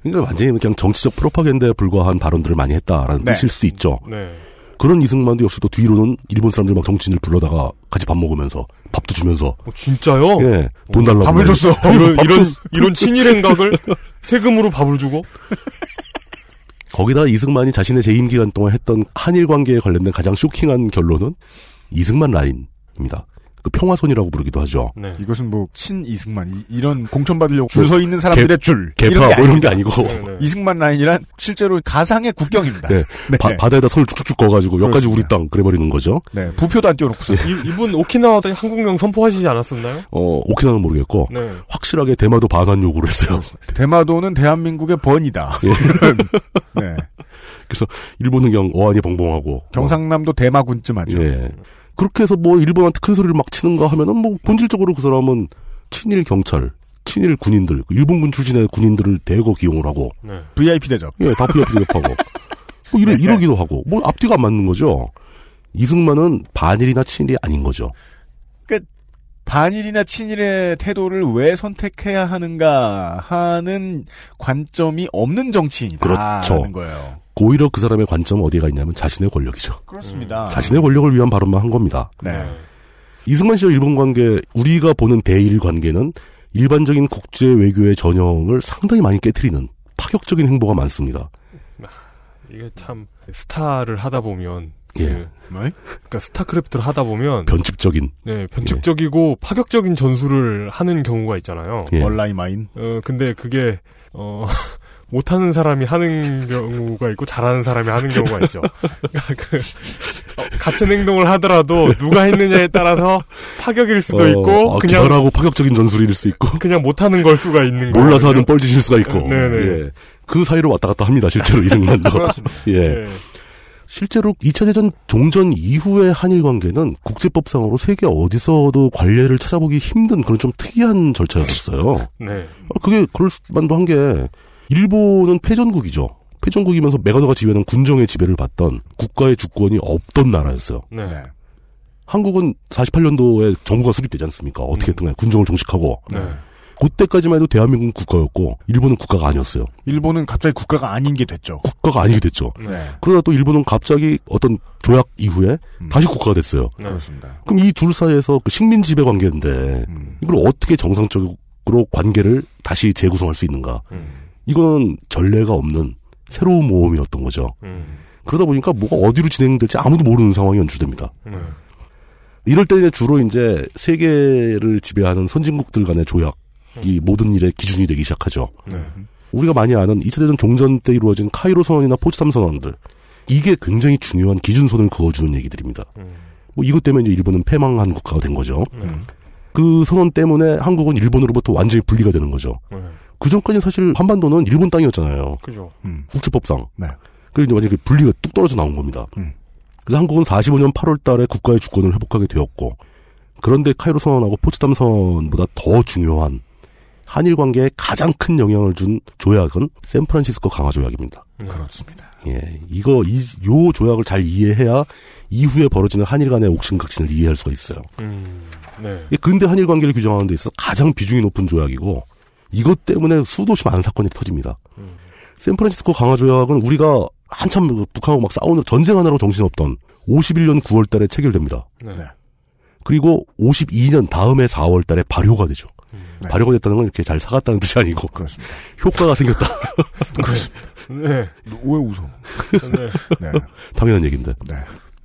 Speaker 4: 그러니까 완전히 그냥 정치적 프로파간다에 불과한 발언들을 많이 했다라는
Speaker 2: 네.
Speaker 4: 뜻일 수도 있죠.
Speaker 3: 네.
Speaker 4: 그런 이승만도 역시 또 뒤로는 일본 사람들 막 정치인을 불러다가 같이 밥 먹으면서 밥도 주면서.
Speaker 3: 어,
Speaker 2: 어.
Speaker 3: 진짜요?
Speaker 4: 예. 돈 달라고.
Speaker 3: 밥을
Speaker 4: 그래요.
Speaker 3: 줬어. 이런 이런 이런 친일 행각을 세금으로 밥을 주고
Speaker 4: 거기다 이승만이 자신의 재임 기간 동안 했던 한일 관계에 관련된 가장 쇼킹한 결론은 이승만 라인입니다. 그 평화선이라고 부르기도 하죠.
Speaker 3: 네.
Speaker 2: 이것은 뭐 친 이승만 이, 런 공천 받으려고 줄 서 있는 사람들의
Speaker 4: 개-
Speaker 2: 줄
Speaker 4: 개파
Speaker 2: 이런 게,
Speaker 4: 뭐 이런 게
Speaker 2: 아닙니다.
Speaker 4: 아니고. 네, 네.
Speaker 2: 이승만 라인이란 실제로 가상의 국경입니다.
Speaker 4: 네. 바, 바다에다 손을 쭉쭉쭉 거가지고 여기까지 우리 땅 그래버리는 거죠.
Speaker 2: 네, 부표도 안
Speaker 4: 예.
Speaker 2: 띄워놓고서.
Speaker 3: 이, 이분 오키나와 한국령 선포하시지 않았었나요?
Speaker 4: 어, 오키나는 모르겠고
Speaker 3: 네.
Speaker 4: 확실하게 대마도 반환 요구를 했어요.
Speaker 2: 대마도는 대한민국의 번이다. 네.
Speaker 4: 그래서 일본은 그냥 어안이 벙벙하고 뭐.
Speaker 2: 경상남도 대마군쯤 하죠.
Speaker 4: 예. 그렇게 해서 뭐 일본한테 큰 소리를 막 치는가 하면은 뭐 본질적으로 그 사람은 친일 경찰, 친일 군인들, 그 일본군 출신의 군인들을 대거 기용을 하고
Speaker 3: 네.
Speaker 2: VIP 대접.
Speaker 4: 예, 다 VIP 대접하고 뭐 이래
Speaker 2: 네.
Speaker 4: 이러기도 하고 뭐 앞뒤가 안 맞는 거죠. 이승만은 반일이나 친일이 아닌 거죠.
Speaker 2: 반일이나 친일의 태도를 왜 선택해야 하는가 하는 관점이 없는 정치인이다.
Speaker 4: 그렇죠.
Speaker 2: 하는 거예요.
Speaker 4: 오히려 그 사람의 관점은 어디가 있냐면 자신의 권력이죠.
Speaker 2: 그렇습니다.
Speaker 4: 자신의 권력을 위한 발언만 한 겁니다.
Speaker 2: 음, 네.
Speaker 4: 이승만 씨와 일본 관계, 우리가 보는 대일 관계는 일반적인 국제 외교의 전형을 상당히 많이 깨뜨리는 파격적인 행보가 많습니다.
Speaker 3: 이게 참 스타를 하다 보면
Speaker 4: 예.
Speaker 3: 그,
Speaker 2: 네.
Speaker 3: 그러니까 스타크래프트를 하다 보면
Speaker 4: 변칙적인.
Speaker 3: 네, 변칙적이고 파격적인 전술을 하는 경우가 있잖아요.
Speaker 4: 예.
Speaker 2: 원라인 마인.
Speaker 3: 어, 근데 그게 어 못하는 사람이 하는 경우가 있고 잘하는 사람이 하는 경우가 있죠. 그러니까 그, 어, 같은 행동을 하더라도 누가 했느냐에 따라서 파격일 수도
Speaker 4: 어,
Speaker 3: 있고
Speaker 4: 아,
Speaker 3: 그냥
Speaker 4: 기발하고 파격적인 전술일 수 있고
Speaker 3: 그냥 못하는 걸 수가 있는 거예요.
Speaker 4: 몰라서 하는 뻘짓일 수가 있고
Speaker 3: 네네.
Speaker 4: 예. 그 사이로 왔다 갔다 합니다 실제로 이승만도
Speaker 3: 그렇습니다.
Speaker 4: 예.
Speaker 3: 예.
Speaker 4: 실제로 2차 대전 종전 이후의 한일 관계는 국제법상으로 세계 어디서도 관례를 찾아보기 힘든 그런 좀 특이한 절차였었어요.
Speaker 3: 네.
Speaker 4: 아, 그게 그럴 만도 한 게 일본은 패전국이죠. 패전국이면서 메가더가 지배하는 군정의 지배를 받던 국가의 주권이 없던 나라였어요.
Speaker 3: 네. 네.
Speaker 4: 한국은 48년도에 정부가 수립되지 않습니까? 어떻게든 간에 군정을 종식하고
Speaker 2: 네.
Speaker 4: 그때까지만 해도 대한민국은 국가였고 일본은 국가가 아니었어요.
Speaker 2: 일본은 갑자기 국가가 아닌 게 됐죠.
Speaker 4: 국가가 아니게 됐죠.
Speaker 2: 네.
Speaker 4: 그러다 또 일본은 갑자기 어떤 조약 이후에 다시 국가가 됐어요.
Speaker 2: 그렇습니다.
Speaker 4: 그럼 이 둘 사이에서 그 식민 지배 관계인데 이걸 어떻게 정상적으로 관계를 다시 재구성할 수 있는가? 이건 전례가 없는 새로운 모험이었던 거죠.
Speaker 3: 음.
Speaker 4: 그러다 보니까 뭐가 어디로 진행될지 아무도 모르는 상황이 연출됩니다. 이럴 때 이제 주로 이제 세계를 지배하는 선진국들 간의 조약이 모든 일의 기준이 되기 시작하죠. 우리가 많이 아는 2차 대전 종전 때 이루어진 카이로 선언이나 포츠담 선언들 이게 굉장히 중요한 기준선을 그어주는 얘기들입니다. 뭐 이것 때문에 이제 일본은 패망한 국가가 된 거죠. 그 선언 때문에 한국은 일본으로부터 완전히 분리가 되는 거죠. 그 전까지 사실 한반도는 일본 땅이었잖아요.
Speaker 3: 그죠.
Speaker 4: 국제법상. 그래서 이제 완전 히 분리가 뚝 떨어져 나온 겁니다. 그래서 한국은 45년 8월 달에 국가의 주권을 회복하게 되었고, 그런데 카이로 선언하고 포츠담 선언보다 더 중요한 한일 관계에 가장 큰 영향을 준 조약은 샌프란시스코 강화 조약입니다.
Speaker 2: 그렇습니다.
Speaker 4: 예, 이거 이 요 조약을 잘 이해해야 이후에 벌어지는 한일 간의 옥신각신을 이해할 수가 있어요.
Speaker 3: 음. 네.
Speaker 4: 이 근대 한일 관계를 규정하는 데 있어서 가장 비중이 높은 조약이고 이것 때문에 수도시 많은 사건이 터집니다. 샌프란시스코 강화 조약은 우리가 한참 그 북한하고 막 싸우는 전쟁하느라고 정신없던 51년 9월 달에 체결됩니다.
Speaker 3: 네.
Speaker 4: 그리고 52년 다음해 4월 달에 발효가 되죠. 네. 발효가 됐다는 건 이렇게 잘 사갔다는 뜻이 아니고 효과가 생겼다.
Speaker 3: 네.
Speaker 2: 왜 웃어? 네.
Speaker 3: 네.
Speaker 4: 당연한 얘기인데.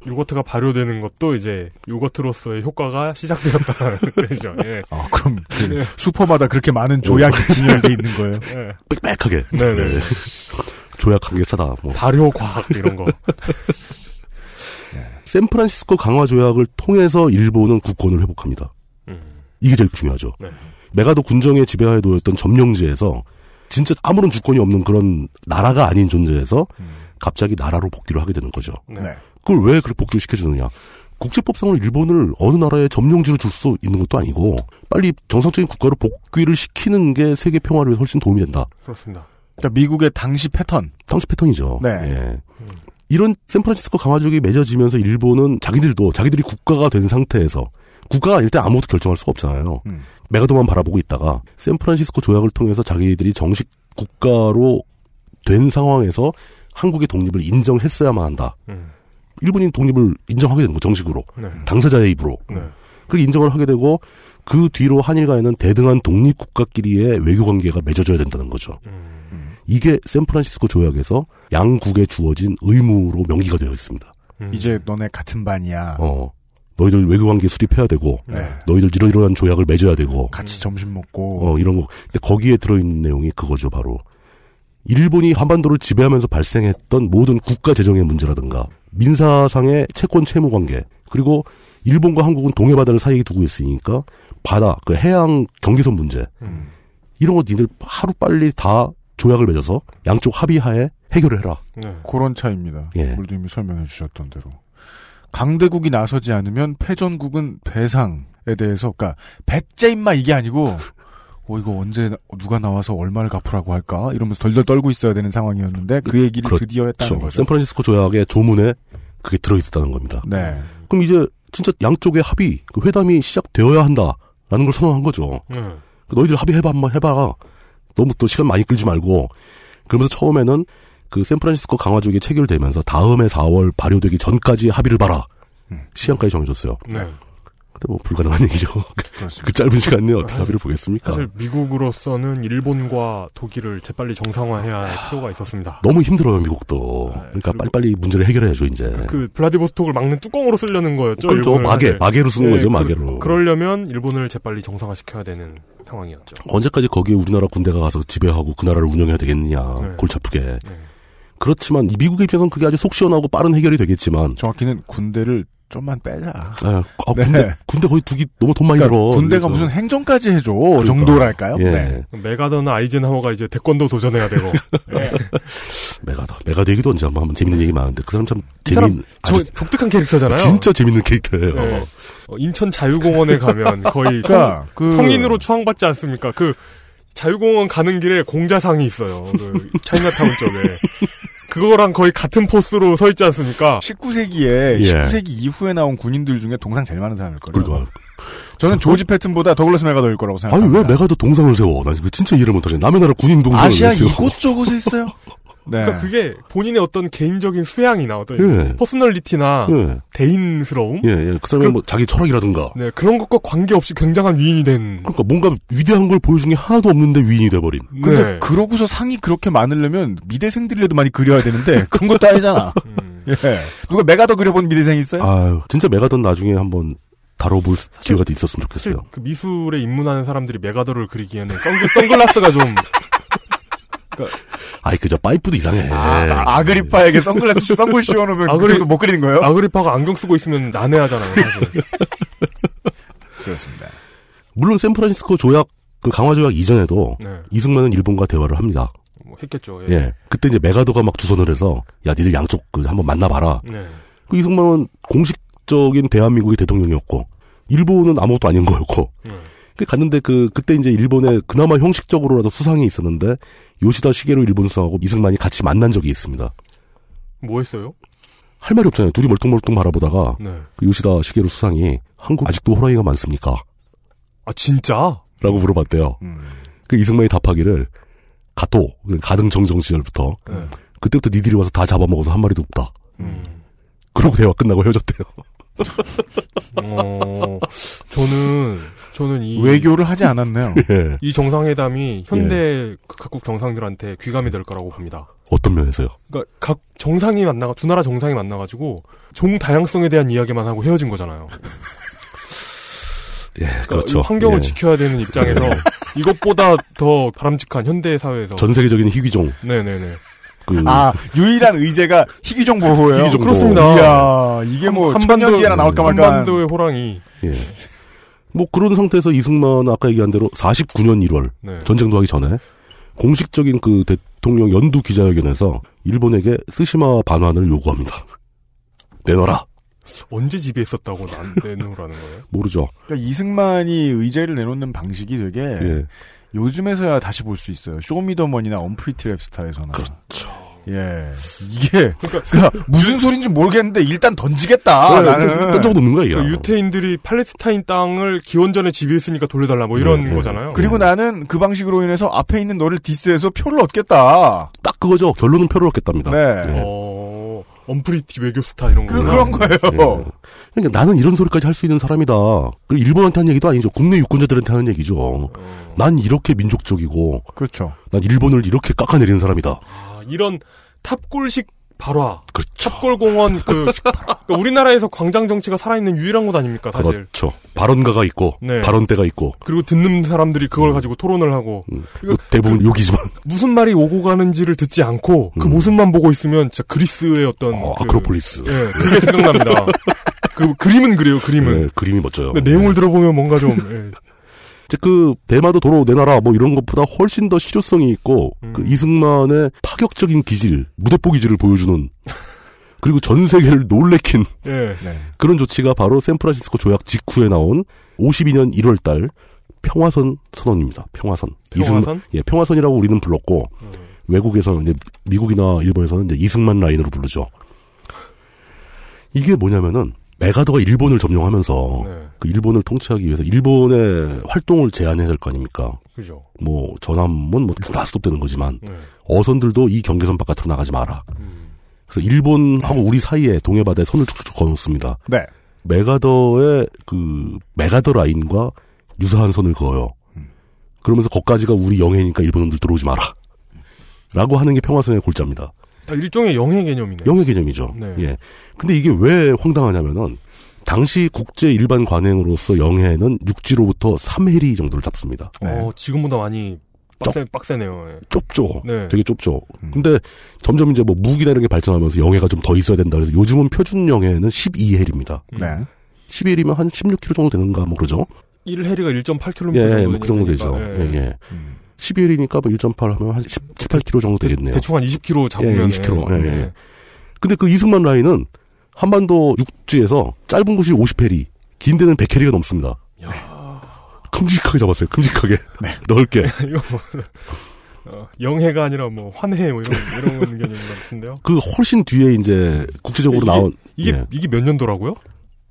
Speaker 3: 요거트가 발효되는 것도 이제 요거트로서의 효과가 시작되었다는 뜻이죠. 예.
Speaker 2: 아, 그럼 그 슈퍼마다 그렇게 많은 조약이
Speaker 4: 네.
Speaker 2: 진열돼 있는 거예요.
Speaker 3: 네.
Speaker 4: 빽빽하게.
Speaker 3: 네네.
Speaker 4: 네. 조약 한계차다. 뭐.
Speaker 3: 발효 과학 이런 거.
Speaker 4: 샌프란시스코 강화 조약을 통해서 일본은 국권을 회복합니다. 이게 제일 중요하죠.
Speaker 3: 네.
Speaker 4: 메가도 군정의 지배하에 놓였던 점령지에서 진짜 아무런 주권이 없는 그런 나라가 아닌 존재에서 갑자기 나라로 복귀를 하게 되는 거죠.
Speaker 2: 네.
Speaker 4: 그걸 왜 그렇게 복귀를 시켜주느냐. 국제법상으로 일본을 어느 나라에 점령지로 줄 수 있는 것도 아니고 빨리 정상적인 국가로 복귀를 시키는 게 세계 평화를 위해서 훨씬 도움이 된다.
Speaker 3: 그렇습니다.
Speaker 2: 그러니까 미국의 당시 패턴.
Speaker 4: 당시 패턴이죠.
Speaker 2: 네.
Speaker 4: 예. 이런 샌프란시스코 강화조약이 맺어지면서 일본은 자기들도 자기들이 국가가 된 상태에서 국가가 아닐 때 아무것도 결정할 수가 없잖아요. 메가도만 바라보고 있다가 샌프란시스코 조약을 통해서 자기들이 정식 국가로 된 상황에서 한국의 독립을 인정했어야만 한다.
Speaker 3: 음.
Speaker 4: 일본인 독립을 인정하게 되는 거 정식으로
Speaker 3: 네.
Speaker 4: 당사자의 입으로
Speaker 3: 네.
Speaker 4: 그렇게 인정을 하게 되고 그 뒤로 한일 간에는 대등한 독립 국가끼리의 외교 관계가 맺어져야 된다는 거죠. 이게 샌프란시스코 조약에서 양국에 주어진 의무로 명기가 되어 있습니다.
Speaker 2: 이제 너네 같은 반이야.
Speaker 4: 어, 너희들 외교 관계 수립해야 되고 너희들 이런 이러한 조약을 맺어야 되고
Speaker 2: 같이 점심 먹고.
Speaker 4: 어, 이런 거. 근데 거기에 들어있는 내용이 그거죠, 바로. 일본이 한반도를 지배하면서 발생했던 모든 국가 재정의 문제라든가, 민사상의 채권 채무 관계, 그리고 일본과 한국은 동해바다를 사이에 두고 있으니까, 바다, 그 해양 경계선 문제, 이런 것 니들 하루빨리 다 조약을 맺어서 양쪽 합의하에 해결을 해라.
Speaker 3: 네.
Speaker 2: 그런 차입니다.
Speaker 4: 예.
Speaker 2: 물도님이 설명해 주셨던 대로 강대국이 나서지 않으면 패전국은 배상에 대해서 그러니까 배째 임마 이게 아니고 어 이거 언제 나- 누가 나와서 얼마를 갚으라고 할까 이러면서 덜덜 떨고 있어야 되는 상황이었는데 그 얘기를
Speaker 4: 그렇죠.
Speaker 2: 드디어 했다는 거죠.
Speaker 4: 샌프란시스코 조약의 조문에 그게 들어있었다는 겁니다.
Speaker 2: 네.
Speaker 4: 그럼 이제 진짜 양쪽의 합의, 그 회담이 시작되어야 한다라는 걸 선언한 거죠.
Speaker 3: 음.
Speaker 4: 그 너희들 합의해봐 한번 해봐. 너무 또 시간 많이 끌지 말고. 그러면서 처음에는 그 샌프란시스코 강화조약이 체결되면서 다음해 4월 발효되기 전까지 합의를 봐라. 시간까지 정해줬어요.
Speaker 3: 네.
Speaker 4: 근데 뭐 불가능한 얘기죠. 그 짧은 시간 내에 어떻게 합의를 보겠습니까?
Speaker 3: 사실 미국으로서는 일본과 독일을 재빨리 정상화해야
Speaker 4: 아.
Speaker 3: 할 필요가 있었습니다.
Speaker 4: 너무 힘들어요 미국도. 그러니까 빨리빨리 문제를 해결해야죠 이제.
Speaker 3: 그 블라디보스톡을 막는 뚜껑으로 쓰려는 거였죠.
Speaker 4: 네. 그렇죠.
Speaker 3: 일본을
Speaker 4: 마개,
Speaker 3: 사실.
Speaker 4: 마개로 쓰는 거죠, 마개로.
Speaker 3: 그, 그러려면 일본을 재빨리 정상화시켜야 되는 상황이었죠.
Speaker 4: 언제까지 거기에 우리나라 군대가 가서 지배하고 그 나라를 운영해야 되겠느냐 골치 아프게. 그렇지만 이 미국의 입장에서는 그게 아주 속 시원하고 빠른 해결이 되겠지만
Speaker 2: 정확히는 군대를 좀만 빼자.
Speaker 4: 아, 아, 군대,
Speaker 2: 네.
Speaker 4: 군대 거의 두기 너무 돈 많이
Speaker 2: 그러니까
Speaker 4: 들어.
Speaker 2: 군대가
Speaker 4: 그래서.
Speaker 2: 무슨 행정까지 해줘 정도랄까요?
Speaker 4: 예.
Speaker 2: 네.
Speaker 3: 메가더나 아이젠하워가 이제 태권도 도전해야 되고.
Speaker 4: 메가다. 메가다 얘기도 언제 한번 하면
Speaker 2: 네.
Speaker 4: 재밌는 얘기 많은데 그 사람 참
Speaker 3: 이 사람
Speaker 4: 재밌는
Speaker 3: 저 독특한 캐릭터잖아요.
Speaker 4: 진짜 재밌는 캐릭터예요.
Speaker 3: 네. 어, 인천 자유공원에 가면 거의
Speaker 4: 그러니까
Speaker 3: 성,
Speaker 4: 그-
Speaker 3: 인으로 추앙받지 않습니까? 그 자유공원 가는 길에 공자상이 있어요. 그 차이나타운 쪽에. 그거랑 거의 같은 포스로 서 있지 않습니까?
Speaker 2: 19세기에
Speaker 3: 예.
Speaker 2: 19세기 그 이후에 나온 군인들 중에 동상 제일 많은 사람일 거예요.
Speaker 4: 그러니까.
Speaker 2: 저는 조지 패튼보다 더글러스 메가더일 거라고
Speaker 4: 아니
Speaker 2: 생각합니다.
Speaker 4: 왜 메가더 동상을 세워? 난 이거 진짜 이해를 못하겠네. 남의 나라 군인 동상을
Speaker 2: 아시아
Speaker 4: 왜 세워?
Speaker 2: 이곳저곳에 있어요. 네.
Speaker 3: 그러니까 그게 본인의 어떤 개인적인 수양이나 어떤
Speaker 4: 예.
Speaker 3: 퍼스널리티나
Speaker 4: 예.
Speaker 3: 대인스러움?
Speaker 4: 예, 예. 그 사람이
Speaker 3: 그-
Speaker 4: 뭐 자기 철학이라든가.
Speaker 3: 네, 그런 것과 관계없이 굉장한 위인이 된.
Speaker 4: 그러니까 뭔가 위대한 걸 보여준 게 하나도 없는데 위인이 돼버린.
Speaker 2: 근데
Speaker 3: 네.
Speaker 2: 그러고서 상이 그렇게 많으려면 미대생들이라도 많이 그려야 되는데 그런 것도 아니잖아. 예. 누가 메가더 그려본 미대생 있어요?
Speaker 4: 아유, 진짜 메가던 나중에 한번 다뤄볼 기회가 또 있었으면 좋겠어요.
Speaker 3: 그 미술에 입문하는 사람들이 메가더를 그리기에는 선글, 선글라스가 좀
Speaker 4: 아이, 그저 파이프도 이상해.
Speaker 2: 아, 그리파에게 선글라스 선글 씌워놓으면 그쪽도 못 그리는 거예요?
Speaker 3: 아그리파가 안경 쓰고 있으면 난해하잖아요, 사실.
Speaker 2: 그렇습니다.
Speaker 4: 물론 샌프란시스코 조약, 그 강화 조약 이전에도
Speaker 3: 네.
Speaker 4: 이승만은 일본과 대화를 합니다.
Speaker 3: 뭐 했겠죠. 예.
Speaker 4: 예. 그때 이제 메가더가 막 주선을 해서 야, 니들 양쪽 그 한번 만나봐라.
Speaker 3: 네.
Speaker 4: 그 이승만은 공식적인 대한민국의 대통령이었고 일본은 아무것도 아닌 거였고
Speaker 3: 네.
Speaker 4: 그 갔는데 그 그때 이제 일본에 그나마 형식적으로라도 수상이 있었는데 요시다 시게로 일본 수상하고 이승만이 같이 만난 적이 있습니다.
Speaker 3: 뭐 했어요?
Speaker 4: 할 말이 없잖아요. 둘이 멀뚱멀뚱 바라보다가
Speaker 3: 네.
Speaker 4: 그 요시다 시게로 수상이 한국 아직도 호랑이가 많습니까?
Speaker 3: 아 진짜?
Speaker 4: 라고 물어봤대요. 그 이승만이 답하기를 가토 가등 정정 시절부터
Speaker 3: 네. 음.
Speaker 4: 그때부터 니들이 와서 다 잡아먹어서 한 마리도 없다. 그러고 대화 끝나고 헤어졌대요.
Speaker 3: 어, 저는 저는 이
Speaker 2: 외교를 하지 않았네요.
Speaker 4: 예.
Speaker 3: 이 정상회담이 현대 그 각국 정상들한테 귀감이 될 거라고 봅니다.
Speaker 4: 어떤 면에서요?
Speaker 3: 그러니까 각 정상이 만나가 두 나라 정상이 만나가지고 종 다양성에 대한 이야기만 하고 헤어진 거잖아요.
Speaker 4: 예,
Speaker 3: 그러니까 이
Speaker 4: 그렇죠.
Speaker 3: 환경을
Speaker 4: 예.
Speaker 3: 지켜야 되는 입장에서
Speaker 4: 예.
Speaker 3: 이것보다 더 바람직한 현대 사회에서
Speaker 4: 전 세계적인 희귀종.
Speaker 3: 네네네.
Speaker 4: 그
Speaker 2: 아, 유일한 의제가 희귀종 보호예요.
Speaker 4: 희귀종
Speaker 2: 그렇습니다.
Speaker 4: 보호.
Speaker 2: 이야, 이게 뭐 천년 뒤에나 나올까 말까.
Speaker 3: 한반도의 호랑이.
Speaker 4: 예. 뭐 그런 상태에서 이승만 아까 얘기한 대로 49년 1월
Speaker 3: 네.
Speaker 4: 전쟁도 하기 전에 공식적인 그 대통령 연두 기자회견에서 일본에게 스시마 반환을 요구합니다. 내놔라.
Speaker 3: 언제 지배했었다고 난 내놓으라는 거예요?
Speaker 4: 모르죠.
Speaker 2: 그러니까 이승만이 의제를 내놓는 방식이 되게
Speaker 4: 예.
Speaker 2: 요즘에서야 다시 볼 수 있어요. 쇼미더머니나 언프리티 랩스타에서나. 그렇죠. 예. 이게
Speaker 3: 그러니까,
Speaker 2: 무슨 소린지 모르겠는데 일단 던지겠다. 아,
Speaker 4: 네, 그,
Speaker 2: 나는
Speaker 3: 그러니까 유태인들이 팔레스타인 땅을 기원전에 지배했으니까 돌려달라 뭐 이런
Speaker 4: 네,
Speaker 3: 거잖아요.
Speaker 2: 그리고 나는 그 방식으로 인해서 앞에 있는 너를 디스해서 표를 얻겠다.
Speaker 4: 딱 그거죠. 결론은 표를 얻겠답니다.
Speaker 2: 네.
Speaker 3: 어, 언프리티 외교스타 이런 거.
Speaker 2: 그, 그런 거예요.
Speaker 4: 그러니까 나는 이런 소리까지 할 수 있는 사람이다. 그리고 일본한테 하는 얘기도 아니죠. 국내 유권자들한테 하는 얘기죠. 난 이렇게 민족적이고.
Speaker 2: 그렇죠.
Speaker 4: 난 일본을 이렇게 깎아내리는 사람이다.
Speaker 3: 아, 이런 탑골식 발화.
Speaker 4: 그렇죠.
Speaker 3: 탑골공원 그 그러니까 우리나라에서 광장 정치가 살아있는 유일한 곳 아닙니까 사실.
Speaker 4: 그렇죠. 발언가가 있고,
Speaker 3: 네.
Speaker 4: 발언대가 있고.
Speaker 3: 그리고 듣는 사람들이 그걸 가지고 토론을 하고
Speaker 4: 뭐
Speaker 3: 그
Speaker 4: 대부분 욕이지만.
Speaker 3: 무슨 말이 오고 가는지를 듣지 않고 그 모습만 보고 있으면 진짜 그리스의 어떤 그,
Speaker 4: 음. 아크로폴리스.
Speaker 3: 예, 그게 생각납니다. 그 그림은 그래요. 그림은.
Speaker 4: 네, 그림이 멋져요.
Speaker 3: 근데 내용을 들어보면 뭔가 좀 예.
Speaker 4: 이제 그 대마도 도로 내놔라 뭐 이런 것보다 훨씬 더 실효성이 있고
Speaker 3: 음.
Speaker 4: 그 이승만의 파격적인 기질, 무대포 기질을 보여주는 그리고 전 세계를 놀래킨
Speaker 3: 예.
Speaker 4: 그런 조치가 바로 샌프란시스코 조약 직후에 나온 52년 1월 달 평화선 선언입니다. 평화선.
Speaker 3: 평화선?
Speaker 4: 이승만- 예, 평화선이라고 우리는 불렀고 외국에서 이제 미국이나 일본에서는 이제 이승만 라인으로 부르죠. 이게 뭐냐면은 메가더가 일본을 점령하면서 그 일본을 통치하기 위해서 일본의 활동을 제한해야 될 거 아닙니까?
Speaker 3: 그죠.
Speaker 4: 뭐 전함은 뭐다 스톱되는 거지만
Speaker 3: 네.
Speaker 4: 어선들도 이 경계선 바깥으로 나가지 마라. 그래서 일본하고 우리 사이에 동해바다에 선을 쭉쭉 걸어놓습니다.
Speaker 2: 네.
Speaker 4: 메가더의 그 메가더 라인과 유사한 선을 그어요.
Speaker 3: 음.
Speaker 4: 그러면서 거기까지가 우리 영해니까 일본놈들 들어오지 마라. 라고 하는 게 평화선의 골자입니다.
Speaker 3: 아, 일종의 영해 개념이네.
Speaker 4: 영해 개념이죠.
Speaker 3: 네.
Speaker 4: 예. 근데 이게 왜 황당하냐면은 당시 국제 일반 관행으로서 영해는 육지로부터 3해리 정도를 잡습니다.
Speaker 3: 어, 지금보다 많이 빡세, 빡세네요. 예.
Speaker 4: 좁죠.
Speaker 3: 네.
Speaker 4: 되게 좁죠. 근데 점점 이제 뭐 무기나 이런 게 발전하면서 영해가 좀 더 있어야 된다. 그래서 요즘은 표준 영해는 12헬입니다.
Speaker 2: 네. 음.
Speaker 4: 12헬이면 한 16km 정도 되는가 뭐 그러죠.
Speaker 3: 1해리가 1.8km
Speaker 4: 예, 뭐그 정도 되죠. 예, 예. 12일이니까 뭐 1.8 하면 한 17, 18km 정도 되겠네요.
Speaker 3: 대충 한 20km
Speaker 4: 예,
Speaker 3: 잡으면
Speaker 4: 20km. 예, 예.
Speaker 3: 네.
Speaker 4: 근데 그 이승만 라인은 한반도 육지에서 짧은 곳이 50해리, 긴 데는 100해리가 넘습니다. 큼직하게 잡았어요. 큼직하게. 넓게.
Speaker 3: 이거 뭐 어, 영해가 아니라 뭐 환해 뭐 이런 이런 개념인 것 같은데요.
Speaker 4: 그 훨씬 뒤에 이제 국제적으로
Speaker 3: 이게- 어?
Speaker 4: 나온
Speaker 3: 이게
Speaker 4: 예.
Speaker 3: 이게 몇 년도라고요?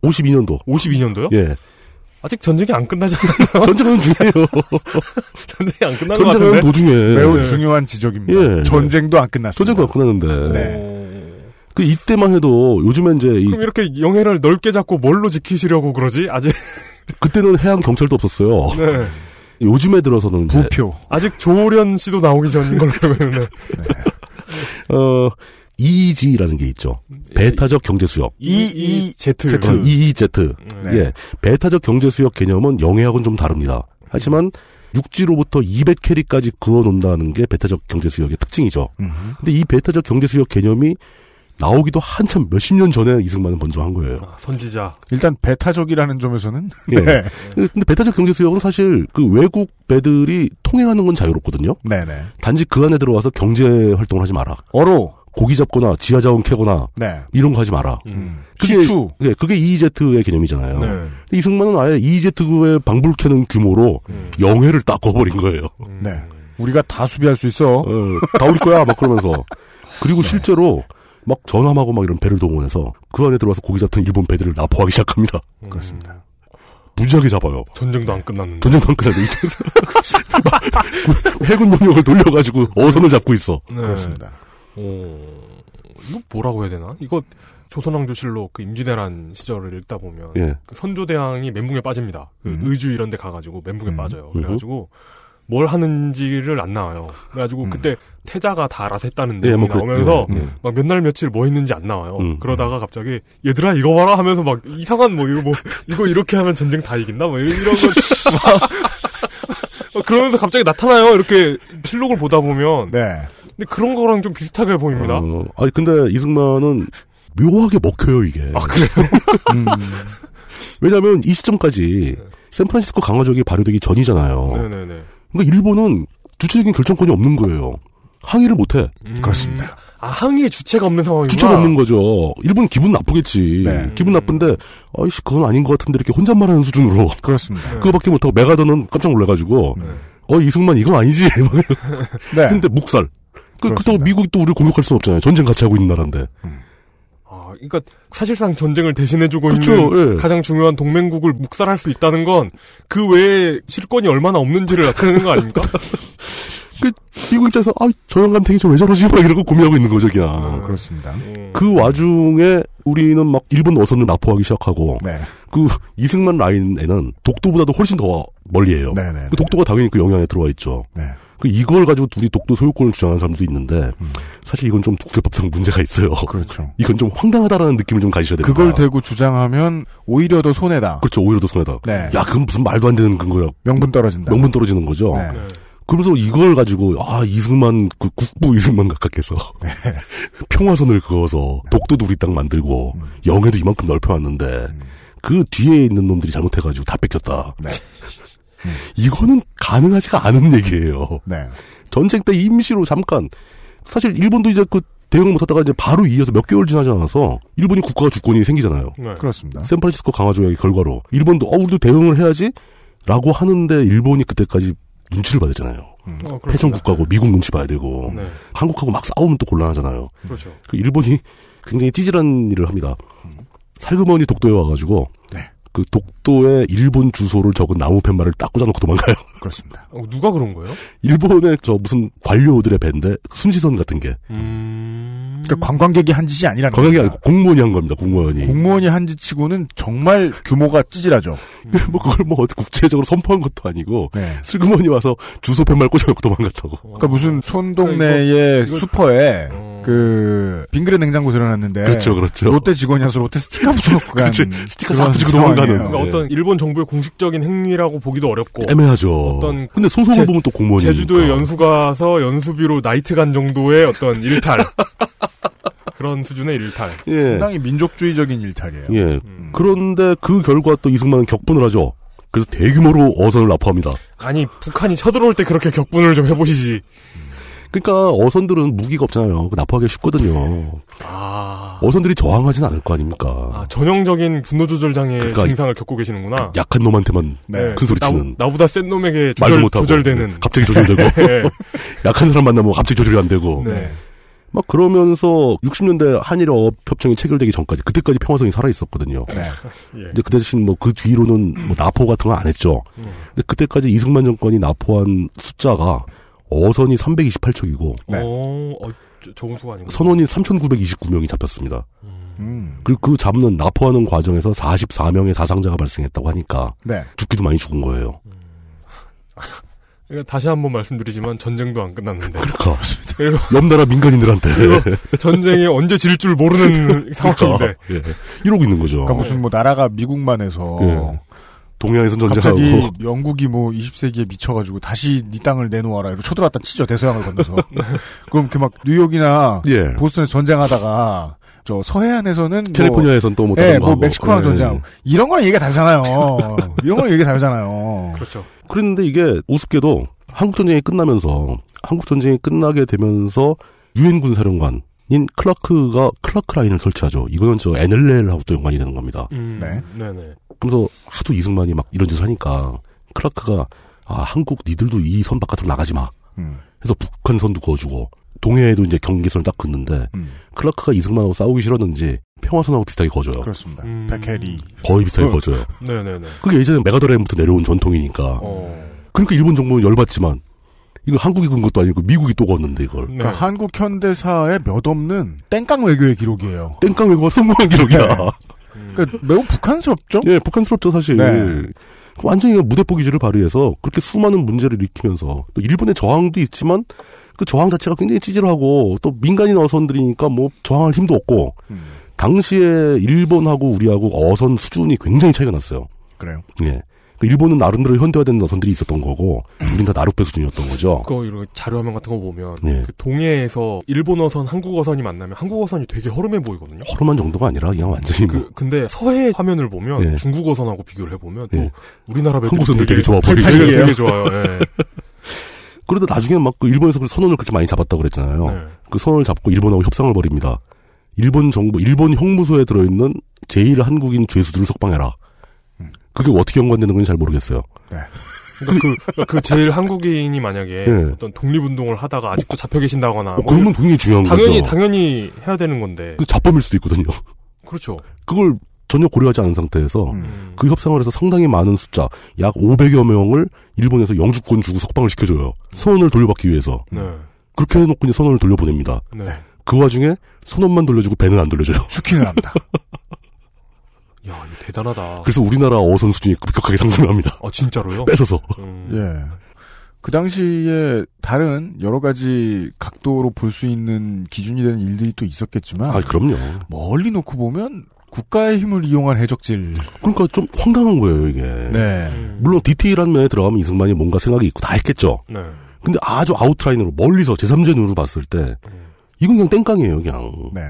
Speaker 4: 52년도.
Speaker 3: 52년도요?
Speaker 4: 예.
Speaker 3: 아직 전쟁이 안 끝나잖아요.
Speaker 4: 전쟁은 중요해요.
Speaker 3: 전쟁이 안 끝난 것 같은데.
Speaker 4: 전쟁은 도중에 예.
Speaker 2: 매우 중요한 지적입니다. 전쟁도 예. 안 끝났어요.
Speaker 4: 전쟁도 안 끝났는데.
Speaker 2: 네.
Speaker 4: 그 이때만 해도 요즘엔 이제 이
Speaker 3: 그럼 이렇게 영해를 넓게 잡고 뭘로 지키시려고 그러지? 아직
Speaker 4: 그때는 해양 경찰도 없었어요.
Speaker 3: 네.
Speaker 4: 요즘에 들어서는 이제
Speaker 2: 부표.
Speaker 3: 아직 조련 씨도 나오기 전인 걸로 그러면은
Speaker 4: 어 EEG라는 게 있죠. 베타적 경제 수역.
Speaker 3: EEZ.
Speaker 4: EEZ.
Speaker 3: 그, 네.
Speaker 4: 예. 베타적 경제 수역 개념은 영해하고는 좀 다릅니다. 하지만 육지로부터 200캐리까지 그어 놓는다는 게 베타적 경제 수역의 특징이죠. 근데 이 베타적 경제 수역 개념이 나오기도 한참 몇십 년 전에 이승만은 먼저 한 거예요.
Speaker 3: 선지자.
Speaker 2: 일단 베타적이라는 점에서는 네,
Speaker 4: 예. 근데 베타적 경제 수역은 사실 그 외국 배들이 통행하는 건 자유롭거든요.
Speaker 2: 네네.
Speaker 4: 단지 그 안에 들어와서 경제 활동을 하지 마라.
Speaker 2: 어로
Speaker 4: 고기 잡거나 지하 자원 캐거나
Speaker 2: 네.
Speaker 4: 이런 거 하지 마라. 그게
Speaker 2: 기추.
Speaker 4: 예, 그게 EEZ의 개념이잖아요.
Speaker 2: 음. 네.
Speaker 4: 근데 이승만은 아예 EEZ의 방불 캐는 규모로
Speaker 2: 음.
Speaker 4: 영해를 딱 꺼버린 거예요. 예,
Speaker 2: 네. 우리가 다 수비할 수 있어. 네.
Speaker 4: 다 우리 거야 막 그러면서 그리고 실제로 막 전함하고 막 이런 배를 동원해서 그 안에 들어와서 고기 잡던 일본 배들을 납포하기 시작합니다.
Speaker 2: 음.
Speaker 3: 그렇습니다.
Speaker 4: 무지하게 잡아요.
Speaker 3: 전쟁도 안 끝났는데.
Speaker 4: 전쟁 판 끝나도 이쪽에서 막 해군 병력을 돌려가지고 어선을 잡고 있어.
Speaker 3: 네. 어, 이거 뭐라고 해야 되나? 이거 조선왕조실록 그 임진왜란 시절을 읽다 보면
Speaker 4: 예. 음.
Speaker 3: 그 선조대왕이 멘붕에 빠집니다. 그 의주 이런 데 가가지고 멘붕에 빠져요.
Speaker 4: 음흠.
Speaker 3: 그래가지고 뭘 하는지를 안 나와요. 그래가지고 그때 태자가 다 알아샜다는
Speaker 4: 음. 예,
Speaker 3: 내용이
Speaker 4: 뭐 그렇-
Speaker 3: 나오면서
Speaker 4: 예, 예.
Speaker 3: 막 몇 날 며칠 뭐 했는지 안 나와요.
Speaker 4: 음.
Speaker 3: 그러다가 갑자기 얘들아 이거 봐라 하면서 막 이상한 뭐 이거 뭐 이거 이렇게 하면 전쟁 다 이긴다 뭐 이런 거 막 그러면서 갑자기 나타나요. 이렇게 실록을 보다 보면
Speaker 2: 네.
Speaker 3: 근데 그런 거랑 좀 비슷하게 보입니다.
Speaker 4: 어, 아니 근데 이승만은 묘하게 먹혀요 이게. 아
Speaker 3: 그래요?
Speaker 4: 왜냐하면 이 시점까지 샌프란시스코 강화적이 발효되기 전이잖아요.
Speaker 3: 네네네.
Speaker 4: 그러니까 일본은 주체적인 결정권이 없는 거예요. 항의를 못해.
Speaker 2: 그렇습니다.
Speaker 3: 아 항의의 주체가 없는 상황이구나.
Speaker 4: 주체가 없는 거죠. 일본 기분 나쁘겠지. 기분 나쁜데 아이씨 그건 아닌 것 같은데 이렇게 혼잣말하는 수준으로.
Speaker 2: 그렇습니다.
Speaker 4: 그거밖에 못하고 메가더는 깜짝 놀래가지고 어 이승만 이건 아니지. 막
Speaker 2: 네.
Speaker 4: 근데 묵살. 그, 그렇다고 미국이 또 우리를 공격할 수는 없잖아요. 전쟁 같이 하고 있는 나라인데.
Speaker 3: 아, 그러니까 사실상 전쟁을 대신해주고
Speaker 4: 그렇죠,
Speaker 3: 있는
Speaker 4: 예.
Speaker 3: 가장 중요한 동맹국을 묵살할 수 있다는 건 그 외에 실권이 얼마나 없는지를 나타내는 거 아닙니까?
Speaker 4: 그 미국 입장에서 아저 영감 되게 저왜 저러지 막 이러고 고민하고 있는 거죠 그냥.
Speaker 2: 그렇습니다.
Speaker 3: 음. 아,
Speaker 4: 그 와중에 우리는 막 일본 어선을 납포하기 시작하고
Speaker 2: 네.
Speaker 4: 그 이승만 라인에는 독도보다도 훨씬 더 멀리예요.
Speaker 2: 네.
Speaker 4: 그 독도가 당연히 그 영향에 들어와 있죠. 그 이걸 가지고 둘이 독도 소유권을 주장하는 사람도 있는데 사실 이건 좀 국제법상 문제가 있어요.
Speaker 2: 음. 그렇죠.
Speaker 4: 이건 좀 황당하다라는 느낌을 좀 가지셔야 됩니다.
Speaker 2: 그걸 대고 주장하면 오히려 더 손해다.
Speaker 4: 그렇죠. 오히려 더 손해다.
Speaker 2: 네.
Speaker 4: 야, 그건 무슨 말도 안 되는 근거야.
Speaker 2: 명분 떨어진다. 네.
Speaker 4: 명분 떨어지는 거죠. 그러면서 이걸 가지고 아 이승만 그 국부 이승만 각각께서 평화선을 그어서 독도도 우리 땅 만들고 영해도 이만큼 넓혀왔는데 그 뒤에 있는 놈들이 잘못해가지고 다 뺏겼다. 이거는 가능하지가 않은 얘기예요.
Speaker 2: 네.
Speaker 4: 전쟁 때 임시로 잠깐 사실 일본도 이제 그 대응 못하다가 이제 바로 이어서 몇 개월 지나지 않아서 일본이 국가가 주권이 생기잖아요.
Speaker 2: 그렇습니다.
Speaker 4: 샌프란시스코 강화 조약의 결과로 일본도 어 우리도 대응을 해야지라고 하는데 일본이 그때까지 눈치를 받았잖아요.
Speaker 3: 어, 그렇습니다.
Speaker 4: 패전 국가고 미국 눈치 봐야 되고
Speaker 3: 네.
Speaker 4: 한국하고 막 싸우면 또 곤란하잖아요.
Speaker 3: 그렇죠.
Speaker 4: 그 일본이 굉장히 찌질한 일을 합니다. 살그머니 독도에 와가지고
Speaker 3: 네.
Speaker 4: 그 독도에 일본 주소를 적은 나무 팻말을 딱 꽂아놓고 도망가요.
Speaker 2: 그렇습니다.
Speaker 3: 어, 누가 그런 거예요? 네. 음.
Speaker 4: 일본의 저 무슨 관료들의 배인데 순시선 같은 게
Speaker 2: 그러니까 관광객이 한 짓이 아니라
Speaker 4: 관광객이 아니고 공무원이 한 겁니다. 공무원이.
Speaker 2: 공무원이 한 짓치고는 정말 규모가 찌질하죠.
Speaker 4: 뭐 그걸 뭐 어디 국제적으로 선포한 것도 아니고
Speaker 3: 네.
Speaker 4: 슬그머니 와서 주소 팻말 꽂아놓고 도망갔다고.
Speaker 2: 네. 그러니까 무슨 촌동네의 슈퍼에 그 빙그레 냉장고 들여놨는데
Speaker 3: 네.
Speaker 4: 그렇죠, 그렇죠.
Speaker 2: 롯데 직원이어서 롯데 스티커 붙여놓고 간
Speaker 4: 그렇지. 스티커 싹
Speaker 2: 그런
Speaker 4: 붙이고
Speaker 2: 상황이에요.
Speaker 4: 도망가는.
Speaker 3: 그러니까
Speaker 4: 네.
Speaker 3: 어떤 일본 정부의 공식적인 행위라고 보기도 어렵고
Speaker 4: 애매하죠.
Speaker 3: 어떤
Speaker 4: 근데 소송을
Speaker 3: 제-
Speaker 4: 보면 또 공무원이니까.
Speaker 3: 제주도에 연수 가서 연수비로 나이트 간 정도의 어떤 일탈 그런 수준의 일탈.
Speaker 4: 예.
Speaker 2: 상당히 민족주의적인 일탈이에요.
Speaker 4: 예.
Speaker 3: 음.
Speaker 4: 그런데 그 결과 또 이승만은 격분을 하죠. 그래서 대규모로 어선을 납포합니다.
Speaker 3: 아니 북한이 쳐들어올 때 그렇게 격분을 좀 해보시지.
Speaker 4: 그러니까 어선들은 무기가 없잖아요. 그 납포하기 쉽거든요. 어선들이 저항하진 않을 거 아닙니까?
Speaker 3: 아, 전형적인 분노 조절 장애 의
Speaker 4: 그러니까
Speaker 3: 증상을 겪고 계시는구나. 네.
Speaker 4: 약한 놈한테만 큰 소리치는.
Speaker 3: 아. 나, 보다센 놈에게
Speaker 4: 말도
Speaker 3: 조절,
Speaker 4: 못하고
Speaker 3: 조절되는.
Speaker 4: 갑자기 조절되고
Speaker 3: 네.
Speaker 4: 약한 사람 만나면 뭐 갑자기 조절이 안 되고
Speaker 3: 네.
Speaker 4: 막 그러면서 60년대 한일 어업 협정이 체결되기 전까지 그때까지 평화성이 살아 있었거든요.
Speaker 3: 예.
Speaker 4: 근데 그 대신 뭐 그 뒤로는 뭐 나포 같은 건 안 했죠. 근데 그때까지 이승만 정권이 나포한 숫자가 어선이 328척이고
Speaker 3: 어, 어, 저- 좋은 수가 아니고.
Speaker 4: 선원이 3,929명이 잡혔습니다.
Speaker 2: 음.
Speaker 4: 그리고 그 잡는 나포하는 과정에서 44명의 사상자가 발생했다고 하니까
Speaker 2: 네.
Speaker 4: 죽기도 많이 죽은 거예요.
Speaker 3: 그러니까 다시 한번 말씀드리지만 전쟁도 안 끝났는데.
Speaker 4: 그러니까
Speaker 3: 그리고
Speaker 4: 옆나라 민간인들한테
Speaker 3: 그리고
Speaker 4: 네.
Speaker 3: 전쟁이 언제 질 줄 모르는 상황인데.
Speaker 4: 그러니까, 예. 이러고 있는 거죠.
Speaker 2: 그러니까 무슨 뭐 나라가 미국만 해서
Speaker 4: 예. 동양에선 전쟁하고
Speaker 2: 갑자기 영국이 뭐 20세기에 미쳐가지고 다시 네 땅을 내놓아라 이러고 쳐들어왔다 치죠 대서양을 건너서
Speaker 4: 네.
Speaker 2: 그럼 그 막 뉴욕이나
Speaker 4: 예.
Speaker 2: 보스턴에서 전쟁하다가 저 서해안에서는
Speaker 4: 캘리포니아에서는 또뭐 다른
Speaker 2: 예,
Speaker 4: 거
Speaker 2: 뭐
Speaker 4: 하고.
Speaker 2: 멕시코랑
Speaker 4: 예.
Speaker 2: 전쟁하고 이런 거랑 얘기가 다르잖아요 이런 거랑 얘기가 다르잖아요
Speaker 3: 그렇죠
Speaker 4: 그랬는데 이게 우습게도 한국 전쟁이 끝나면서 한국 전쟁이 끝나게 되면서 유엔 군사령관인 클라크가 클라크 라인을 설치하죠. 이거는 저 NLL하고 또 연관이 되는 겁니다.
Speaker 3: 네. 네네.
Speaker 4: 그러면서 하도 이승만이 막 이런 짓을 하니까 클라크가 아 한국 니들도 이 선 바깥으로 나가지 마.
Speaker 2: 음.
Speaker 4: 해서 북한선도 그어주고 동해에도 이제 경계선을 딱 긋는데
Speaker 2: 음.
Speaker 4: 클라크가 이승만하고 싸우기 싫었는지 평화선하고 비슷하게 거져요.
Speaker 2: 그렇습니다.
Speaker 4: 음.
Speaker 2: 백해리
Speaker 4: 거의 비슷하게
Speaker 2: 어.
Speaker 4: 거져요.
Speaker 3: 네네네. 어.
Speaker 4: 그게 예전에 메가더라인부터 내려온 전통이니까.
Speaker 2: 어.
Speaker 4: 그러니까 일본 정부는 열받지만 이거 한국이 건 것도 아니고 미국이 또 걷는데 이걸.
Speaker 3: 음.
Speaker 2: 그러니까 한국 현대사에 몇 없는 땡깡 외교의 기록이에요
Speaker 4: 땡깡 외교가 성공한 기록이야. 음.
Speaker 2: 그러니까 매우 북한스럽죠?
Speaker 3: 네.
Speaker 4: 예, 북한스럽죠 사실.
Speaker 2: 네.
Speaker 4: 그 완전히 무대포 기질을 발휘해서 그렇게 수많은 문제를 일으키면서 또 일본의 저항도 있지만 그 저항 자체가 굉장히 찌질하고 또 민간인 어선들이니까 뭐 저항할 힘도 없고
Speaker 3: 음.
Speaker 4: 당시에 일본하고 우리하고 어선 수준이 굉장히 차이가 났어요.
Speaker 2: 그래요.
Speaker 4: 예. 그 일본은 나름대로 현대화된 어선들이 있었던 거고 우린 다 나룻배 수준이었던 거죠.
Speaker 3: 그거 이런 자료화면 같은 거 보면
Speaker 4: 네.
Speaker 3: 그 동해에서 일본 어선, 한국 어선이 만나면 한국 어선이 되게 허름해 보이거든요.
Speaker 4: 허름한 정도가 아니라 그냥 완전히 뭐
Speaker 3: 그 근데 서해 화면을 보면
Speaker 4: 네.
Speaker 3: 중국 어선하고 비교를 해보면 또
Speaker 4: 예.
Speaker 3: 우리나라 배들이
Speaker 4: 한국 선들 되게 좋아 보이고.
Speaker 3: 되게, 되게, 되게 좋아요. 예.
Speaker 4: 그러다 나중에 막 그 일본에서 그 선원을 그렇게 많이 잡았다고 그랬잖아요.
Speaker 3: 네.
Speaker 4: 그 선원을 잡고 일본하고 협상을 벌입니다. 일본 정부, 일본 형무소에 들어있는 제1 한국인 죄수들을 석방해라.
Speaker 3: 음.
Speaker 4: 그게 어떻게 연관되는 건지 잘 모르겠어요.
Speaker 3: 그러니까 그, 그 제일 한국인이 만약에
Speaker 4: 네.
Speaker 3: 어떤 독립운동을 하다가 아직도 잡혀 계신다거나
Speaker 4: 어, 그러면 굉장히 중요한
Speaker 3: 당연히
Speaker 4: 거죠.
Speaker 3: 당연히 해야 되는 건데
Speaker 4: 그 자범일 수도 있거든요.
Speaker 3: 그렇죠.
Speaker 4: 그걸 전혀 고려하지 않은
Speaker 3: 음.
Speaker 4: 상태에서 그 협상을 해서 상당히 많은 숫자, 약 500여 명을 일본에서 영주권 주고 석방을 시켜줘요. 선원을 돌려받기 위해서.
Speaker 3: 네.
Speaker 4: 그렇게 해놓고 이제 선원을 돌려보냅니다.
Speaker 3: 네.
Speaker 4: 그 와중에 선원만 돌려주고 배는 안 돌려줘요.
Speaker 2: 슈킹을 합니다.
Speaker 3: 야, 이거 대단하다.
Speaker 4: 그래서 우리나라 어선 수준이 급격하게 상승을 합니다.
Speaker 3: 아, 진짜로요?
Speaker 4: 뺏어서.
Speaker 2: 예. 그 당시에 다른 여러 가지 각도로 볼 수 있는 기준이 되는 일들이 또 있었겠지만.
Speaker 4: 아, 그럼요.
Speaker 2: 멀리 놓고 보면 국가의 힘을 이용한 해적질.
Speaker 4: 그러니까 좀 황당한 거예요, 이게.
Speaker 2: 네.
Speaker 4: 물론 디테일한 면에 들어가면 이승만이 뭔가 생각이 있고 다 했겠죠.
Speaker 3: 네.
Speaker 4: 근데 아주 아웃라인으로 멀리서 제3의 눈으로 봤을 때 이건 그냥 땡깡이에요, 그냥.
Speaker 2: 네.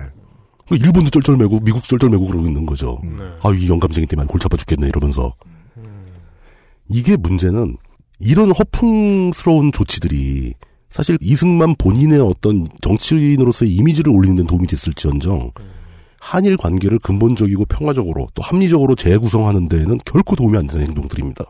Speaker 4: 일본도 쩔쩔매고 미국 쩔쩔매고 그러고 있는 거죠. 아, 이 영감쟁이 때문에 골치 아파 죽겠네 이러면서. 이게 문제는 이런 허풍스러운 조치들이 사실 이승만 본인의 어떤 정치인으로서의 이미지를 올리는 데 도움이 됐을지언정 한일 관계를 근본적이고 평화적으로 또 합리적으로 재구성하는 데에는 결코 도움이 안 되는 행동들입니다.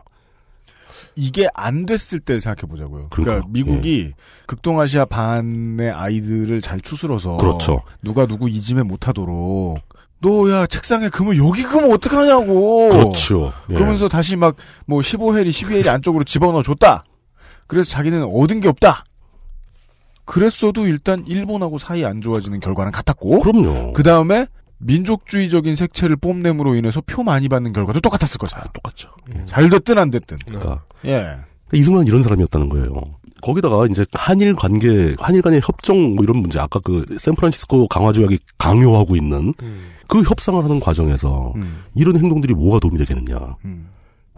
Speaker 2: 이게 안 됐을 때 생각해 보자고요. 그러니까 미국이
Speaker 4: 예.
Speaker 2: 극동아시아 반의 아이들을 잘 추스러서
Speaker 4: 그렇죠.
Speaker 2: 누가 누구 이지에 못하도록 너야 책상에 금을 여기 금을 어떡하냐고.
Speaker 4: 그렇죠. 예.
Speaker 2: 그러면서 다시 막 뭐 15회리 12회리 안쪽으로 집어넣어 줬다. 그래서 자기는 얻은 게 없다. 그랬어도 일단 일본하고 사이 안 좋아지는 결과는 같았고.
Speaker 4: 그럼요.
Speaker 2: 그 다음에 민족주의적인 색채를 뽐냄으로 인해서 표 많이 받는 결과도 똑같았을 것이다.
Speaker 4: 똑같죠. 예.
Speaker 2: 잘 됐든 안 됐든.
Speaker 4: 그러니까.
Speaker 2: 예.
Speaker 4: 그러니까 이승만은 이런 사람이었다는 거예요. 거기다가 이제 한일 관계, 한일 간의 협정 뭐 이런 문제, 아까 그 샌프란시스코 강화 조약이 강요하고 있는 그 협상을 하는 과정에서 이런 행동들이 뭐가 도움이 되겠느냐.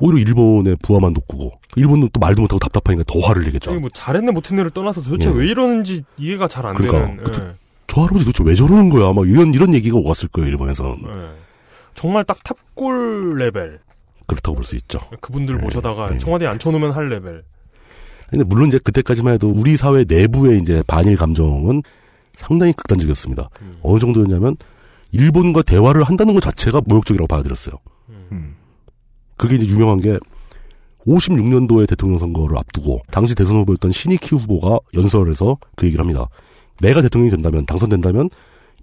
Speaker 4: 오히려 일본의 부하만 돋구고 일본은 또 말도 못하고 답답하니까 더 화를 내겠죠.
Speaker 3: 이게 뭐 잘했네 못했네를 떠나서 도대체
Speaker 4: 그렇죠. 예.
Speaker 3: 왜 이러는지 이해가 잘 안
Speaker 4: 그러니까.
Speaker 3: 되는.
Speaker 4: 그때 저 할아버지 도대체 왜 저러는 거야? 막 이런 이런 얘기가 오갔을 거예요 일본에서는.
Speaker 3: 예. 정말 딱 탑골 레벨.
Speaker 4: 그렇다고 볼 수 있죠. 예.
Speaker 3: 그분들 모셔다가 청와대에 앉혀놓으면 할 레벨.
Speaker 4: 근데 물론 이제 그때까지만 해도 우리 사회 내부의 이제 반일 감정은 상당히 극단적이었습니다. 어느 정도였냐면 일본과 대화를 한다는 것 자체가 모욕적이라고 받아들였어요. 그게 이제 유명한 게 56년도에 대통령 선거를 앞두고 당시 대선 후보였던 시니키 후보가 연설에서 그 얘기를 합니다. 내가 대통령이 된다면 당선된다면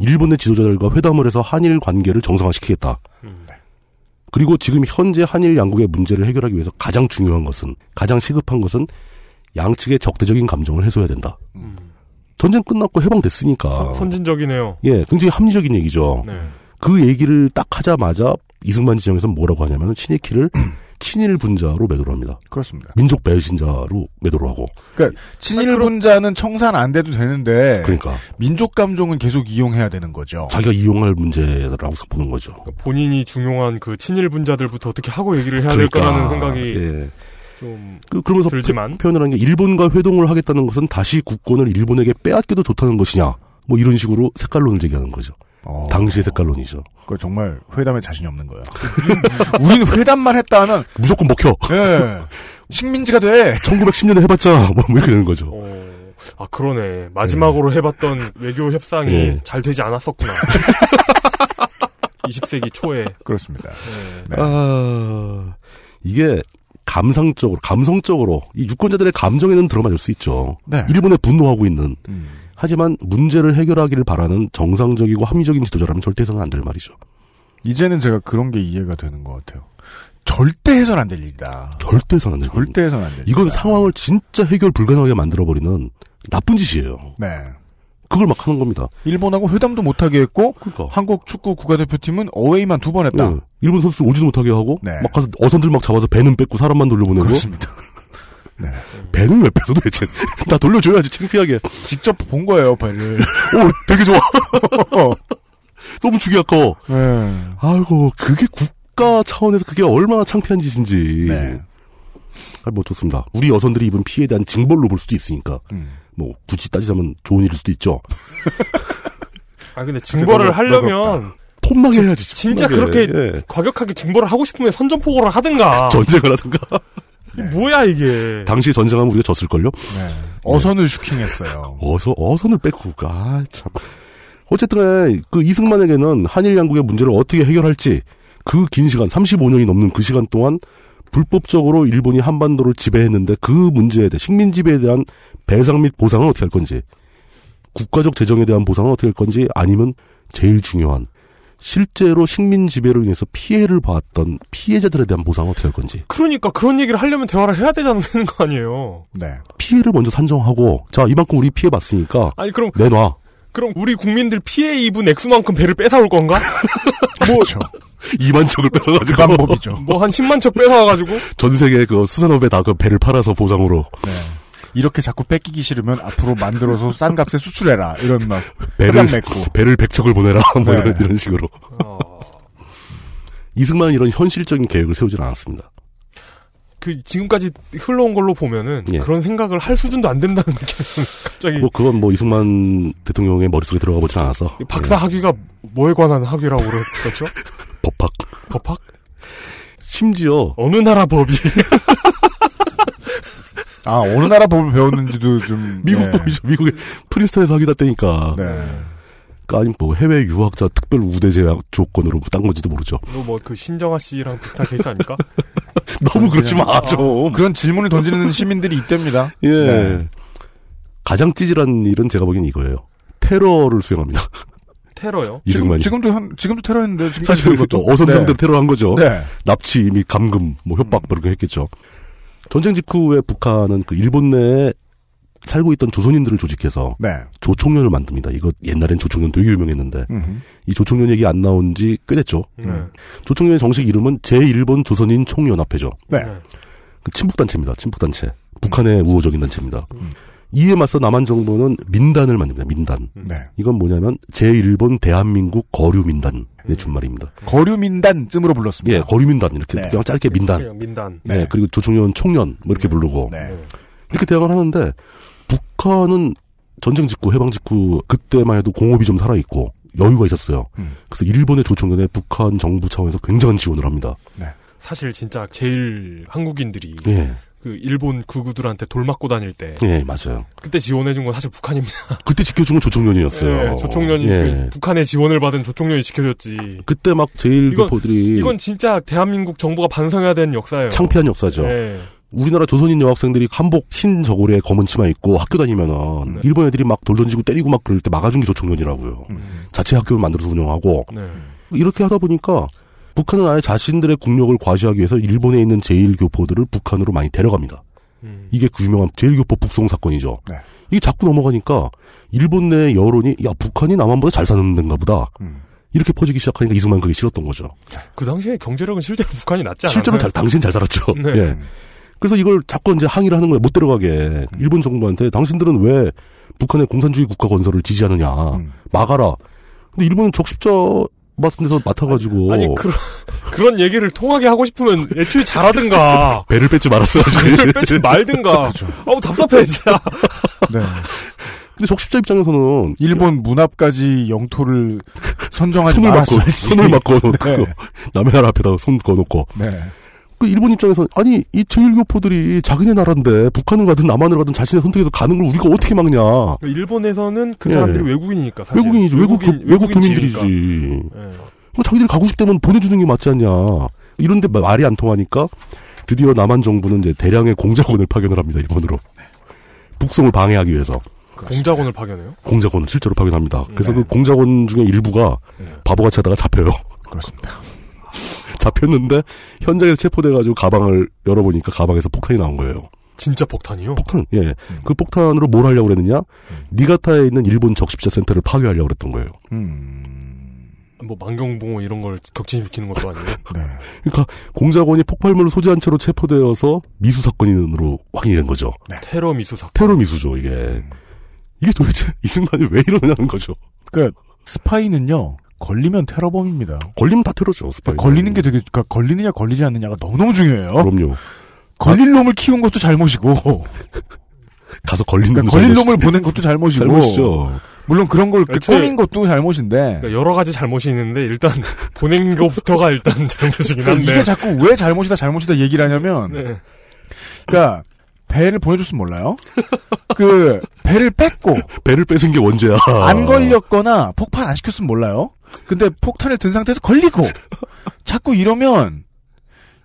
Speaker 4: 일본의 지도자들과 회담을 해서 한일 관계를 정상화시키겠다. 그리고 지금 현재 한일 양국의 문제를 해결하기 위해서 가장 중요한 것은 가장 시급한 것은 양측의 적대적인 감정을 해소해야 된다. 전쟁 끝났고 해방됐으니까
Speaker 3: 선진적이네요.
Speaker 4: 예, 굉장히 합리적인 얘기죠.
Speaker 3: 네.
Speaker 4: 그 얘기를 딱 하자마자 이승만 지정에서 뭐라고 하냐면 친이키를 친일 분자로 매도를 합니다.
Speaker 2: 그렇습니다.
Speaker 4: 민족 배신자로 매도를 하고.
Speaker 2: 그러니까 친일 분자는 청산 안 돼도 되는데
Speaker 4: 그러니까.
Speaker 2: 민족 감정은 계속 이용해야 되는 거죠.
Speaker 4: 자기가 이용할 문제라고 보는 거죠.
Speaker 3: 그러니까 본인이 중용한 그 친일 분자들부터 어떻게 하고 얘기를 해야 될
Speaker 4: 그러니까,
Speaker 3: 거라는 생각이
Speaker 4: 예.
Speaker 3: 좀
Speaker 4: 그, 그러면서
Speaker 3: 들지만
Speaker 4: 표- 표현을 한 게 일본과 회동을 하겠다는 것은 다시 국권을 일본에게 빼앗겨도 좋다는 것이냐. 뭐 이런 식으로 색깔론을 제기하는 거죠. 당시의 색깔론이죠.
Speaker 2: 어, 그 정말 회담에 자신이 없는 거예요. 우린 회담만 했다 하면
Speaker 4: 무조건 먹혀.
Speaker 2: 예. 식민지가 돼.
Speaker 4: 1910년에 해봤자 뭐 이렇게 되는 거죠.
Speaker 3: 아 그러네 마지막으로 해봤던 외교 협상이
Speaker 4: 예.
Speaker 3: 잘 되지 않았었구나. 20세기 초에
Speaker 2: 그렇습니다. 네.
Speaker 4: 네. 아, 이게 감상적으로, 감성적으로 이 유권자들의 감정에는 들어맞을 수 있죠.
Speaker 2: 네.
Speaker 4: 일본에 분노하고 있는.
Speaker 2: 음.
Speaker 4: 하지만 문제를 해결하기를 바라는 정상적이고 합리적인 지도자라면 절대 해서는 안 될 말이죠.
Speaker 2: 이제는 제가 그런 게 이해가 되는 것 같아요. 절대 해선 안 될 일이다.
Speaker 4: 절대 해서는 안 될.
Speaker 2: 절대 해선 안 될. 일.
Speaker 4: 이건 상황을 진짜 해결 불가능하게 만들어버리는 나쁜 짓이에요.
Speaker 2: 네.
Speaker 4: 그걸 막 하는 겁니다.
Speaker 2: 일본하고 회담도 못하게 했고 한국 축구 국가대표팀은 어웨이만 두 번 했다.
Speaker 4: 예. 일본 선수 오지도 못하게 하고 막 가서 어선들 막 잡아서 배는 뺏고 사람만 돌려보내고
Speaker 2: 네. 그렇습니다.
Speaker 4: 배는 왜 뺏어 도대체 다 돌려줘야지 창피하게
Speaker 2: 직접 본 거예요 배를
Speaker 4: 오 되게 좋아 너무 죽이 아까워
Speaker 3: 네.
Speaker 4: 아이고 그게 국가 차원에서 그게 얼마나 창피한 짓인지
Speaker 3: 네.
Speaker 4: 아, 뭐 좋습니다 우리 여성들이 입은 피해에 대한 징벌로 볼 수도 있으니까
Speaker 3: 음.
Speaker 4: 뭐 굳이 따지자면 좋은 일일 수도 있죠
Speaker 3: 아 근데 징벌을
Speaker 4: 그러니까 너무
Speaker 3: 하려면
Speaker 4: 폼나게 해야지
Speaker 3: 진짜
Speaker 4: 폼나게.
Speaker 3: 그렇게 과격하게 징벌을 하고 싶으면 선전포고를 하든가
Speaker 4: 전쟁을
Speaker 3: 아.
Speaker 4: 하든가
Speaker 3: 이게 뭐야 이게
Speaker 4: 당시 전쟁하면 우리가 졌을걸요
Speaker 2: 어선을 슈킹했어요.
Speaker 4: 어서 어선을 뺏고 아 참. 어쨌든 그 이승만에게는 한일 양국의 문제를 어떻게 해결할지 그 긴 시간 35년이 넘는 그 시간 동안 불법적으로 일본이 한반도를 지배했는데 그 문제에 대해 식민 지배에 대한 배상 및 보상은 어떻게 할 건지 국가적 재정에 대한 보상은 어떻게 할 건지 아니면 제일 중요한 실제로 식민 지배로 인해서 피해를 봤던 피해자들에 대한 보상은 어떻게 할 건지
Speaker 3: 그러니까 그런 얘기를 하려면 대화를 해야 되자는 거 아니에요.
Speaker 2: 네.
Speaker 4: 피해를 먼저 산정하고 자 이만큼 우리 피해 봤으니까
Speaker 3: 아니 그럼
Speaker 4: 내놔
Speaker 3: 그럼 우리 국민들 피해 입은 액수만큼 배를 뺏어올 건가?
Speaker 2: 그렇죠.
Speaker 4: 2만 척을 뺏어가지고
Speaker 2: 그 방법이죠.
Speaker 3: 뭐 한 10만 척 뺏어와가지고
Speaker 4: 전 세계 그 수산업에 다 그 배를 팔아서 보상으로
Speaker 2: 이렇게 자꾸 뺏기기 싫으면 앞으로 만들어서 싼 값에 수출해라 이런 막
Speaker 4: 배를
Speaker 2: 협약 맺고
Speaker 4: 배를 100척을 보내라 뭐
Speaker 2: 네. 어.
Speaker 4: 이런, 이런 식으로 이승만은 이런 현실적인 계획을 세우질 않았습니다.
Speaker 3: 그 지금까지 흘러온 걸로 보면은
Speaker 4: 예.
Speaker 3: 그런 생각을 할 수준도 안 된다는 느낌.
Speaker 2: 예.
Speaker 3: 갑자기
Speaker 4: 뭐 그건 뭐 이승만 대통령의 머릿속에 들어가 보진 않아서
Speaker 3: 박사 학위가 뭐에 관한 학위라고 그랬죠?
Speaker 4: 예, 법학
Speaker 3: 법학?
Speaker 4: 심지어
Speaker 3: 어느 나라 법이
Speaker 2: 아 어느 나라 법을 배웠는지도 좀
Speaker 4: 미국
Speaker 2: 예.
Speaker 4: 법이죠. 미국의 프린스턴에서 하기다 때니까.
Speaker 2: 네.
Speaker 4: 그 아니 뭐 해외 유학자 특별 우대 제약 조건으로 딴 건지도 모르죠.
Speaker 3: 뭐그 신정아 씨랑 비슷한 케이스 아닐까?
Speaker 4: 너무 그러지
Speaker 2: 그냥-
Speaker 4: 마 좀.
Speaker 2: 그런 질문을 던지는 시민들이 있답니다.
Speaker 4: 예.
Speaker 2: 네.
Speaker 4: 가장 찌질한 일은 제가 보기엔 이거예요. 테러를 수행합니다.
Speaker 3: 테러요?
Speaker 4: 이승만이.
Speaker 2: 지금, 도 현, 지금도 테러했는데 지금
Speaker 4: 사실 그것도 어선상대로 테러한 거죠.
Speaker 2: 네.
Speaker 4: 납치 및뭐 감금, 뭐 협박 그렇게 했겠죠. 전쟁 직후에 북한은 그 일본 내에 살고 있던 조선인들을 조직해서
Speaker 2: 네.
Speaker 4: 조총련을 만듭니다. 이거 옛날엔 조총련 되게 유명했는데 이 조총련 얘기 안 나온 지 꽤 됐죠. 조총련의 정식 이름은 제1번 조선인 총연합회죠.
Speaker 2: 네.
Speaker 4: 그 친북단체입니다. 친북단체. 북한의 우호적인 단체입니다. 이에 맞서 남한 정부는 민단을 만듭니다. 민단.
Speaker 2: 음. 네.
Speaker 4: 이건 뭐냐면 제1번 대한민국 거류민단의 준말입니다.
Speaker 2: 거류민단쯤으로 불렀습니다.
Speaker 4: 예, 거류민단 이렇게
Speaker 2: 네.
Speaker 4: 그냥 짧게 민단.
Speaker 3: 그냥 민단.
Speaker 4: 네. 그리고 조총련 총련 뭐
Speaker 3: 네.
Speaker 4: 이렇게 부르고
Speaker 2: 네.
Speaker 4: 이렇게 대응을 하는데 북한은 전쟁 직후 해방 직후 그때만 해도 공업이 좀 살아 있고 여유가 있었어요.
Speaker 3: 음.
Speaker 4: 그래서 일본의 조총련에 북한 정부 차원에서 굉장한 지원을 합니다.
Speaker 3: 사실 진짜 제일 한국인들이
Speaker 4: 예.
Speaker 3: 그 일본 구구들한테 돌 맞고 다닐 때
Speaker 4: 예, 맞아요.
Speaker 3: 그때 지원해준 건 사실 북한입니다.
Speaker 4: 그때 지켜준 건 조총련이었어요.
Speaker 3: 예, 조총련이 그 북한의 지원을 받은 조총련이 지켜줬지.
Speaker 4: 그때 막 제일
Speaker 3: 이건-
Speaker 4: 교포들이
Speaker 3: 이건 진짜 대한민국 정부가 반성해야 되는 역사예요.
Speaker 4: 창피한 역사죠.
Speaker 3: 예.
Speaker 4: 우리나라 조선인 여학생들이 한복 흰 저고리에 검은 치마 입고 학교 다니면은
Speaker 3: 네.
Speaker 4: 일본 애들이 막 돌 던지고 때리고 막 그럴 때 막아준 게 조총련이라고요.
Speaker 3: 음.
Speaker 4: 자체 학교를 만들어서 운영하고
Speaker 3: 네.
Speaker 4: 뭐 이렇게 하다 보니까 북한은 아예 자신들의 국력을 과시하기 위해서 일본에 있는 제1교포들을 북한으로 많이 데려갑니다.
Speaker 3: 음.
Speaker 4: 이게 그 유명한 제1교포 북송 사건이죠. 이게 자꾸 넘어가니까 일본 내 여론이 야 북한이 남한보다 잘 사는 데인가 보다. 이렇게 퍼지기 시작하니까 이승만 그게 싫었던 거죠.
Speaker 3: 그 당시에 경제력은 실제로 북한이 낫지 않았나요?
Speaker 4: 실제로 잘, 당신 잘 살았죠.
Speaker 3: 네.
Speaker 4: 예. 그래서 이걸 자꾸 이제 항의를 하는 거예요. 못 들어가게. 일본 정부한테 당신들은 왜 북한의 공산주의 국가 건설을 지지하느냐. 막아라. 근데 일본은 적십자 같은 데서 맡아가지고.
Speaker 3: 아니 그런 그런 얘기를 통하게 하고 싶으면 애초에 잘하든가
Speaker 4: 배를 뺏지 말았어야지.
Speaker 3: 배를 빼지 말든가. 아우 답답해 진짜.
Speaker 2: 네.
Speaker 4: 근데 적십자 입장에서는
Speaker 2: 일본 문앞까지 영토를 선정하지
Speaker 4: 손을 막고,
Speaker 2: 말았어야지.
Speaker 4: 손을 막고
Speaker 2: 네.
Speaker 4: 놓고, 남의 나라 앞에다가 손 거놓고.
Speaker 2: 네.
Speaker 4: 그 일본 입장에서 아니 이 제1교포들이 자기네 나라인데 북한을 가든 남한을 가든 자신의 선택에서 가는 걸 우리가 어떻게 막냐.
Speaker 3: 일본에서는 그
Speaker 4: 예.
Speaker 3: 사람들이 외국인이니까 사실.
Speaker 4: 외국인이죠. 외국, 교- 외국 교민들이지.
Speaker 3: 교민들이니까. 예.
Speaker 4: 뭐 자기들이 가고 싶다면 보내주는 게 맞지 않냐. 이런데 마- 말이 안 통하니까 드디어 남한 정부는 이제 대량의 공작원을 파견을 합니다. 일본으로. 북송을 방해하기 위해서.
Speaker 3: 공작원을 파견해요.
Speaker 4: 공작원을 실제로 파견합니다. 그래서
Speaker 2: 네.
Speaker 4: 그 공작원 중에 일부가 바보같이 하다가 잡혀요.
Speaker 2: 그렇습니다.
Speaker 4: 잡혔는데 현장에서 체포돼가지고 가방을 열어보니까 가방에서 폭탄이 나온 거예요.
Speaker 3: 진짜 폭탄이요?
Speaker 4: 폭탄, 예.
Speaker 2: 음.
Speaker 4: 그 폭탄으로 뭘 하려고 그랬느냐? 니가타에 있는 일본 적십자 센터를 파괴하려고 그랬던 거예요.
Speaker 3: 뭐 만경붕어 이런 걸 격진시키는 것도 아니고.
Speaker 4: 그러니까 공작원이 폭발물을 소지한 채로 체포되어서 미수 사건으로 확인이 된 거죠.
Speaker 3: 테러 미수 사건.
Speaker 4: 테러 미수죠, 이게. 이게 도대체 이승만이 왜 이러냐는 거죠.
Speaker 2: 그러니까 스파이는요 걸리면 테러범입니다.
Speaker 4: 걸리면 다 테러죠. 스파이.
Speaker 2: 그러니까 걸리는 게 되게 그러니까 걸리느냐 걸리지 않느냐가 너무너무 중요해요.
Speaker 4: 그럼요.
Speaker 2: 걸릴 놈을 키운 것도 잘못이고
Speaker 4: 가서 걸린
Speaker 2: 그러니까
Speaker 4: 놈
Speaker 2: 걸릴
Speaker 4: 음, 잘못이지.
Speaker 2: 놈을 보낸 것도 잘못이고
Speaker 4: 뭐. 잘못이죠.
Speaker 2: 물론 그런 걸 그러니까 이렇게
Speaker 3: 애초에-
Speaker 2: 꾸민 것도 잘못인데
Speaker 3: 그러니까 여러 가지 잘못이 있는데 일단 보낸 것부터가 일단 잘못이긴
Speaker 2: 그러니까
Speaker 3: 한데.
Speaker 2: 이게 자꾸 왜 잘못이다 잘못이다 얘기를 하냐면
Speaker 3: 네.
Speaker 2: 그러니까 배를 보내줬으면 몰라요. 그 배를 뺐고
Speaker 4: 배를 뺏은 게 원죄야.
Speaker 2: 안 걸렸거나 폭발 안 시켰으면 몰라요. 근데 폭탄을 든 상태에서 걸리고 자꾸 이러면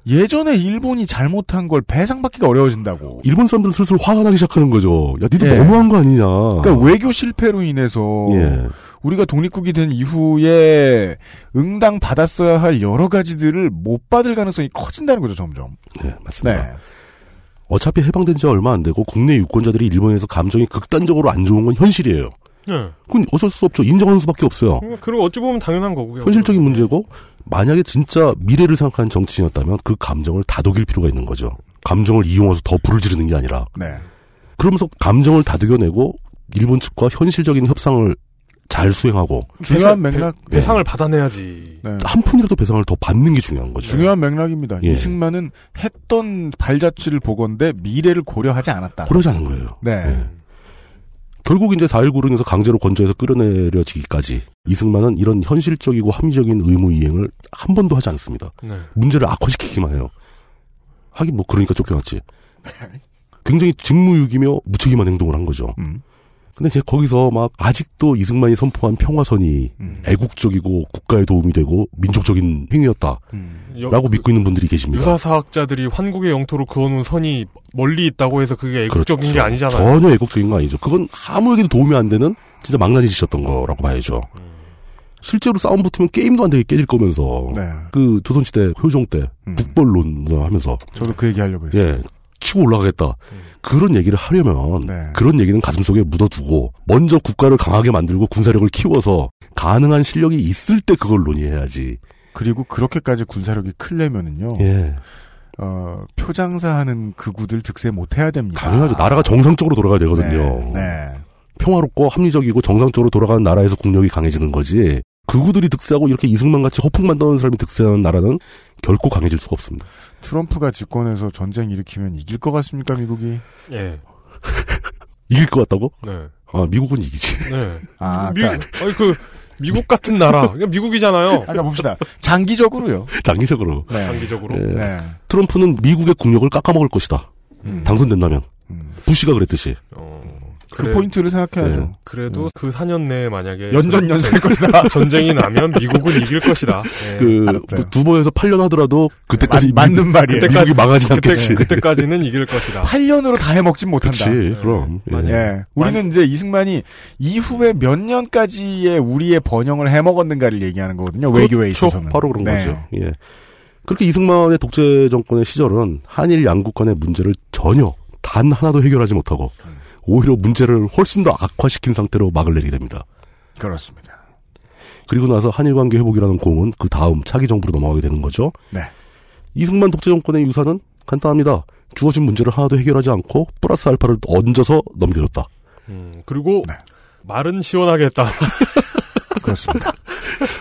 Speaker 2: 예전에 일본이 잘못한 걸 배상받기가 어려워진다고.
Speaker 4: 일본 사람들은 슬슬 화가 나기 시작하는 거죠. 야, 니들
Speaker 2: 예.
Speaker 4: 너무한 거 아니냐.
Speaker 2: 그러니까 외교 실패로 인해서
Speaker 4: 어. 예.
Speaker 2: 우리가 독립국이 된 이후에 응당 받았어야 할 여러 가지들을 못 받을 가능성이 커진다는 거죠 점점.
Speaker 4: 네, 맞습니다. 어차피 해방된 지 얼마 안 되고 국내 유권자들이 일본에서 감정이 극단적으로 안 좋은 건 현실이에요.
Speaker 3: 네.
Speaker 4: 그건 어쩔 수 없죠. 인정하는 수밖에 없어요.
Speaker 3: 그리고 어찌 보면 당연한 거고요.
Speaker 4: 현실적인 문제고 만약에 진짜 미래를 생각하는 정치인이었다면 그 감정을 다독일 필요가 있는 거죠. 감정을 이용해서 더 불을 지르는 게 아니라
Speaker 2: 네.
Speaker 4: 그러면서 감정을 다독여내고 일본 측과 현실적인 협상을 잘 수행하고
Speaker 2: 중요한 맥락. 네.
Speaker 4: 예.
Speaker 3: 배상을 받아내야지.
Speaker 4: 한 푼이라도 배상을 더 받는 게 중요한 거죠.
Speaker 2: 중요한 맥락입니다.
Speaker 4: 예.
Speaker 2: 이승만은 했던 발자취를 보건데 미래를 고려하지 않았다.
Speaker 4: 고려하지 않은 거예요.
Speaker 2: 네.
Speaker 4: 결국 이제 4.19로 인해서 강제로 건조해서 끌어내려지기까지 이승만은 이런 현실적이고 합리적인 의무 이행을 한 번도 하지 않습니다.
Speaker 3: 네.
Speaker 4: 문제를 악화시키기만 해요. 하긴 뭐 그러니까 쫓겨났지. 굉장히 직무유기며 무책임한 행동을 한 거죠. 근데 이제 거기서 막 아직도 이승만이 선포한 평화선이 애국적이고 국가에 도움이 되고 민족적인 행위였다라고
Speaker 3: 네. 여-
Speaker 4: 믿고 있는 분들이 계십니다.
Speaker 3: 유사사학자들이 환국의 영토로 그어놓은 선이 멀리 있다고 해서 그게
Speaker 2: 그렇죠.
Speaker 3: 애국적인 게 아니잖아요.
Speaker 4: 전혀 애국적인 거 아니죠. 그건 아무에게도 도움이 안 되는 진짜 망나니지셨던 거라고 봐야죠. 실제로 싸움 붙으면 게임도 안 되게 깨질 거면서
Speaker 2: 네.
Speaker 4: 그 조선시대 효종 때 북벌론 하면서
Speaker 2: 저도 그 얘기하려고
Speaker 4: 예 치고 올라가겠다. 그런 얘기를 하려면
Speaker 2: 네.
Speaker 4: 그런 얘기는 가슴속에 묻어두고 먼저 국가를 강하게 만들고 군사력을 키워서 가능한 실력이 있을 때 그걸 논의해야지.
Speaker 2: 그리고 그렇게까지 군사력이 크려면은요.
Speaker 4: 예.
Speaker 2: 어, 표장사하는 극우들 득세 못 해야 됩니다.
Speaker 4: 당연하죠. 나라가 정상적으로 돌아가야
Speaker 2: 네.
Speaker 4: 되거든요. 평화롭고 합리적이고 정상적으로 돌아가는 나라에서 국력이 강해지는 거지. 극우들이 득세하고 이렇게 이승만 같이 허풍만 떠는 사람이 득세하는 나라는 결코 강해질 수가 없습니다.
Speaker 2: 트럼프가 집권해서 전쟁 일으키면 이길 것 같습니까, 미국이?
Speaker 3: 예.
Speaker 4: 이길 것 같다고?
Speaker 3: 네.
Speaker 4: 아, 미국은 이기지.
Speaker 3: 네.
Speaker 2: 아,
Speaker 3: 미국, 아니, 그, 미국 같은 나라. 그냥 미국이잖아요.
Speaker 2: 아까 봅시다. 장기적으로요.
Speaker 4: 장기적으로.
Speaker 2: 네.
Speaker 3: 장기적으로.
Speaker 4: 예. 트럼프는 미국의 국력을 깎아먹을 것이다.
Speaker 3: 음.
Speaker 4: 당선된다면. 부시가 그랬듯이.
Speaker 2: 그 포인트를 생각해야죠.
Speaker 4: 네.
Speaker 3: 어. 그래도 그 4년 내에 만약에
Speaker 2: 연전 연승할
Speaker 3: 전-
Speaker 2: 것이다.
Speaker 3: 전쟁이 나면 미국은 이길 것이다. 네.
Speaker 4: 그두 번에서 8년 하더라도 그때까지
Speaker 3: 맞-
Speaker 4: 미-
Speaker 3: 맞는 말이에요.
Speaker 4: 예, 미국이 망하지
Speaker 3: 그때-
Speaker 4: 않겠지.
Speaker 3: 그때까지는 이길 것이다.
Speaker 2: 8년으로 다 해먹진 못한다.
Speaker 4: 그렇지. 그럼. 예.
Speaker 3: 네.
Speaker 2: 예. 우리는 이제 이승만이 이후에 몇 년까지의 우리의 번영을 해먹었는가를 얘기하는 거거든요. 외교에
Speaker 4: 그렇죠.
Speaker 2: 있어서는.
Speaker 4: 바로 그런
Speaker 2: 네.
Speaker 4: 거죠. 예. 그렇게 이승만의 독재 정권의 시절은 한일 양국 간의 문제를 전혀 단 하나도 해결하지 못하고 오히려 문제를 훨씬 더 악화시킨 상태로 막을 내리게 됩니다.
Speaker 2: 그렇습니다.
Speaker 4: 그리고 나서 한일 관계 회복이라는 공은 그 다음 차기 정부로 넘어가게 되는 거죠.
Speaker 2: 네.
Speaker 4: 이승만 독재 정권의 유사는 간단합니다. 주어진 문제를 하나도 해결하지 않고 플러스 알파를 얹어서 넘겨줬다.
Speaker 3: 음, 그리고
Speaker 4: 네.
Speaker 3: 말은 시원하게 했다.
Speaker 2: 그렇습니다.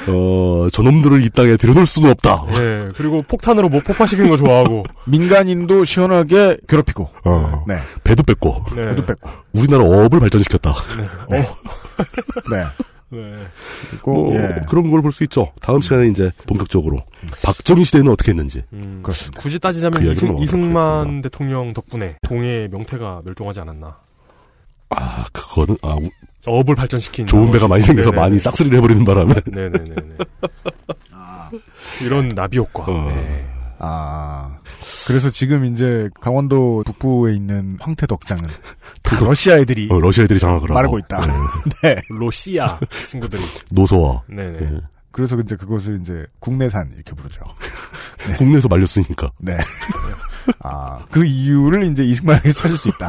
Speaker 4: 어, 저놈들을 이 땅에 들여놓을 수는 없다.
Speaker 3: 예. 그리고 폭탄으로 뭐 폭파시키는 거 좋아하고.
Speaker 2: 민간인도 시원하게 괴롭히고.
Speaker 4: 어,
Speaker 2: 네.
Speaker 4: 배도 뺐고.
Speaker 3: 네. 배도
Speaker 2: 뺐고.
Speaker 4: 우리나라 어업을 발전시켰다.
Speaker 3: 네.
Speaker 2: 네. 예.
Speaker 3: 네.
Speaker 4: 뭐, 그런 걸 볼 수 있죠. 다음 시간에 이제 본격적으로 박정희 시대는 어떻게 했는지.
Speaker 2: 그렇습니다.
Speaker 3: 굳이 따지자면
Speaker 4: 그 이야기로
Speaker 3: 이승,
Speaker 4: 넘어가도록
Speaker 3: 이승만 대통령 덕분에 동해의 명태가 멸종하지 않았나.
Speaker 4: 아, 그거는 아, 우-
Speaker 3: 어업을 발전시킨
Speaker 4: 좋은
Speaker 2: 아,
Speaker 4: 배가
Speaker 3: 나머지-
Speaker 4: 많이 생겨서
Speaker 3: 네네네.
Speaker 4: 많이 싹쓸이를 해버리는 바람에
Speaker 3: 네네네. 아. 이런 나비 효과.
Speaker 4: 어.
Speaker 3: 네.
Speaker 2: 아. 그래서 지금 이제 강원도 북부에 있는 황태덕장은 다 러시아 애들이
Speaker 4: 어, 러시아 애들이 장악을 하고.
Speaker 2: 말하고 있다. 네.
Speaker 3: 러시아 친구들이.
Speaker 4: 노소화.
Speaker 3: 네네.
Speaker 4: 예.
Speaker 2: 그래서 이제 그것을 이제 국내산 이렇게 부르죠.
Speaker 4: 국내에서 말렸으니까.
Speaker 2: 네. 아, 그 이유를 이제 이승만에게 찾을 수 있다.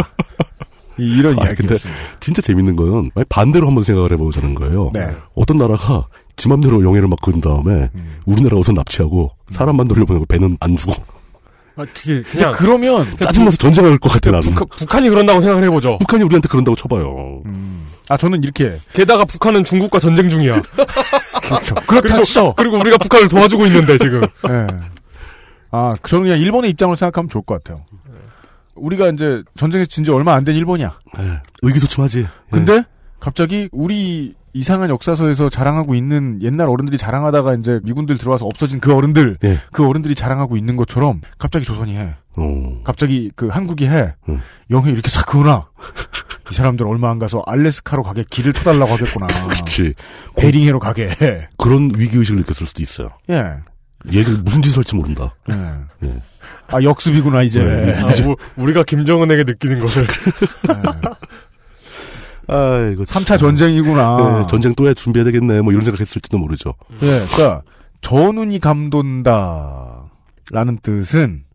Speaker 2: 이- 이런
Speaker 4: 아, 근데
Speaker 2: 이야기였습니다.
Speaker 4: 진짜 재밌는 거는 만약 반대로 한번 생각을 해보자는 거예요.
Speaker 2: 네.
Speaker 4: 어떤 나라가 지 맘대로 영해를 막 그은 다음에 우리나라 우선 납치하고
Speaker 2: 음.
Speaker 4: 사람만 돌려보내고 배는 안 주고
Speaker 3: 아, 그게
Speaker 4: 근데
Speaker 3: 그냥
Speaker 2: 그러면
Speaker 4: 짜증나서 전쟁할 것 같아 나는.
Speaker 3: 북한이 그런다고 생각을 해보죠.
Speaker 4: 북한이 우리한테 그런다고 쳐봐요.
Speaker 2: 아 저는 이렇게
Speaker 3: 게다가 북한은 중국과 전쟁 중이야.
Speaker 2: 그렇죠.
Speaker 3: 그리고-
Speaker 2: 그렇다 죠
Speaker 3: 그리고 우리가 북한을 도와주고 있는데, 지금.
Speaker 2: 네. 아, 저는 그냥 일본의 입장을 생각하면 좋을 것 같아요. 우리가 이제 전쟁에서 진 지 얼마 안 된 일본이야.
Speaker 4: 예. 네, 의기소침하지. 네.
Speaker 2: 근데 갑자기 우리 이상한 역사서에서 자랑하고 있는 옛날 어른들이 자랑하다가 이제 미군들 들어와서 없어진 그 어른들,
Speaker 4: 예.
Speaker 2: 그 어른들이 자랑하고 있는 것처럼 갑자기 조선이 해.
Speaker 4: 어.
Speaker 2: 갑자기 그 한국이 해. 영해 이렇게 싹 그으나. 이 사람들 얼마 안 가서 알래스카로 가게 길을 터달라고 하겠구나.
Speaker 4: 그치.
Speaker 2: 베링해로 가게 해.
Speaker 4: 그런 위기의식을 느꼈을 수도 있어요.
Speaker 2: 예.
Speaker 4: 얘들 무슨 짓을 할지 모른다.
Speaker 2: 예.
Speaker 4: 예.
Speaker 2: 아, 역습이구나, 이제.
Speaker 4: 네.
Speaker 3: 아, 뭐, 우리가 김정은에게 느끼는 것을.
Speaker 4: 아이고.
Speaker 2: 3차 전쟁이구나. 아.
Speaker 4: 네, 전쟁 또 해 준비해야 되겠네. 뭐 이런 생각했을지도 모르죠.
Speaker 2: 예, 그러니까 전운이 감돈다라는 뜻은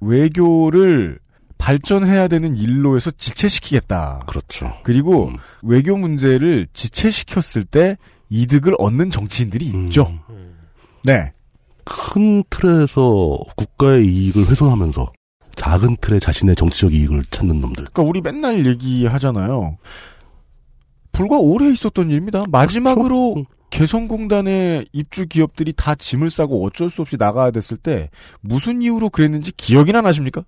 Speaker 2: 외교를 발전해야 되는 일로에서 지체시키겠다.
Speaker 4: 그렇죠.
Speaker 2: 그리고 외교 문제를 지체시켰을 때 이득을 얻는 정치인들이 있죠.
Speaker 4: 음.
Speaker 2: 네.
Speaker 4: 큰 틀에서 국가의 이익을 훼손하면서 작은 틀에 자신의 정치적 이익을 찾는 놈들.
Speaker 2: 그러니까 우리 맨날 얘기하잖아요. 불과 올해 있었던 일입니다. 마지막으로
Speaker 4: 그렇죠.
Speaker 2: 개성공단의 입주 기업들이 다 짐을 싸고 어쩔 수 없이 나가야 됐을 때 무슨 이유로 그랬는지 기억이나 나십니까?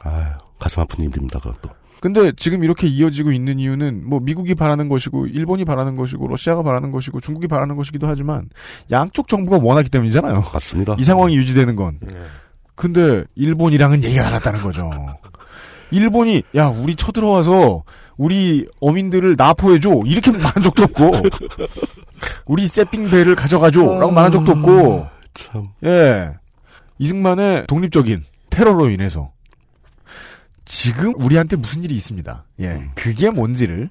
Speaker 4: 아유, 가슴 아픈 일입니다. 그것도.
Speaker 2: 근데 지금 이렇게 이어지고 있는 이유는 뭐 미국이 바라는 것이고 일본이 바라는 것이고 러시아가 바라는 것이고 중국이 바라는 것이기도 하지만 양쪽 정부가 원하기 때문이잖아요.
Speaker 4: 맞습니다.
Speaker 2: 이 상황이 유지되는 건. 근데 일본이랑은 얘기가 안 났다는 거죠. 일본이 야 우리 쳐들어와서 우리 어민들을 나포해줘 이렇게 말한 적도 없고 우리 세핑 배를 가져가줘라고 말한 적도 없고
Speaker 4: 음, 참. 어,
Speaker 2: 예 이승만의 독립적인 테러로 인해서 지금 우리한테 무슨 일이 있습니다. 예, 그게 뭔지를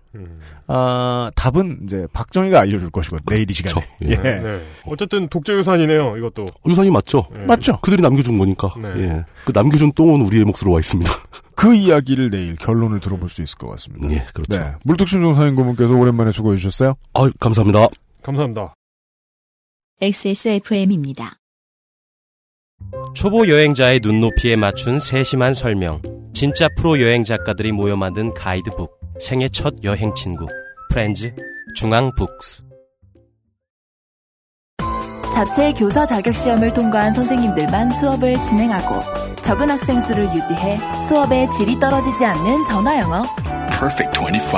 Speaker 2: 아 답은 이제 박정희가 알려줄 것이고 내일 이 시간에. 예.
Speaker 3: 네. 어쨌든 독재 유산이네요. 이것도.
Speaker 4: 유산이 맞죠?
Speaker 2: 네. 맞죠.
Speaker 4: 그들이 남겨준 거니까.
Speaker 3: 네.
Speaker 4: 예. 그 남겨준 똥은 우리의 몫으로 와 있습니다.
Speaker 2: 그 이야기를 내일 결론을 들어볼 수 있을 것 같습니다.
Speaker 4: 예, 그렇죠.
Speaker 2: 네, 물뚝심송 사인 고문께서 오랜만에 수고해 주셨어요.
Speaker 4: 아, 감사합니다.
Speaker 3: 감사합니다.
Speaker 1: XSFM입니다.
Speaker 14: 초보 여행자의 눈높이에 맞춘 세심한 설명. 진짜 프로 여행 작가들이 모여 만든 가이드북. 생애 첫 여행 친구. 프렌즈 중앙북스.
Speaker 10: 자체 교사 자격 시험을 통과한 선생님들만 수업을 진행하고 적은 학생 수를 유지해 수업의 질이 떨어지지 않는 전화 영어.
Speaker 13: Perfect 25.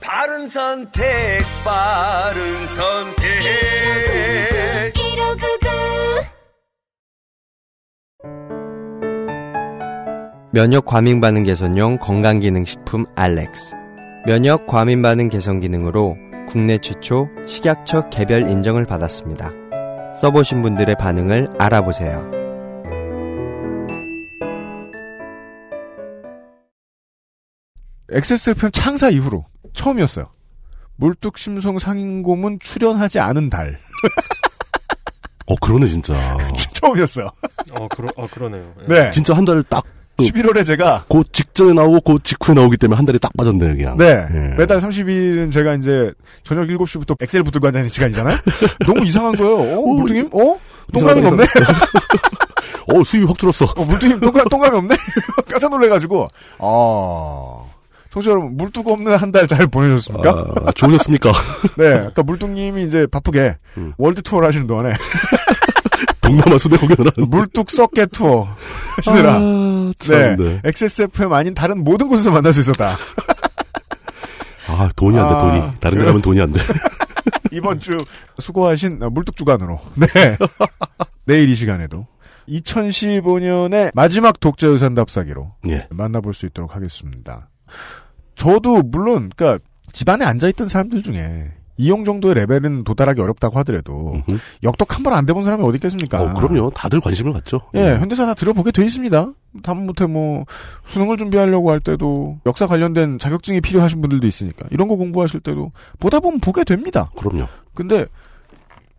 Speaker 12: 바른 선택, 바른 선택. 1599.
Speaker 5: 면역 과민 반응 개선용 건강 기능 식품 알렉스. 면역 과민 반응 개선 기능으로 국내 최초 식약처 개별 인정을 받았습니다. 써보신 분들의 반응을 알아보세요.
Speaker 2: XSFM 창사 이후로 처음이었어요. 물뚝심송 상인고문 출연하지 않은 달.
Speaker 4: 어, 그러네, 진짜.
Speaker 2: 처음이었어요.
Speaker 3: 어, 그러, 어, 그러네요. 예.
Speaker 2: 네.
Speaker 4: 진짜 한 달을 딱.
Speaker 2: 11월에 제가.
Speaker 4: 곧 직전에 나오고 곧 직후에 나오기 때문에 한 달이 딱 빠졌네요, 그냥.
Speaker 2: 네.
Speaker 4: 예.
Speaker 2: 매달 30일은 제가 이제 저녁 7시부터 엑셀 붙들고 앉아있는 시간이잖아요? 너무 이상한 거예요. 어, 물뚱님? 어? 동그라미 없네?
Speaker 4: 어, 수입이 확 줄었어.
Speaker 2: 어, 물뚱님 동그라, 동그라미 없네? 깜짝 놀래가지고, 아. 청취자 여러분, 물뚝 없는 한 달 잘 보내셨습니까?
Speaker 4: 아, 좋으셨습니까?
Speaker 2: 네. 아까 물뚱님이 이제 바쁘게 월드 투어를 하시는 동안에
Speaker 4: 동남아 수대 공연을 하는.
Speaker 2: 물뚝 썩게 투어 하시느라.
Speaker 4: 아, 참, 네.
Speaker 2: XSFM 아닌 다른 모든 곳에서 만날 수 있었다.
Speaker 4: 아, 돈이 안 돼,
Speaker 2: 아,
Speaker 4: 돈이. 다른 데
Speaker 2: 그래요?
Speaker 4: 가면 돈이 안 돼.
Speaker 2: 이번 주 수고하신 아, 물뚝 주간으로. 네. 내일 이 시간에도 2015년의 마지막 독자 유산 답사기로
Speaker 4: 예.
Speaker 2: 만나볼 수 있도록 하겠습니다. 저도 물론 그러니까 집안에 앉아 있던 사람들 중에 이용 정도의 레벨은 도달하기 어렵다고 하더라도 역덕 한 번 안 돼본 사람이 어디 있겠습니까?
Speaker 4: 음, 어, 그럼요. 다들 관심을 갖죠.
Speaker 2: 그러니까. 예, 현대사 다 들어보게 돼 있습니다. 다음부터 뭐 수능을 준비하려고 할 때도 역사 관련된 자격증이 필요하신 분들도 있으니까 이런 거 공부하실 때도 보다 보면 보게 됩니다.
Speaker 4: 그럼요.
Speaker 2: 근데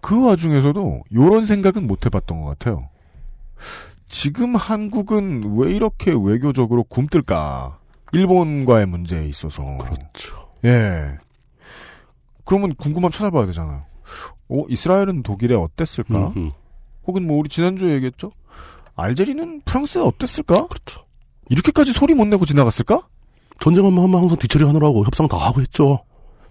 Speaker 2: 그 와중에서도 요런 생각은 못 해봤던 것 같아요. 지금 한국은 왜 이렇게 외교적으로 굼뜰까? 일본과의 문제에 있어서.
Speaker 4: 그렇죠.
Speaker 2: 예. 그러면 궁금함 찾아봐야 되잖아요. 어, 이스라엘은 독일에 어땠을까?
Speaker 4: 음흠.
Speaker 2: 혹은 뭐 우리 지난주에 얘기했죠? 알제리는 프랑스에 어땠을까? 그렇죠. 이렇게까지 소리 못 내고 지나갔을까?
Speaker 4: 전쟁하면 하면 항상 뒤처리하느라고 협상 다 하고 했죠.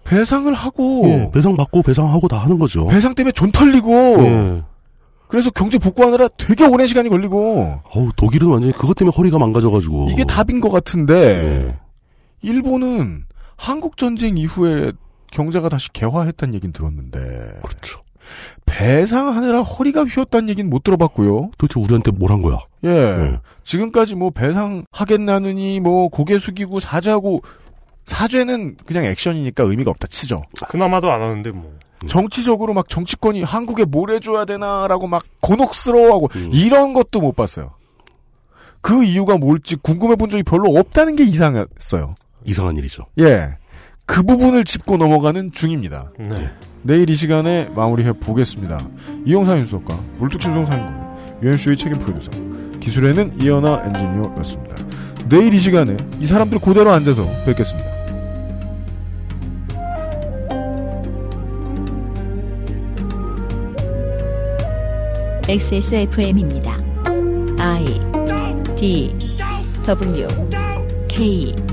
Speaker 2: 배상을 하고
Speaker 4: 예, 배상 받고 배상하고 다 하는 거죠.
Speaker 2: 배상 때문에 존 털리고
Speaker 4: 예.
Speaker 2: 그래서 경제 복구하느라 되게 오랜 시간이 걸리고
Speaker 4: 어우, 독일은 완전히 그것 때문에 허리가 망가져가지고.
Speaker 2: 이게 답인 것 같은데
Speaker 4: 예.
Speaker 2: 일본은 한국 전쟁 이후에 경제가 다시 개화했다는 얘긴 들었는데
Speaker 4: 그렇죠.
Speaker 2: 배상하느라 허리가 휘었다는 얘기는 못 들어봤고요.
Speaker 4: 도대체 우리한테 뭘 한 거야?
Speaker 2: 예. 지금까지 뭐 배상하겠나느니 뭐 고개 숙이고 사죄하고 사죄는 그냥 액션이니까 의미가 없다 치죠.
Speaker 3: 그나마도 안 하는데 뭐.
Speaker 2: 정치적으로 막 정치권이 한국에 뭘 해줘야 되나라고 막 곤혹스러워하고 이런 것도 못 봤어요. 그 이유가 뭘지 궁금해 본 적이 별로 없다는 게 이상했어요.
Speaker 4: 이상한 일이죠.
Speaker 2: 예. 그 부분을 짚고 넘어가는 중입니다.
Speaker 3: 네.
Speaker 2: 내일 이 시간에 마무리해 보겠습니다. 이용상 윤수석과 물뚝심송 상인군, 유엔쇼의 책임 프로듀서, 기술에는 이현아 엔지니어였습니다. 내일 이 시간에 이 사람들 그대로 앉아서 뵙겠습니다.
Speaker 1: XSFM입니다. I D W K